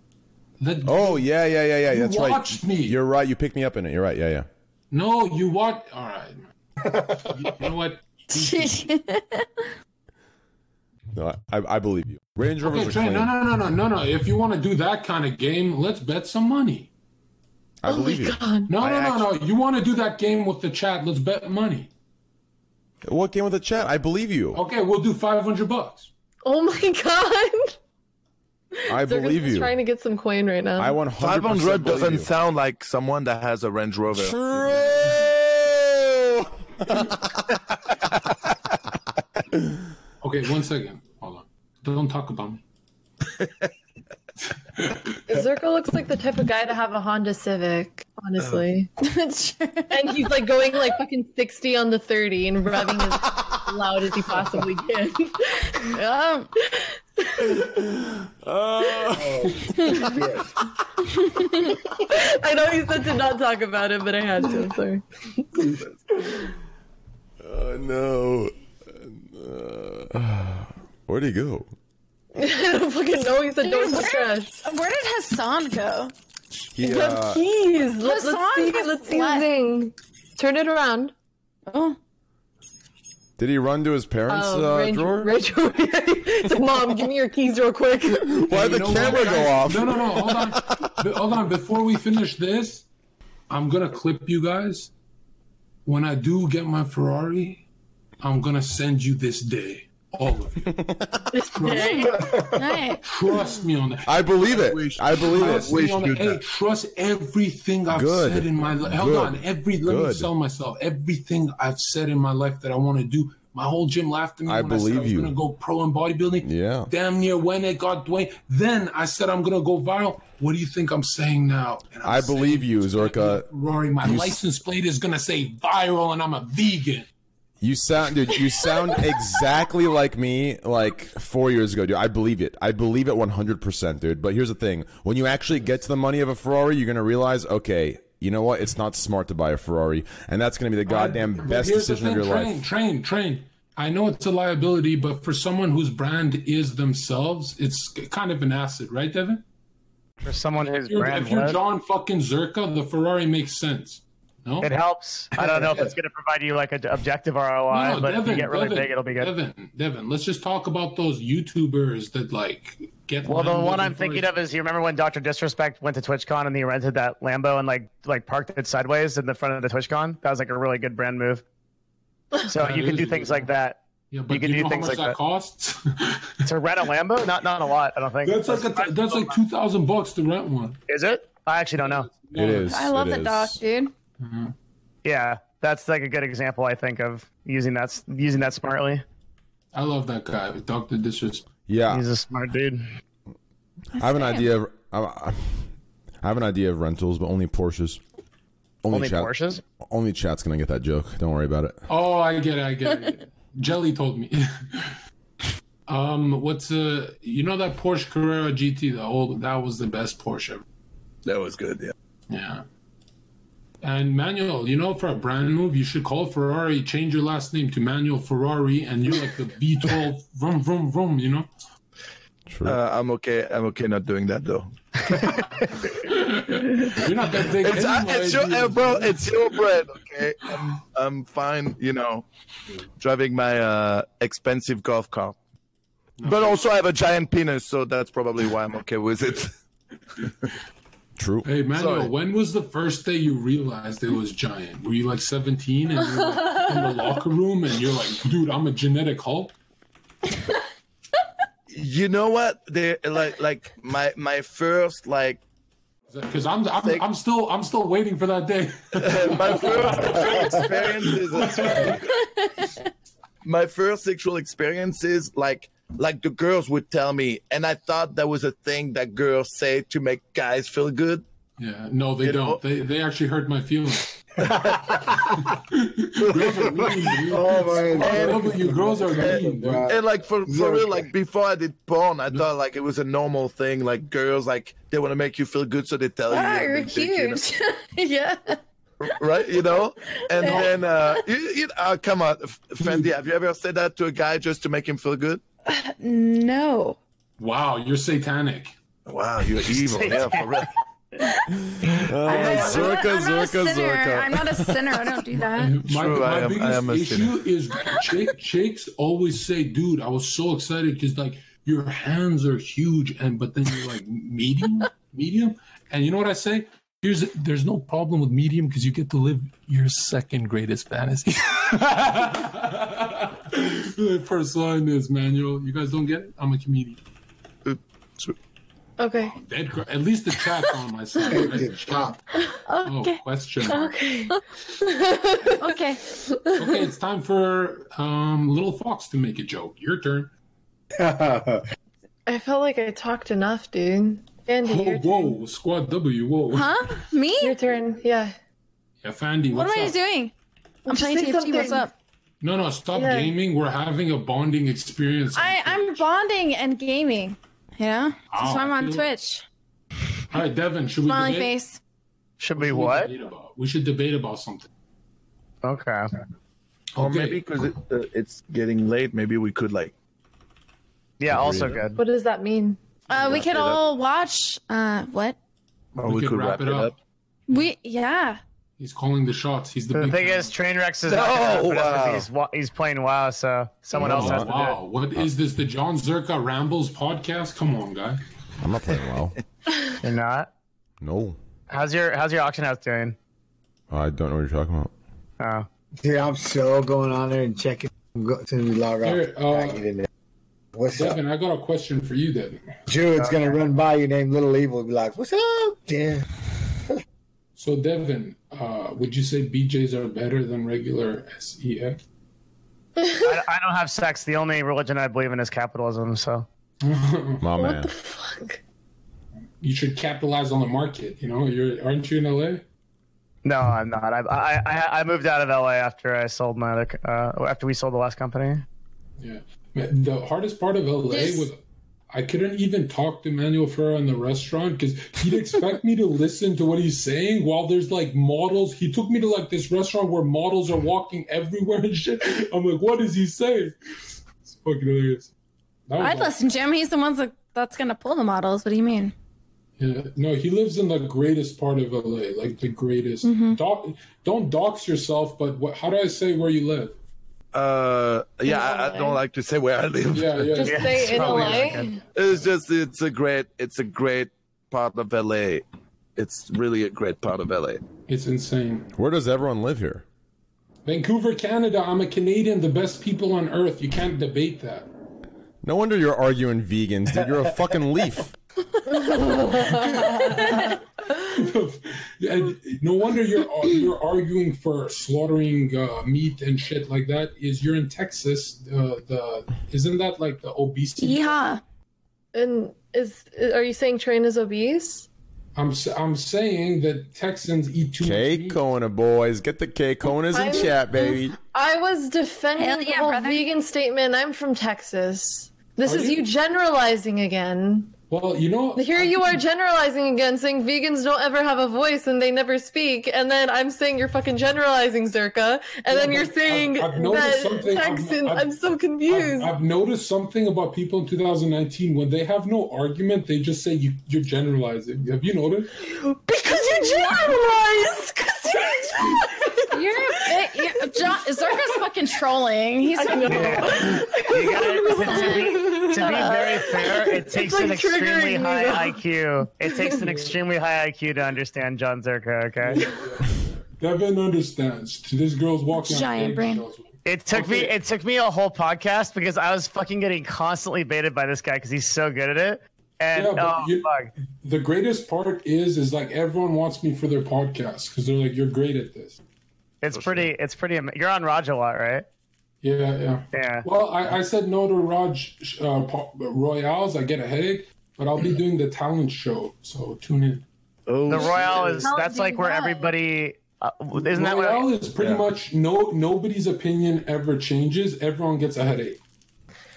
D: That
F: Oh yeah, yeah, yeah, yeah. That's
D: watched
F: right.
D: me.
F: You're right. You picked me up in it. You're right. Yeah, yeah.
D: no, you what? All right. you know what?
F: No, I, I believe you. Range Rovers
D: Okay,
F: are
D: Trent,
F: clean.
D: no, no, no, no, no, no. If you want to do that kind of game, let's bet some money.
F: I believe you.
D: No, no, no, no. You want to do that game with the chat? Let's bet money.
F: What game with the chat? I believe you.
D: Okay, we'll do five hundred bucks.
E: Oh my *laughs* god!
F: I
E: Zerka's
F: believe
E: just
F: you.
E: trying to get some coin right now.
F: I 100
I: Five hundred doesn't
F: you.
I: sound like someone that has a Range Rover.
F: True.
I: *laughs*
D: Okay, one second. Hold on. Don't talk about me.
E: Zerka looks like the type of guy to have a
J: *laughs*
E: Honda Civic, honestly. and he's like going like fucking 60 on the 30 and rubbing as loud as he possibly can.
J: um,
B: Oh.
I: Uh,
E: *laughs* *laughs* I know you said to not talk about it, but I had to. I'm sorry.
F: Uh, no.
E: *sighs*
F: Uh, where'd he go?
E: *laughs* I don't fucking know. You said don't touch trash.
J: where did Hassan go?
F: He, uh,
E: Jeez, let,
J: The
E: let's
J: song
E: see.
J: is
E: Let's see the
J: what?
E: thing. Turn it around.
J: Oh,
F: did he run to his parents'
E: Oh,
F: uh,
E: Range- *laughs*
F: drawer?
E: Range Rover. it's like, mom, give me your keys real
F: *laughs*
E: quick.
F: Why'd the
D: You know what,
F: camera go
D: guys?
F: off?
D: No, no, no. Hold on. Be- Hold on. Before we finish this, I'm gonna clip you guys. When I do get my Ferrari, I'm gonna send you this day, all of you.
C: *laughs*
J: nice.
D: Trust me on that.
F: I believe it. I believe it.
D: Trust me
I: wish
D: on
I: you
D: that. Hey,
I: that.
D: trust everything I've
F: Good.
D: said in my life. Hold
F: Good.
D: on, every let me
F: Good.
D: sell myself. Everything I've said in my life that I want to do. My whole gym laughed at me
F: I
D: when I said
F: believe
D: I was
F: you.
D: gonna go pro in bodybuilding.
F: Yeah.
D: Damn near when it got Dwayne. Then I said I'm gonna go viral. What do you think I'm saying now? And I'm
F: I believe you, Zorka.
D: Rory, my
F: You s-
D: license plate is gonna say viral, and I'm a vegan.
F: You sound, dude. You sound exactly like me, like four years ago, dude. I believe it. I believe it one hundred percent, dude. But here's the thing: when you actually get to the money of a Ferrari, you're gonna realize, okay, You know what? It's not smart to buy a Ferrari, and that's going to be the goddamn
D: But
F: best
D: here's the
F: decision of your
D: thing, train, Train,
F: life.
D: train. I know it's a liability, but for someone whose brand is themselves, it's kind of an asset, right, Devin?
B: for someone whose
D: If you're,
B: brand
D: if you're
B: was-
D: John fucking Zerka, the Ferrari makes sense. No,
B: it helps. I don't know if *laughs* it's going to provide you like an objective ROI,
D: No,
B: but if you get really big, it'll be good.
D: Devin, Devin, let's just talk about those YouTubers that like get.
B: Well, the
D: Lambos
B: one
D: and
B: I'm thinking
D: Ferraris.
B: of is you remember when Doctor Disrespect went to TwitchCon and he rented that Lambo and like like parked it sideways in the front of the TwitchCon. That was like a really good brand move. So
D: That
B: you can
D: is
B: do
D: good.
B: things like that.
D: Yeah, but
B: you can
D: do
B: do
D: you know how
B: things like
D: much that
B: that.
D: costs? *laughs*
B: To rent a Lambo, not not a lot, I don't think.
D: that's like a, that's like two thousand bucks to rent one.
B: is it? I actually don't know.
F: It is.
J: I love
F: it
J: the
F: is.
J: dog, dude.
B: Yeah, that's like a good example I think of using that using that smartly.
D: I love that guy, Doctor Disrespect.
F: Yeah,
B: He's a smart dude.
F: I have an idea of I, I I have an idea of rentals, but only Porsches. Only,
B: Only Porsches.
F: Only chat's gonna get that joke. Don't worry about it.
D: Oh, I get it. I get it, I
I: *laughs*
D: get it. Jelly told me. *laughs* um, what's uh, you know that Porsche Carrera GT, the old that was the best Porsche. ever.
I: That was good. Yeah.
D: Yeah. And Manuel, you know, for a brand move, you should call Ferrari, change your last name to Manuel Ferrari, and you're like
I: *laughs*
D: the B12, vroom, vroom, vroom, you know?
F: True.
I: Uh, I'm okay. I'm okay not doing that though.
D: You're not that big.
I: It's, uh,
D: anyway,
I: it's your
D: dude.
I: uh, bro. It's your bread. Okay. I'm, I'm fine. You know, driving my uh, expensive golf cart. But also, I have a giant penis, so that's probably why I'm okay with it.
F: True.
D: Hey, Manuel,
I: Sorry.
D: when was the first day you realized it was giant? Were you like 17 and you were like, in the
I: *laughs*
D: locker room and you're like, dude, I'm a genetic Hulk?
I: You know what? They like like my my first like
D: Because I'm, I'm, I'm still I'm still waiting for that day.
I: *laughs* my first experiences.
D: *laughs*
I: my first sexual experiences, like like the girls would tell me, and I thought that was a thing that girls say to make guys feel good.
D: yeah, Uh, no, they
I: You
D: don't.
I: know-
D: They they actually hurt my *laughs* feelings. girls are *laughs* mean.
I: *laughs*
D: dude.
C: Oh
D: I
C: my
D: love that you girls are mean. dude.
C: God.
I: And like for, for
C: Yeah.
I: real, like before I did porn, I thought like it was a normal thing. Like girls, like they want to make you feel good, so they tell Oh, you.
J: Wow,
I: they're
J: Ah, you're
I: big dick, you know?
J: huge. *laughs* yeah.
I: *laughs* right? You know, and then uh, you, you, uh, come on, F- Fendi, have you ever said that to a guy just to make him feel good?
J: *sighs* No.
D: Wow, you're satanic.
I: Wow, you're evil. yeah, for
D: *laughs*
I: real. Uh,
J: I'm not- I'm not a sinner. I'm not a
I: *laughs*
J: sinner. I *laughs* don't do that.
D: My,
I: True,
D: my
I: I am- I
D: biggest
I: am a
D: issue is chick, chicks always say, "Dude, I was so excited because like your hands are huge," and but then you're like
I: *laughs*
D: medium, medium, and you know what I say? Here's there's no problem with medium because you get to live your second greatest
I: *laughs*
D: fantasy. The First line is manual. You guys don't get it. I'm a comedian.
E: Okay.
D: Dead cr- At least the chat's on my side. right?
I: *laughs*
C: Good job.
D: Oh,
J: Okay.
D: question.
E: Okay.
J: *laughs* Okay.
D: Okay, it's time for um, little fox to make a joke. Your
C: *laughs*
D: turn.
E: I felt like I talked enough, dude. Andy,
D: Whoa,
E: your, turn.
D: whoa, squad W, whoa.
J: Huh? Me?
E: your turn. Yeah.
D: Yeah, Fandy,
J: What
D: what's
J: am I
D: up?
J: doing? I'm
E: Just
J: playing
E: say
J: TFT. What's
E: something.
J: up?
D: No, no, stop
E: Yeah.
D: gaming. We're having a bonding experience.
J: I, I'm bonding and gaming. You know? That's
D: Wow,
J: why I'm
D: I
J: on
D: feel-
J: Twitch.
D: All right, Devin, should we
J: Ah. Smiley
D: debate?
J: face.
B: Should
D: Should
B: be
D: we
B: what?
D: debate about- We should debate about something.
B: Okay.
I: Or
D: Okay.
I: maybe because it, uh, it's getting late, maybe we could like.
B: Yeah, also good.
E: What does that mean?
J: Uh, we could all watch. Uh, what?
I: or
D: we, could, wrap, it up.
J: We yeah.
D: He's calling the shots. He's the
B: The
D: big
B: thing
D: man.
B: is, Trainwreck's
F: Oh,
B: is not gonna happen because he's wa- he's playing WoW, so someone else has
D: Oh,
B: to do it.
D: wow, what is this? The John Zerka Rambles podcast? Come on, guy.
F: I'm not playing well.
B: *laughs* You're not.
F: No,
B: How's your How's your auction house
J: *laughs*
B: doing?
F: I don't know what you're talking about.
B: Oh,
C: Dude, I'm so going on there and checking. I'm going to log off.
D: Here, uh,
C: Back it in there. What's up?
D: Devin, I got a question for you, Devin.
C: Druid's gonna run by you named Little Evil and be like, What's up? Yeah.
D: So, Devin, uh, would you say BJs are better than regular E SEF?
B: I, I don't have sex. The only religion I believe in is capitalism. So
F: *laughs* My man.
D: you should capitalize on the market. You know, you're aren't you in LA?
B: no, I'm not. I I, I, I moved out of LA after I sold my other, *laughs* co- uh, after we sold the last company.
D: Yeah, Man, the hardest part of LA
J: Yes.
D: was I couldn't even talk to Manuel Ferrer in the restaurant because he'd expect me to listen to what he's saying while there's like models. He took me to like this restaurant where models are walking everywhere and shit. I'm like, what is he saying? It's fucking hilarious. That was
J: I'd
D: like-
J: listen to him. He's the ones that, that's gonna pull the models. What do you mean?
D: Yeah, no, he lives in the greatest part of LA, like the greatest. Do- don't dox yourself, but what, how do I say where you live?
I: Uh, yeah, I, I don't like to say where I live.
D: Yeah,
I: *laughs*
D: yeah.
E: Just
D: yeah.
E: say in
B: probably
E: LA.
I: It's just it's a great it's a great part of LA. It's really a great part of LA.
D: It's insane.
F: Where does everyone live here?
D: Vancouver, Canada. I'm a Canadian, the best people on earth. You can't debate that.
F: No wonder you're arguing vegans, dude. You're a fucking leaf.
J: *laughs*
E: *laughs*
D: And no wonder you're uh, you're arguing for slaughtering uh, meat and shit like that. Is you're in Texas? Uh, the isn't that like the obesity?
J: Yeehaw!
E: And is are you saying Train is obese?
D: I'm s- I'm saying that Texans eat too
F: K
D: much meat.
F: Kona boys, get the K Konas in
E: I'm-
F: chat, baby.
E: I was defending
J: Hell
E: the
J: yeah,
E: whole
J: brother.
E: vegan statement. I'm from Texas. This
D: Are
E: is
D: you?
E: you? generalizing again.
D: Well, you know,
E: Here you are generalizing again, saying vegans don't ever have a voice and they never speak. And then I'm saying you're fucking generalizing, Zerka. And then
D: but
E: you're
D: I've-
E: saying
D: I've
E: that
D: noticed something. I've-
E: Texans.
D: I've-
E: I'm so
D: I've,
E: confused.
D: I've noticed something about people in 2019 when they have no argument, they just say you, you're generalizing. Have you noticed?
E: Because you
J: *laughs*
E: generalized. Because you *laughs*
J: You're a bit. You're, uh, John, Zerka's fucking trolling. He's
B: You gotta- to, be, to be very fair, it takes
E: like
B: an
E: triggering
B: extremely
E: me
B: high
E: now.
B: IQ. It takes an extremely high IQ to understand John Zerka. Okay,
D: Devin understands. This girl's walking. on
J: Giant
D: eggshells.
J: brain.
B: it took me
D: Okay.
B: it took me a whole podcast because I was fucking getting constantly baited by this guy because he's so good at it. And
D: Yeah, but
B: oh,
D: you-
B: fuck.
D: The greatest part is, is like everyone wants me for their podcast because they're like, you're great at this.
B: it's pretty it's pretty. Am- You're on Raj a lot, right?
D: Yeah, yeah.
B: Yeah.
D: Well, I, I said no to Raj uh, Po- Royales. I get a headache, but I'll be doing the talent show. So tune in.
I: Oh,
B: The Royale is
J: How
B: that's
J: do
B: like
J: you
B: where
J: know?
B: everybody uh, isn't that
D: Royale
B: what?
D: is pretty much no nobody's opinion ever changes. Everyone gets a headache.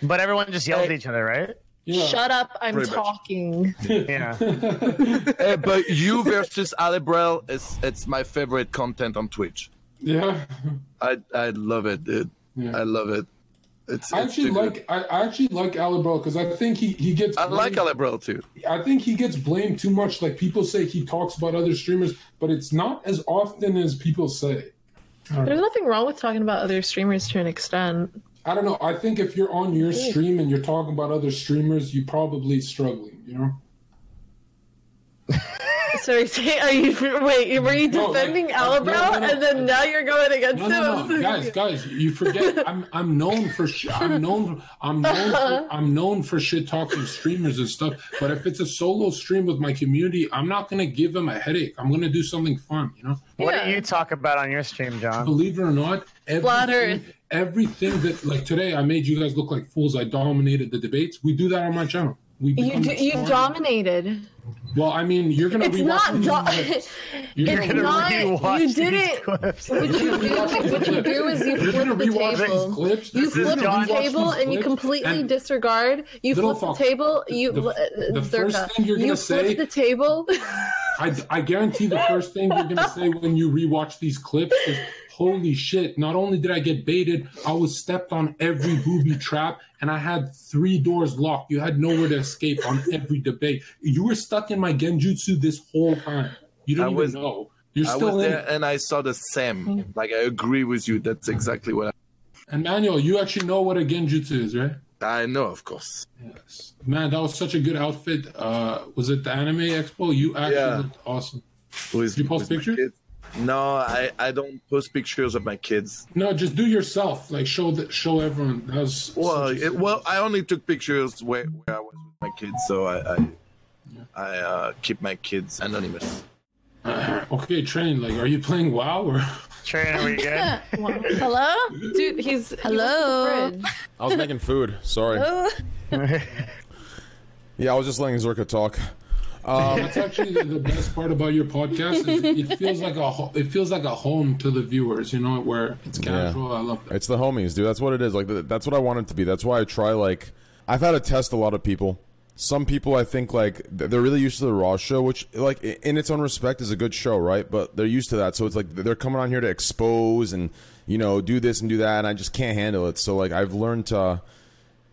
B: But everyone just yells at each other, right?
D: Yeah.
E: Shut up! I'm
I: Pretty much.
E: talking.
D: *laughs*
B: Yeah.
I: Eh, but you versus Alibrel is it's my favorite content on Twitch.
D: yeah.
I: I I love it, dude.
D: Yeah.
I: I love it. It's,
D: I
I: it's
D: actually
I: too good.
D: like I, I actually like Alibro because I think he, he gets
I: I like Alibrel too.
D: I think he gets blamed too much. Like people say he talks about other streamers, but it's not as often as people say.
E: There's nothing wrong with talking about other streamers to an extent.
D: I don't know. I think if you're on your stream and you're talking about other streamers, you probably struggling. You
E: *laughs*
D: know?
E: Sorry, say- are you wait? Were you
D: No, like-
E: defending
D: no,
E: Alabro,
D: no, no.
E: and then now you're going against
D: No,
E: him?
D: no, no,
E: I'm so
D: guys, guys,
E: *laughs*
D: you forget. I'm I'm known for sh- I'm known I'm known
E: Uh-huh.
D: for, I'm known for shit talking streamers and stuff. But if it's a solo stream with my community, I'm not gonna give them a headache. I'm gonna do something fun. You know?
B: What
E: Yeah.
B: do you talk about on your stream, John?
D: believe it or not,
E: Flat
D: everything,
E: Earth.
D: everything that like today, I made you guys look like fools. I dominated the debates. We do that on my channel. We
E: You
D: become
E: d- you
D: smarter.
E: dominated.
D: Well, I mean, you're gonna
E: It's
D: be
E: not.
D: watching these
E: *laughs* Do-
D: clips. You're
E: it's
D: gonna
E: not.
B: rewatch
E: You
B: these
E: did it.
B: clips.
E: What you do? What you do is you
D: You're
E: flip
D: gonna
E: the
D: rewatch these
E: table.
D: clips.
E: You flip the
B: John-
E: table and you completely
D: and
E: disregard. You
D: Little
E: flip the
D: Fox,
E: table. You uh,
D: the- the first
E: Zerka,
D: thing you're
E: you
D: gonna
E: flip
D: say-
E: the
D: *laughs*
E: table.
D: I, I guarantee the first thing you're gonna say when you rewatch these clips is, "Holy shit! Not only did I get baited, I was stepped on every booby trap, and I had three doors locked. You had nowhere to escape on every debate. You were stuck in my genjutsu this whole time. You
I: I
D: didn't
I: was-
D: even know. You're
I: I
D: still
I: was
D: in.
I: there and I saw the same. Like I agree with you. That's exactly what
D: And Manuel, you actually know what a genjutsu is, right?
I: I, I know, of course.
D: Man, that was such a good outfit. Uh, was it the anime expo? You actually
I: Yeah.
D: looked awesome.
I: With,
D: You post
I: with my
D: pictures?
I: kids. No, I, I don't post pictures of my kids.
D: No, just do yourself. Like show the, show everyone. That was
I: Well,
D: such a-
I: it, well, I only took pictures where, where I was with my kids, so I I, I uh, keep my kids anonymous.
D: okay. Train. Like, are you playing WoW or?
B: Train, are we good?
J: *laughs* hello, dude. He's hello.
F: *laughs* I was making food. Sorry.
J: *laughs*
F: Yeah, I was just letting Zerka talk. Um,
D: That's actually the, the best part about your podcast. Is it feels like a ho- it feels like a home to the viewers. You know where it's casual. I love that.
F: It's the homies, dude. That's what it is. Like th- that's what I want it to be. That's why I try. Like I've had to test a lot of people. some people I think like th- they're really used to the Raw show, which like i- in its own respect is a good show, right? But they're used to that, so it's like they're coming on here to expose and you know do this and do that, and I just can't handle it. So like I've learned to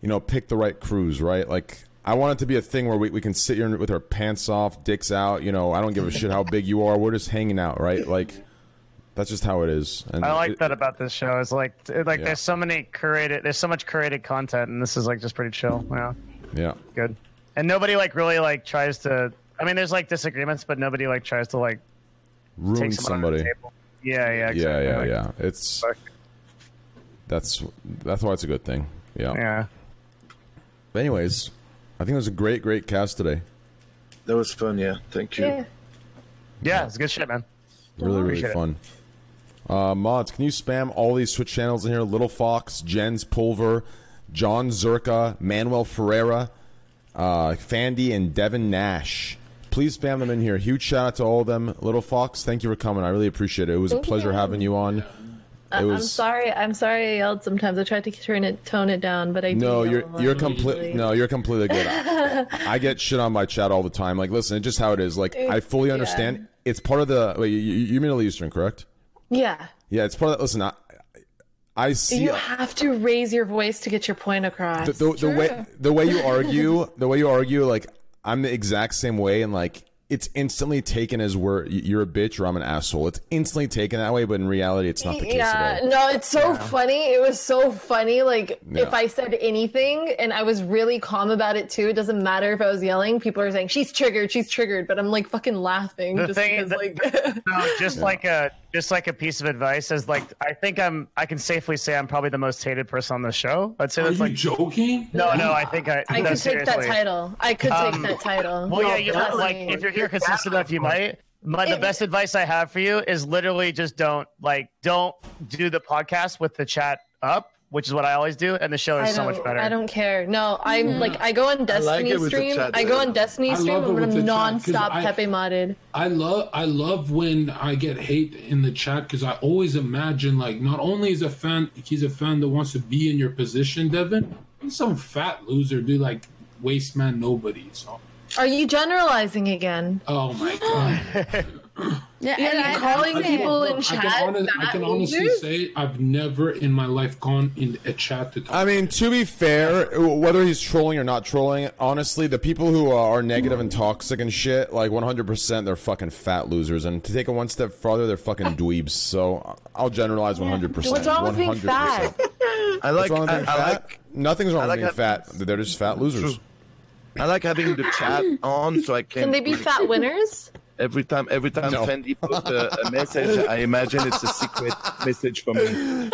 F: you know pick the right crews, right? Like I want it to be a thing where we, we can sit here with our pants off, dicks out. You know I don't give a shit how big you are. We're just hanging out, right? Like that's just how it is. And
B: I like
F: it-
B: that about this show. It's like it- like
F: Yeah.
B: there's so many curated, there's so much curated content, and this is like just pretty chill. Yeah,
F: Yeah.
B: good. And nobody like really like tries to. I mean, there's like disagreements, but nobody like tries to like
F: Ruin
B: take someone
F: somebody.
B: Out of the table. Yeah, yeah, exactly.
F: Yeah,
B: Like,
F: yeah, yeah. It's that's that's why it's a good thing. Yeah.
B: Yeah.
F: But anyways, I think it was a great, great cast today.
I: That was fun. Yeah. Thank you.
E: Yeah.
B: Yeah, it's good shit, man.
F: Really, really
B: Appreciate it.
F: fun. Uh, mods, can you spam all these Twitch channels in here? Little Fox, Jens Pulver, John Zerka, Manuel Ferreira, uh, Fandy, and Devin Nash. Please spam them in here. Huge shout out to all of them. Little Fox, thank you for coming. I really appreciate it. It was a
E: Thank
F: pleasure
E: you.
F: having you on.
E: I-
F: It
E: I'm
F: was
E: sorry. I'm sorry. I yelled sometimes. I tried to turn it, tone it down, but I
F: No,
E: do
F: you're
E: yell a lot
F: you're complete.
E: usually.
F: No, you're completely good. I, I get shit on my chat all the time. Like, listen, it's just how it is. Like, I fully
E: yeah.
F: understand. It's part of the. Wait, you, you- you're Middle Eastern, correct?
E: *laughs* Yeah,
F: Yeah, it's part of. The, listen, I, I see.
E: you have to raise your voice to get your point across.
F: the, the, the way the way you argue, the way you argue, like I'm the exact same way, and like it's instantly taken as we're you're a bitch or I'm an asshole. It's instantly taken that way, but in reality, it's not the case
E: *laughs* yeah,
F: at all.
E: no, it's so funny. It was so funny. Like
F: Yeah.
E: if I said anything and I was really calm about it too, it doesn't matter if I was yelling. People are saying she's triggered, she's triggered, but I'm like fucking laughing
B: The
E: just
B: thing-
E: because
B: the- *laughs*
E: like
B: No, Um, just like a just like a piece of advice is like I think I'm I can safely say I'm probably the most hated person on the show. I'd say
D: Are
B: that's
D: you
B: like
D: joking?
B: no, no. I think I
E: I
B: no,
E: could
B: seriously.
E: take that title. I could take
B: Um,
E: that title.
B: Well, yeah, you
E: Trust
B: might, like
E: me.
B: if you're here consistent enough, you might. My, the
E: It-
B: best advice I have for you is literally just don't like don't do the podcast with the chat up, which is what I always do, and the show is
E: I
B: so
E: don't-
B: much better. Hmm.
E: I don't care. No, I'm like I go on Destiny
I: it with the
E: stream.
I: chat
E: I go
I: though.
E: on Destiny
D: I
E: stream
D: love it
E: and I'm
D: with the chat, 'cause
E: nonstop
D: I-
E: Pepe modded.
D: I love I love when I get hate in the chat because I always imagine like not only is a fan he's a fan that wants to be in your position, Devin. He's some fat loser, dude, like waste man nobody. So
E: Are you generalizing again?
D: oh my god.
J: Yeah,
E: You're
J: and I-
E: calling
J: I-
E: people in
D: I
E: chat.
D: can, honest, I
E: fat
D: can honestly
E: losers?
D: say I've never in my life gone in a chat to talk.
F: I mean, to be fair, whether he's trolling or not trolling, honestly, the people who are negative and toxic and shit, like 100%, they're fucking fat losers. And to take it one step farther, they're fucking dweebs. So I'll generalize 100%.
E: Uh, What's wrong with being
F: 100%.
E: fat?
I: I like.
F: What's wrong with
I: I,
F: being
I: I
F: fat?
I: like.
F: Nothing's wrong
I: I
F: with
I: like
F: being fat.
I: that-
F: They're just fat losers.
I: True. I like having the chat on, so I can.
E: Can they be
D: *laughs*
E: fat winners?
I: Every time, every time
F: No.
I: Fendi posts a, a message, I imagine it's a secret message from
D: *laughs*
I: me.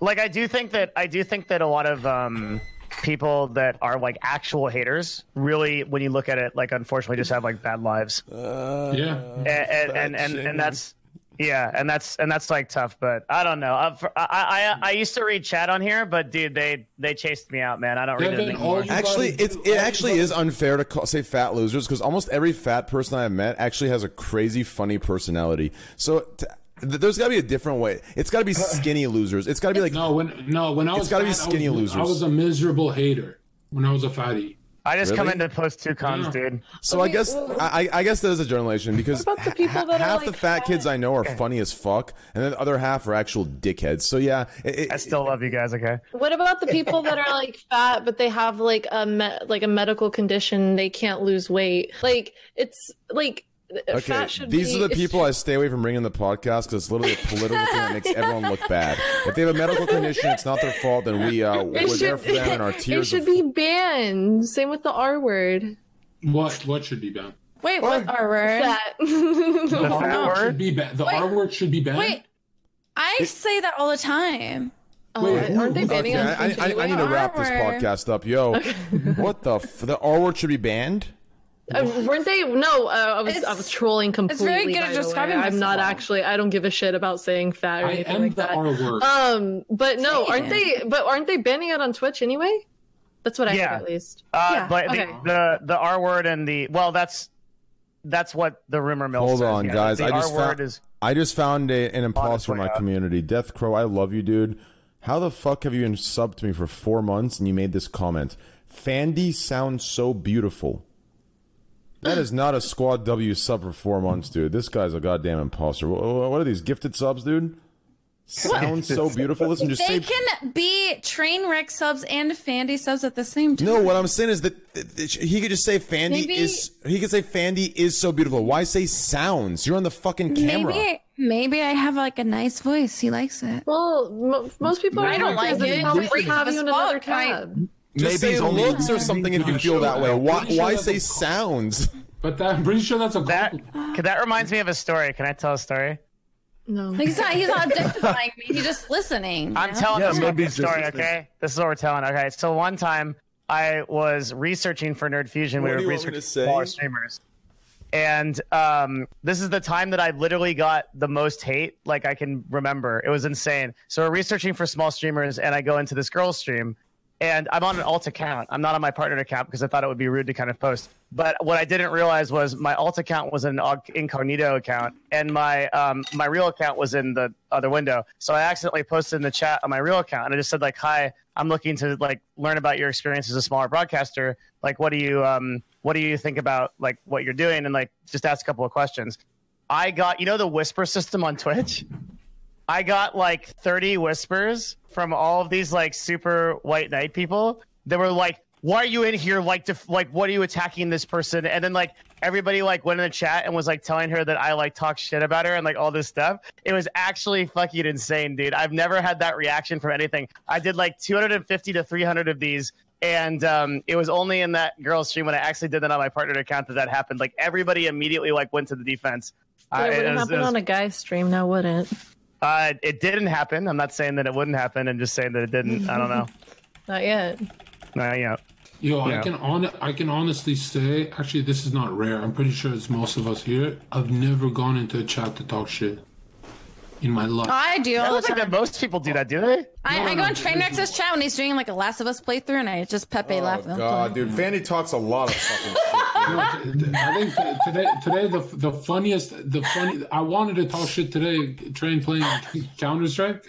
B: like I do think that I do think that a lot of um people that are like actual haters really when you look at it like unfortunately just have like bad lives
F: Uh,
D: yeah.
B: and and, and, and, and that's yeah and that's and that's like tough but i don't know I've, I, I i used to read chat on here but dude they they chased me out man i don't read it
D: Devin, all
B: anymore
D: you
F: Actually,
D: gotta
F: it's,
D: do-
F: it
D: all you
F: actually
D: gotta-
F: is unfair to call, say fat losers because almost every fat person I've met actually has a crazy funny personality. So t- th- there's got to be a different way. It's got to be skinny losers. It's got to be like
D: No, when no, when I
F: It's
D: was
F: gotta be
D: fat, I
F: skinny
D: was- I
F: losers.
D: was a miserable hater when I was a fatty.
B: i just come in
F: Really?
B: to post two cons
D: Yeah.
B: dude
F: So I guess I, I guess there's a generalization because
E: about the people
F: ha-
E: that are,
F: half
E: like,
F: the fat
E: fat?
F: kids I know are funny as fuck, and then the other half are actual dickheads. So yeah, it, it-
B: i still love you guys okay
E: What about the people that are like fat but they have like a me- like a medical condition they can't lose weight? Like it's like
F: okay.
E: fat should
F: These
E: be-
F: are the people I stay away from bringing the podcast because it's literally a political thing that makes everyone look bad. If they have a medical condition, it's not their fault. Then we uh, we're
E: It
F: there
E: should,
F: for them, and our
E: *laughs* it
F: tears.
E: should
F: Of,
E: be banned. Same with the R word.
D: What what should be
J: *laughs*
D: banned?
J: Wait, what are we?
E: Fat. *laughs*
D: The
B: fat
D: R word
B: word?
D: should be banned. The
J: Wait.
D: R word should be banned.
J: Wait, I say that all the time.
E: Oh, aren't they
D: who-
E: banning
F: okay,
E: on
F: I,
E: Twitch
F: I, I, I need to
E: anyway?
F: wrap this podcast up, yo. What the f- the R word should be banned?
E: Uh, weren't they? No, uh, I was I
J: It's-
E: was trolling completely.
J: very good
E: by
J: at
E: the way.
J: describing
E: I'm not
J: myself.
E: actually. I don't give a shit about saying fat or
D: I
E: anything
D: am
E: like
D: the
E: that.
D: R word.
E: Um, but no,
J: Say
E: aren't
J: it.
E: they? But aren't they banning it on Twitch anyway? That's what I
B: Yeah.
E: heard at least.
B: uh
J: Yeah,
B: but
E: okay.
B: the, the the r word and the well that's that's what the rumor mill
F: Hold
B: says,
F: on,
B: yeah.
F: guys.
B: the
F: I just
B: r word
F: found
B: is
F: I just found a, an imposter in
B: way
F: my
B: up.
F: community. Death Crow, I love you, dude. How the fuck have you been subbed to me for four months and you made this comment? Fandy sounds so beautiful. That is not a squad W sub for four months, dude. This guy's a goddamn imposter. Wh- wh- What are these gifted subs, dude? Sounds
B: *laughs*
F: so beautiful. Listen, just
J: They
F: say
J: can be train wreck subs and Fandy subs at the same time.
F: no. What I'm saying is that that- that he could just say Fandy
J: Maybe-
F: is. He could say Fandy is so beautiful. Why say sounds? You're on the fucking camera.
J: Maybe maybe I have like a nice voice. He likes it.
E: Well, mo- most people.
J: I don't like it.
E: How
J: Freak
E: have
J: as
E: you in another
J: fuck, right?
E: cab?
F: Just
I: Maybe
F: say
I: it's only-
F: looks or something if you feel that way. Why? Why say sounds?
D: But that, I'm pretty sure that's a
B: That
D: compliment.
B: that reminds me of a story. Can I tell a story?
E: No.
J: Like, he's not he's not objectifying me. He's just listening. you
B: I'm
J: know?
B: telling
I: Yeah,
B: this
I: maybe
B: fucking
I: it's just
B: story,
I: a thing.
B: okay? This is what we're telling. Okay, so one time I was researching for Nerd Fusion.
F: What
B: we
F: do
B: were
F: you want me to
B: researching
F: say?
B: smaller streamers, and um, this is the time that I literally got the most hate, like I can remember. It was insane. So we're researching for small streamers, and I go into this girl stream, and I'm on an alt account. I'm not on my partner account because I thought it would be rude to kind of post. But what I didn't realize was my alt account was an og- incognito account, and my um, my real account was in the other window. So I accidentally posted in the chat on my real account, and I just said like, "Hi, I'm looking to like learn about your experience as a smaller broadcaster. Like, what do you um, what do you think about like what you're doing?" And like, just ask a couple of questions. I got you know the whisper system on Twitch. I got like 30 whispers from all of these like super white knight people. They were like, "Why are you in here? Like, def- like, what are you attacking this person?" And then like everybody like went in the chat and was like telling her that I like talk shit about her and like all this stuff. It was actually fucking insane, dude. I've never had that reaction from anything. I did like 250 to 300 of these. And um, it was only in that girl's stream when I actually did that on my partner account that that happened. Like everybody immediately like went to the defense.
E: But
B: Uh,
E: it
B: it
E: wouldn't
B: was-
E: happen
B: it was
E: on a guy stream. Now wouldn't.
B: uh, it didn't happen. I'm not saying that it wouldn't happen. I'm just saying that it didn't. I don't
E: *laughs*
B: know.
E: Not yet.
B: Uh, yeah.
D: Yo,
B: Yeah.
D: I can hon- I can honestly say, actually, this is not rare. I'm pretty sure it's most of us here. I've never gone into a chat to talk shit in my life.
J: I do
B: I
J: all
B: don't
J: the
B: think
J: time.
B: that most people do that, do they?
J: I, I go
D: no,
J: on
D: no,
J: Train
D: there's
J: Rex's chat when he's doing like a Last of Us playthrough, and I just Pepe laugh. at him.
F: God, Uh, dude, Fandy talks a lot
B: *laughs*
F: of fucking shit.
D: No, t- t- I think t- today, today the the funniest, the funny. I wanted to talk shit today. Train playing Counter Strike.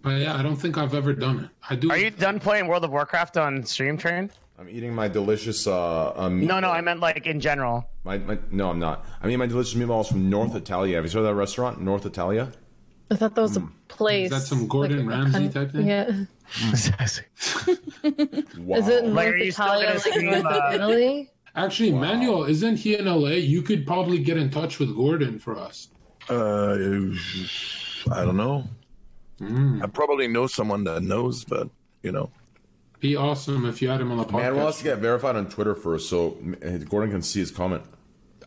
D: But yeah, I don't think I've ever done it. I do.
B: Are you done playing World of Warcraft on Stream Train?
F: I'm eating my delicious uh, um,
B: No, no, I meant like in general.
F: My, my, no, I'm not. I mean, my delicious meatballs from North Italia. Have you heard of that restaurant, North Italia?
E: I thought that was a place.
D: Hmm. Is that some Gordon
E: a
D: Ramsay
E: cunt-
D: type thing?
E: Yeah.
F: Wow.
E: Is it in
B: Like,
E: North
B: are you still
E: Italia,
B: gonna
E: like
B: stream,
E: North
B: uh,
E: Italy?
D: Actually, Manuel, isn't he in LA? You could probably get in touch with Gordon for us.
I: Uh, I don't know.
D: Hmm.
I: I probably know someone that knows, but you know.
D: Be awesome if you had him on the podcast.
F: Man, we'll have to get verified on Twitter first so uh, Gordon can see his comment.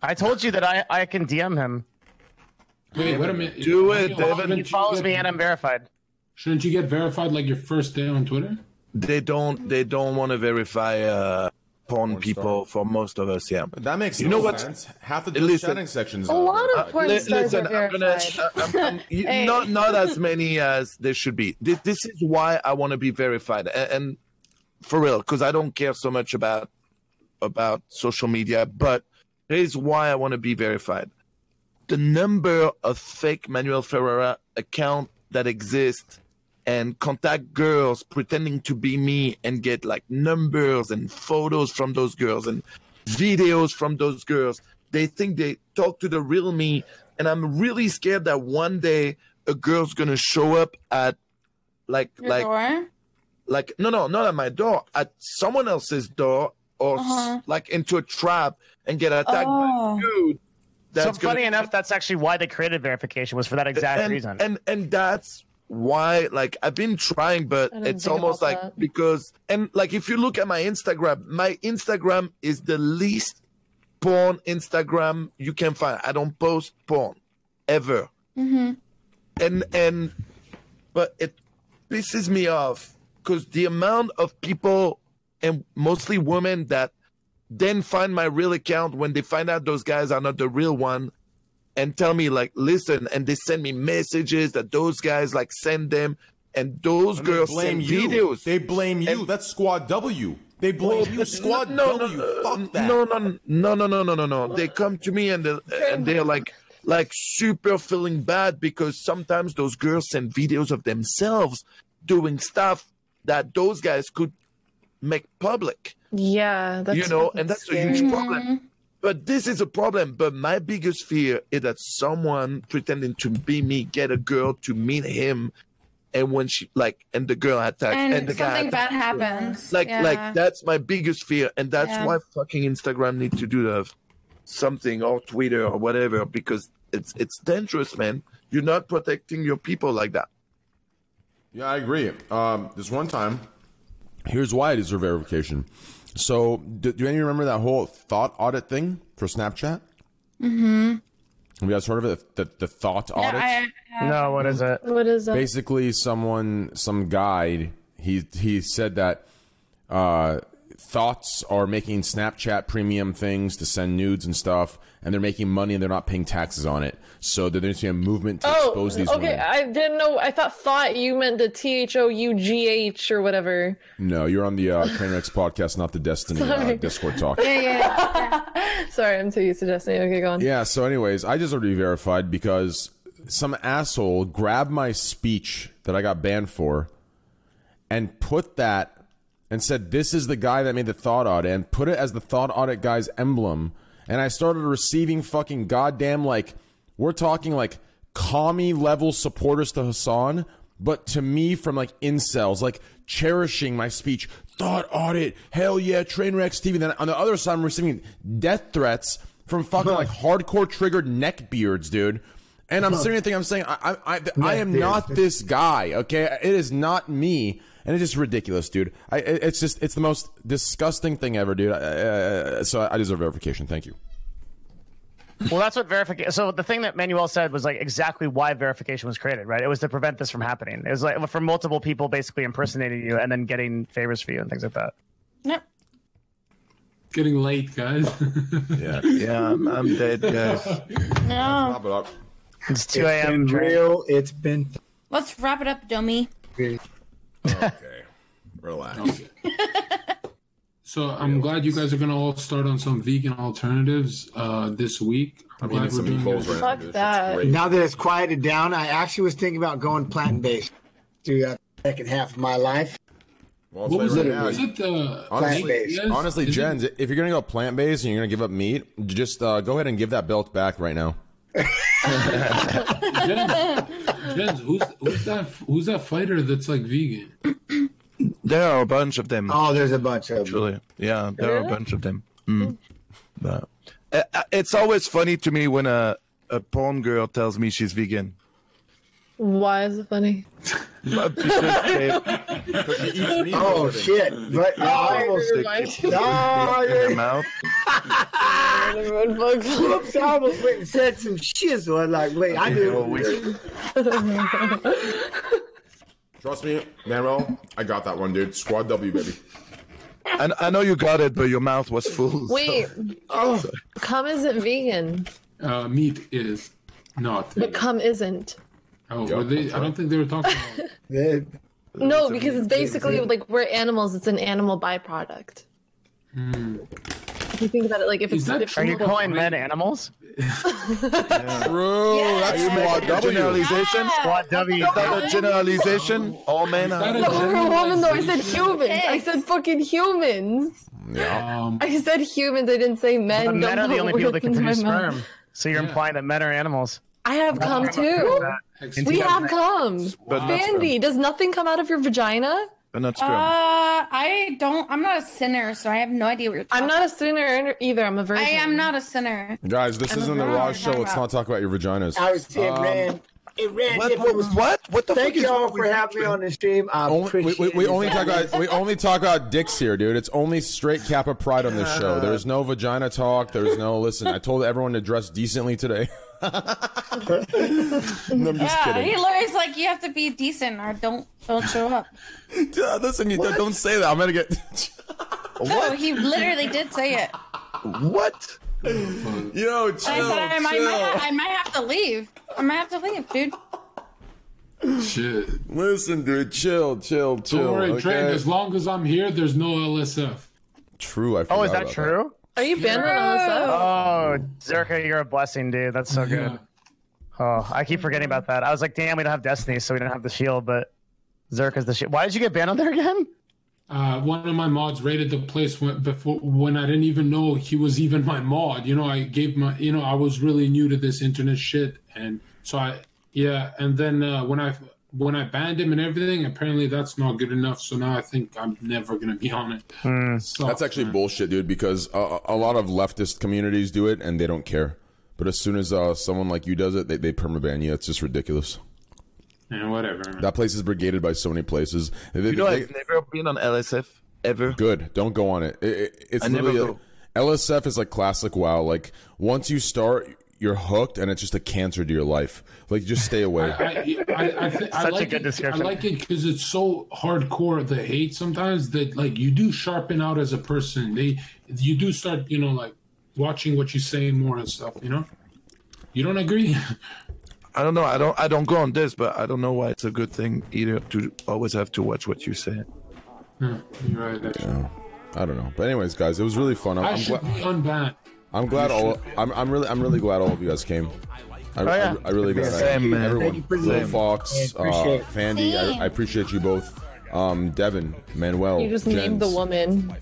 B: I told you that I, I can DM him.
D: Wait, wait a minute.
I: Do it,
D: Manuel,
I: David.
D: shouldn't
B: He
D: you
B: follows
D: get-
B: me and I'm verified.
D: Shouldn't you get verified like your first day on Twitter?
I: They don't. They don't want to verify uh, porn people for most of us. Yeah.
F: That makes
I: You
F: no
I: know what?
F: sense. Half of the
I: Listen.
F: chatting sections.
E: A lot of porn
I: Li-
E: stars are
I: I'm gonna-
E: verified. *laughs*
I: I'm- I'm- you- Not not as many as there should be. This, this is why I want to be verified, and, and for real, because I don't care so much about about social media, but here's why I want to be verified. The number of fake Manuel Ferrara account that exist and contact girls pretending to be me and get like numbers and photos from those girls and videos from those girls. They think they talk to the real me. And I'm really scared that one day a girl's gonna show up at like
J: Your
I: like
J: door?
I: like no no not at my door at someone else's door or s-
J: Uh-huh.
I: like into a trap and get attacked by
J: Oh.
I: a dude
B: So
I: that's gonna-
B: funny enough, that's actually why they created verification was for that exact
I: and,
B: reason.
I: and and that's why like i've been trying but
E: I didn't
I: it's
E: think
I: almost
E: about
I: like
E: that.
I: because and like if you look at my instagram my instagram is the least porn instagram you can find i don't post porn ever
J: Mm-hmm.
I: and and but it pisses me off because the amount of people and mostly women that then find my real account when they find out those guys are not the real one and tell me like listen and they send me messages that those guys like send them and those
F: And
I: girls
F: they blame
I: send
F: you.
I: videos
F: They blame you.
I: And-
F: That's Squad W. They blame you. Squad W. Fuck that.
I: no, no, no, no, no, no, no, no. They come to me and they're, and they're like, like super feeling bad because sometimes those girls send videos of themselves doing stuff that those guys could make public.
E: Yeah, that's
I: you know,
E: fucking
I: and that's a
E: scary.
I: huge problem. But this is a problem. But my biggest fear is that someone pretending to be me get a girl to meet him, and when she like, and the girl attacks,
J: and,
I: and, the guy
J: something
I: attacks.
J: bad happens.
I: Like,
J: yeah.
I: like that's my biggest fear, and that's
J: Yeah.
I: why fucking Instagram need to do the something or Twitter or whatever because it's it's dangerous, man. You're not protecting your people like that.
F: Yeah, I agree. Um, this one time, here's why it is for verification. So, do, do any of you remember that whole thought audit thing for Snapchat?
J: Mm-hmm.
F: Have you guys heard of it? The, the, the thought audit?
J: I, I-
B: No, what is it?
E: What is that?
F: Basically, someone, some guy, he he said that uh, thoughts are making Snapchat premium things to send nudes and stuff, and they're making money and they're not paying taxes on it. So there needs to be a movement to
E: oh,
F: expose these
E: okay.
F: women.
E: I didn't know. I thought thought you meant the T H O U G H or whatever.
F: No, you're on the uh, Trainwrecks podcast, not the Destiny uh,
E: *laughs* Sorry.
F: Discord talk.
J: yeah, yeah, yeah.
E: *laughs* Sorry, I'm too used to Destiny. Okay, go on.
F: Yeah, so anyways, I just already verified because some asshole grabbed my speech that I got banned for and put that and said this is the guy that made the thought audit and put it as the thought audit guy's emblem and I started receiving fucking goddamn like we're talking like commie level supporters to Hassan but to me from like incels like cherishing my speech thought audit hell yeah train wreck Steve and then on the other side I'm receiving death threats from fucking like hardcore triggered neckbeards dude and I'm sitting here thinking I'm saying I I, I, I am not this guy. Okay, it is not me, and it's just ridiculous, dude. I, it- it's just it's the most disgusting thing ever, dude. Uh, so I deserve verification. Thank you.
B: Well, that's what verification. So the thing that Manuel said was like exactly why verification was created, right? It was to prevent this from happening. It was like for multiple people basically impersonating you and then getting favors for you and things like that.
J: Yep.
D: Getting late, guys. *laughs*
F: Yeah,
I: Yeah, I'm, I'm dead, guys.
J: No.
F: *laughs* pop it up.
B: It's two
C: It's been
B: a.m. Train.
C: real. It's been
J: Let's wrap it up, dummy.
F: Okay, relax.
D: *laughs* so I'm glad you guys are gonna all start on some vegan alternatives uh, this week. I'm
F: We need
D: glad we're
F: some
D: doing
F: meatballs
D: it.
F: right now.
E: Fuck
F: dude. It's
E: that.
F: great.
C: now that it's quieted down. I actually was thinking about going plant based through that second half of my life.
F: Well, I'll
D: What was
F: tell you right
D: it?
F: now,
D: Was it the
F: Honestly-
D: Yes?
F: Honestly,
D: Uh, Is it-
F: Jens, if you're gonna go plant based and you're gonna give up meat, just uh, go ahead and give that belt back right now.
D: Jens, Jens, who's who's that who's that fighter that's like vegan?
I: There are a bunch of them.
C: Oh, there's a bunch of them.
I: Actually, yeah, there are a bunch of them. Mm. But Uh, uh, it's always funny to me when a a porn girl tells me she's *laughs* vegan.
E: Why is it funny?
I: But because they-
D: *laughs*
C: Oh shit! But
I: almost
E: Never
C: *laughs*
E: mind.
J: *laughs*
I: stick
F: *laughs*
C: oh,
I: in her
C: yeah.
I: mouth.
E: Everyone bugs.
C: Whoops, I almost went and said some shit. So I was like, wait, I
I: Well,
C: do.
I: we-
C: *laughs*
F: Trust me, Manuel, I got that one, dude. Squad W, baby.
I: I, I know you got it, but your mouth was full. so-
E: Wait,
F: Oh.
E: cum isn't vegan,
D: Uh, meat is not.
E: but cum isn't.
D: oh, were they, I don't think they were talking about.
C: They-
E: No, because it's basically like we're animals. It's an animal byproduct. If you think about it, like if
D: Hmm. Is
E: it's
D: that
B: Are
E: different,
B: you calling
E: *laughs*
B: men animals?
F: True. That's squad W.
I: Generalization?
B: Squad W.
I: Is that a generalization? All men
D: that
I: are.
D: a-
E: No, we're a woman though. I said humans. I said fucking humans.
D: Um,
E: I said humans. I didn't say men.
B: But
E: Don't
B: men are the
E: put
B: only people that can
E: words into my
B: produce
E: mouth.
B: sperm. So you're
D: Yeah.
B: implying that men are animals.
E: I have cum too. We have cum.
I: But not sperm.
E: Bandy, does nothing come out of your vagina?
I: But not
J: Uh,
I: sperm.
J: I don't. I'm not a sinner, so I have no idea what you're. Talking.
E: I'm not a sinner either. I'm a virgin.
J: I am not a sinner.
F: Guys, this isn't the
J: know what
F: Raj
J: you're
F: show.
J: talking
F: Let's not
J: about.
F: talk about your vaginas.
C: I was saying,
I: Um,
F: Um,
C: man, it ran.
I: what,
C: different.
I: what, what? What the
C: Thank
I: fuck is
C: y'all
I: wrong
C: for
I: with
C: having me
I: you?
C: on the stream. I
F: Only, we,
C: appreciate
F: we, we
C: it.
F: only talk
C: *laughs*
F: about we only talk about dicks here, dude. It's only straight Kappa pride on this
D: Uh-huh.
F: show. There's no vagina talk. There's no listen. I told everyone to dress decently today. no, I'm
J: Yeah,
F: just
J: he
F: kidding.
J: literally's like you have to be decent or don't don't show
F: *laughs*
J: up.
F: Uh, Listen, you, don't say that. I'm gonna get. *laughs*
J: No, he literally did say it.
I: What?
F: Yo,
J: I
F: chill,
J: said I, might- I, might,
F: chill.
J: I might have to leave. I might have to leave, dude.
D: shit.
F: Listen, dude, chill, chill, chill.
D: Don't worry,
F: okay?
D: train. As long as I'm here, there's no LSF.
F: True, I.
B: Oh,
F: forgot
B: is that
F: about
B: true?
E: Are you banned on LSF?
B: Oh, Zerka, you're a blessing, dude. That's so
D: Yeah.
B: good. Oh, I keep forgetting about that. I was like, damn, we don't have Destiny, so we don't have the shield, but Zerka's the shield. Why did you get banned on there again?
D: uh, one of my mods raided the place when, before when I didn't even know he was even my mod. You know, I gave my, you know, I was really new to this internet shit, and so I, yeah, and then uh, when I when I banned him and everything, apparently that's not good enough. So now I think I'm never gonna be on it. So, hmm.
F: That's actually bullshit, dude. Because a, a lot of leftist communities do it and they don't care. But as soon as uh, someone like you does it, they, they permaban you. It's just ridiculous.
D: yeah, whatever. man.
F: That place is brigaded by so many places. They-
I: You know,
F: they-
I: I've never been on LSF ever.
F: Good. Don't go on it. It- it- it's
I: I never
F: literally
I: go.
F: LSF is like classic WoW. Like once you start, you're hooked, and it's just a cancer to your life. Like just
D: *laughs*
F: stay away.
D: I, I, I, I, I
B: Such a
D: like
B: good
D: it,
B: description.
D: I like it because it's so hardcore. The hate sometimes that like you do sharpen out as a person. They you do start you know like watching what you say more and stuff. You know, you don't agree. *laughs*
I: I don't know. I don't. I don't go on this, but I don't know why it's a good thing either to always have to watch what you say.
D: Yeah, You're right. actually.
F: I don't know. But anyways, guys, it was really fun. I'm,
D: I
F: I'm,
D: should
F: gla-
D: be unbanned.
F: I'm glad all. I'm, I'm really. I'm really glad all of you guys came. I,
B: yeah.
F: I, I really glad
I: Same, man.
F: everyone.
C: Thank you for
F: Lil
C: listening.
F: Fox,
C: Yeah,
F: uh,
C: appreciate it.
F: Fandy. I, I appreciate you both. Um, Devin, Manuel,
E: You
D: Oh,
E: just named the
F: Jens.
E: woman.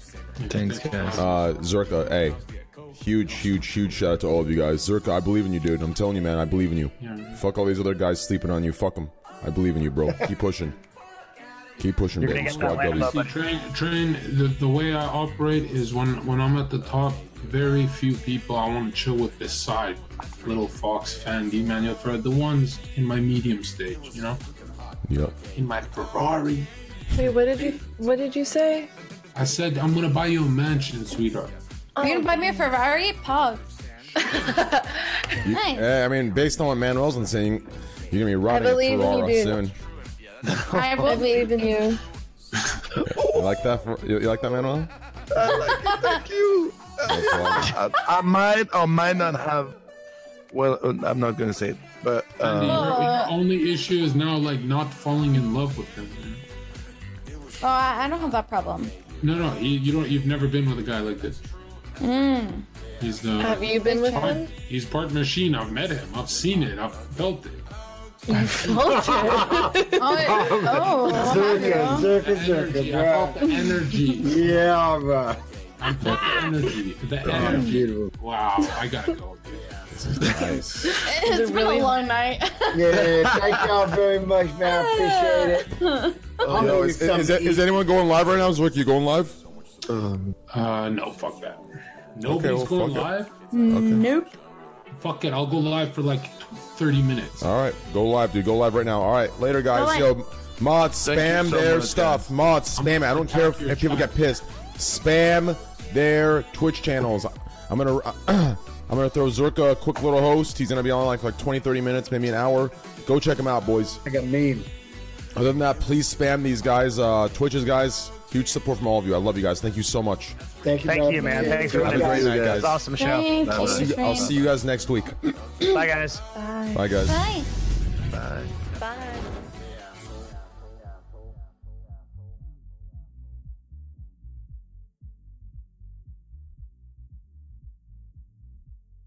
I: Thanks, guys.
F: Uh, Zerka, hey, huge, huge, huge shout out to all of you guys. Zerka, I believe in you, dude. I'm telling you, man, I believe in you. Fuck all these other guys sleeping on you. Fuck them. I believe in you, bro. Keep pushing. Keep pushing,
B: You're gonna
F: baby.
B: get
F: Squad
B: that lamp
F: buddies.
B: up.
D: See, train, train. The, the way I operate is when when I'm at the top, very few people I want to chill with this side. Little Fox, Fandy, Manuel Fred, the ones in my medium stage. You know,
F: Yep.
D: in my Ferrari.
E: Wait, what did you what did you say?
D: I said I'm gonna buy you a mansion, sweetheart.
J: Are you gonna buy me a Ferrari? Pog.
F: You-
J: Nice.
F: eh, I mean, based on what Manuel's been saying, you're gonna be riding a
E: believe in you,
F: Ferrara
E: dude.
F: soon.
J: I
E: I
J: will
E: believe in you.
F: You like that? Fer- You, you like that, Manuel?
I: Thank you. *laughs* I, I might or might not have. Well, uh, I'm not gonna say it, but
D: Andy,
I: uh,
D: your, your only issue is now like not falling in love with him. you know?
J: Oh, I I don't have that problem.
D: No, no, he, you don't. You've never been with a guy like this.
J: Mm.
D: He's
E: Have
D: the
E: you been with him?
D: *laughs* he's part machine. I've met him. I've seen it. I've felt it.
E: Culture.
J: Oh, it- oh,
D: *laughs*
J: what
C: Zerka,
J: happened?
C: Zerka,
D: Energy.
C: Zerka,
D: I felt the energy. I
C: bro. Yeah, bro.
D: felt the energy. The
C: uh, Oh,
D: energy.
C: beautiful.
D: Wow, I gotta go.
F: Nice.
J: It's been a long night.
C: Yeah, thank y'all very much, man. I
J: *laughs*
C: appreciate it. I'm
F: Yo,
C: gonna
F: Oh, is,
C: get something
F: is-
C: to
F: is
C: eat.
F: anyone going live right now? Zwick, you going live?
D: Uh, no, fuck that. *laughs* Nobody's
F: well,
D: going
F: fuck
D: live.
F: it.
J: Nope.
D: Fuck it. I'll go live for like thirty minutes.
F: All right, go live, dude. Go live right now. All right, later,
J: live.
F: guys. Yo, mods
I: Thank you
F: spam
I: so
F: their
I: much,
F: stuff. Mods spam it. I don't care if,
D: Your
F: if people
D: chat.
F: get pissed. Spam their Twitch channels. I'm gonna *clears throat* I'm gonna throw Zerka a quick little host. He's gonna be on like for like 20, 30 minutes, maybe an hour. Go check him out, boys.
C: like a meme.
F: Other than that, please spam these guys, uh, Twitches guys. Huge support from all of you. I love you guys. Thank you so much.
C: Thank you,
B: Thank you, man. Thanks for
F: Have a
B: having
F: great
B: us.
F: night,
B: It was
F: guys.
B: awesome show.
J: Thank
F: I'll see
J: you.
F: *clears throat* you, I'll see you guys next week.
B: Bye, guys.
F: Bye, guys.
J: Bye.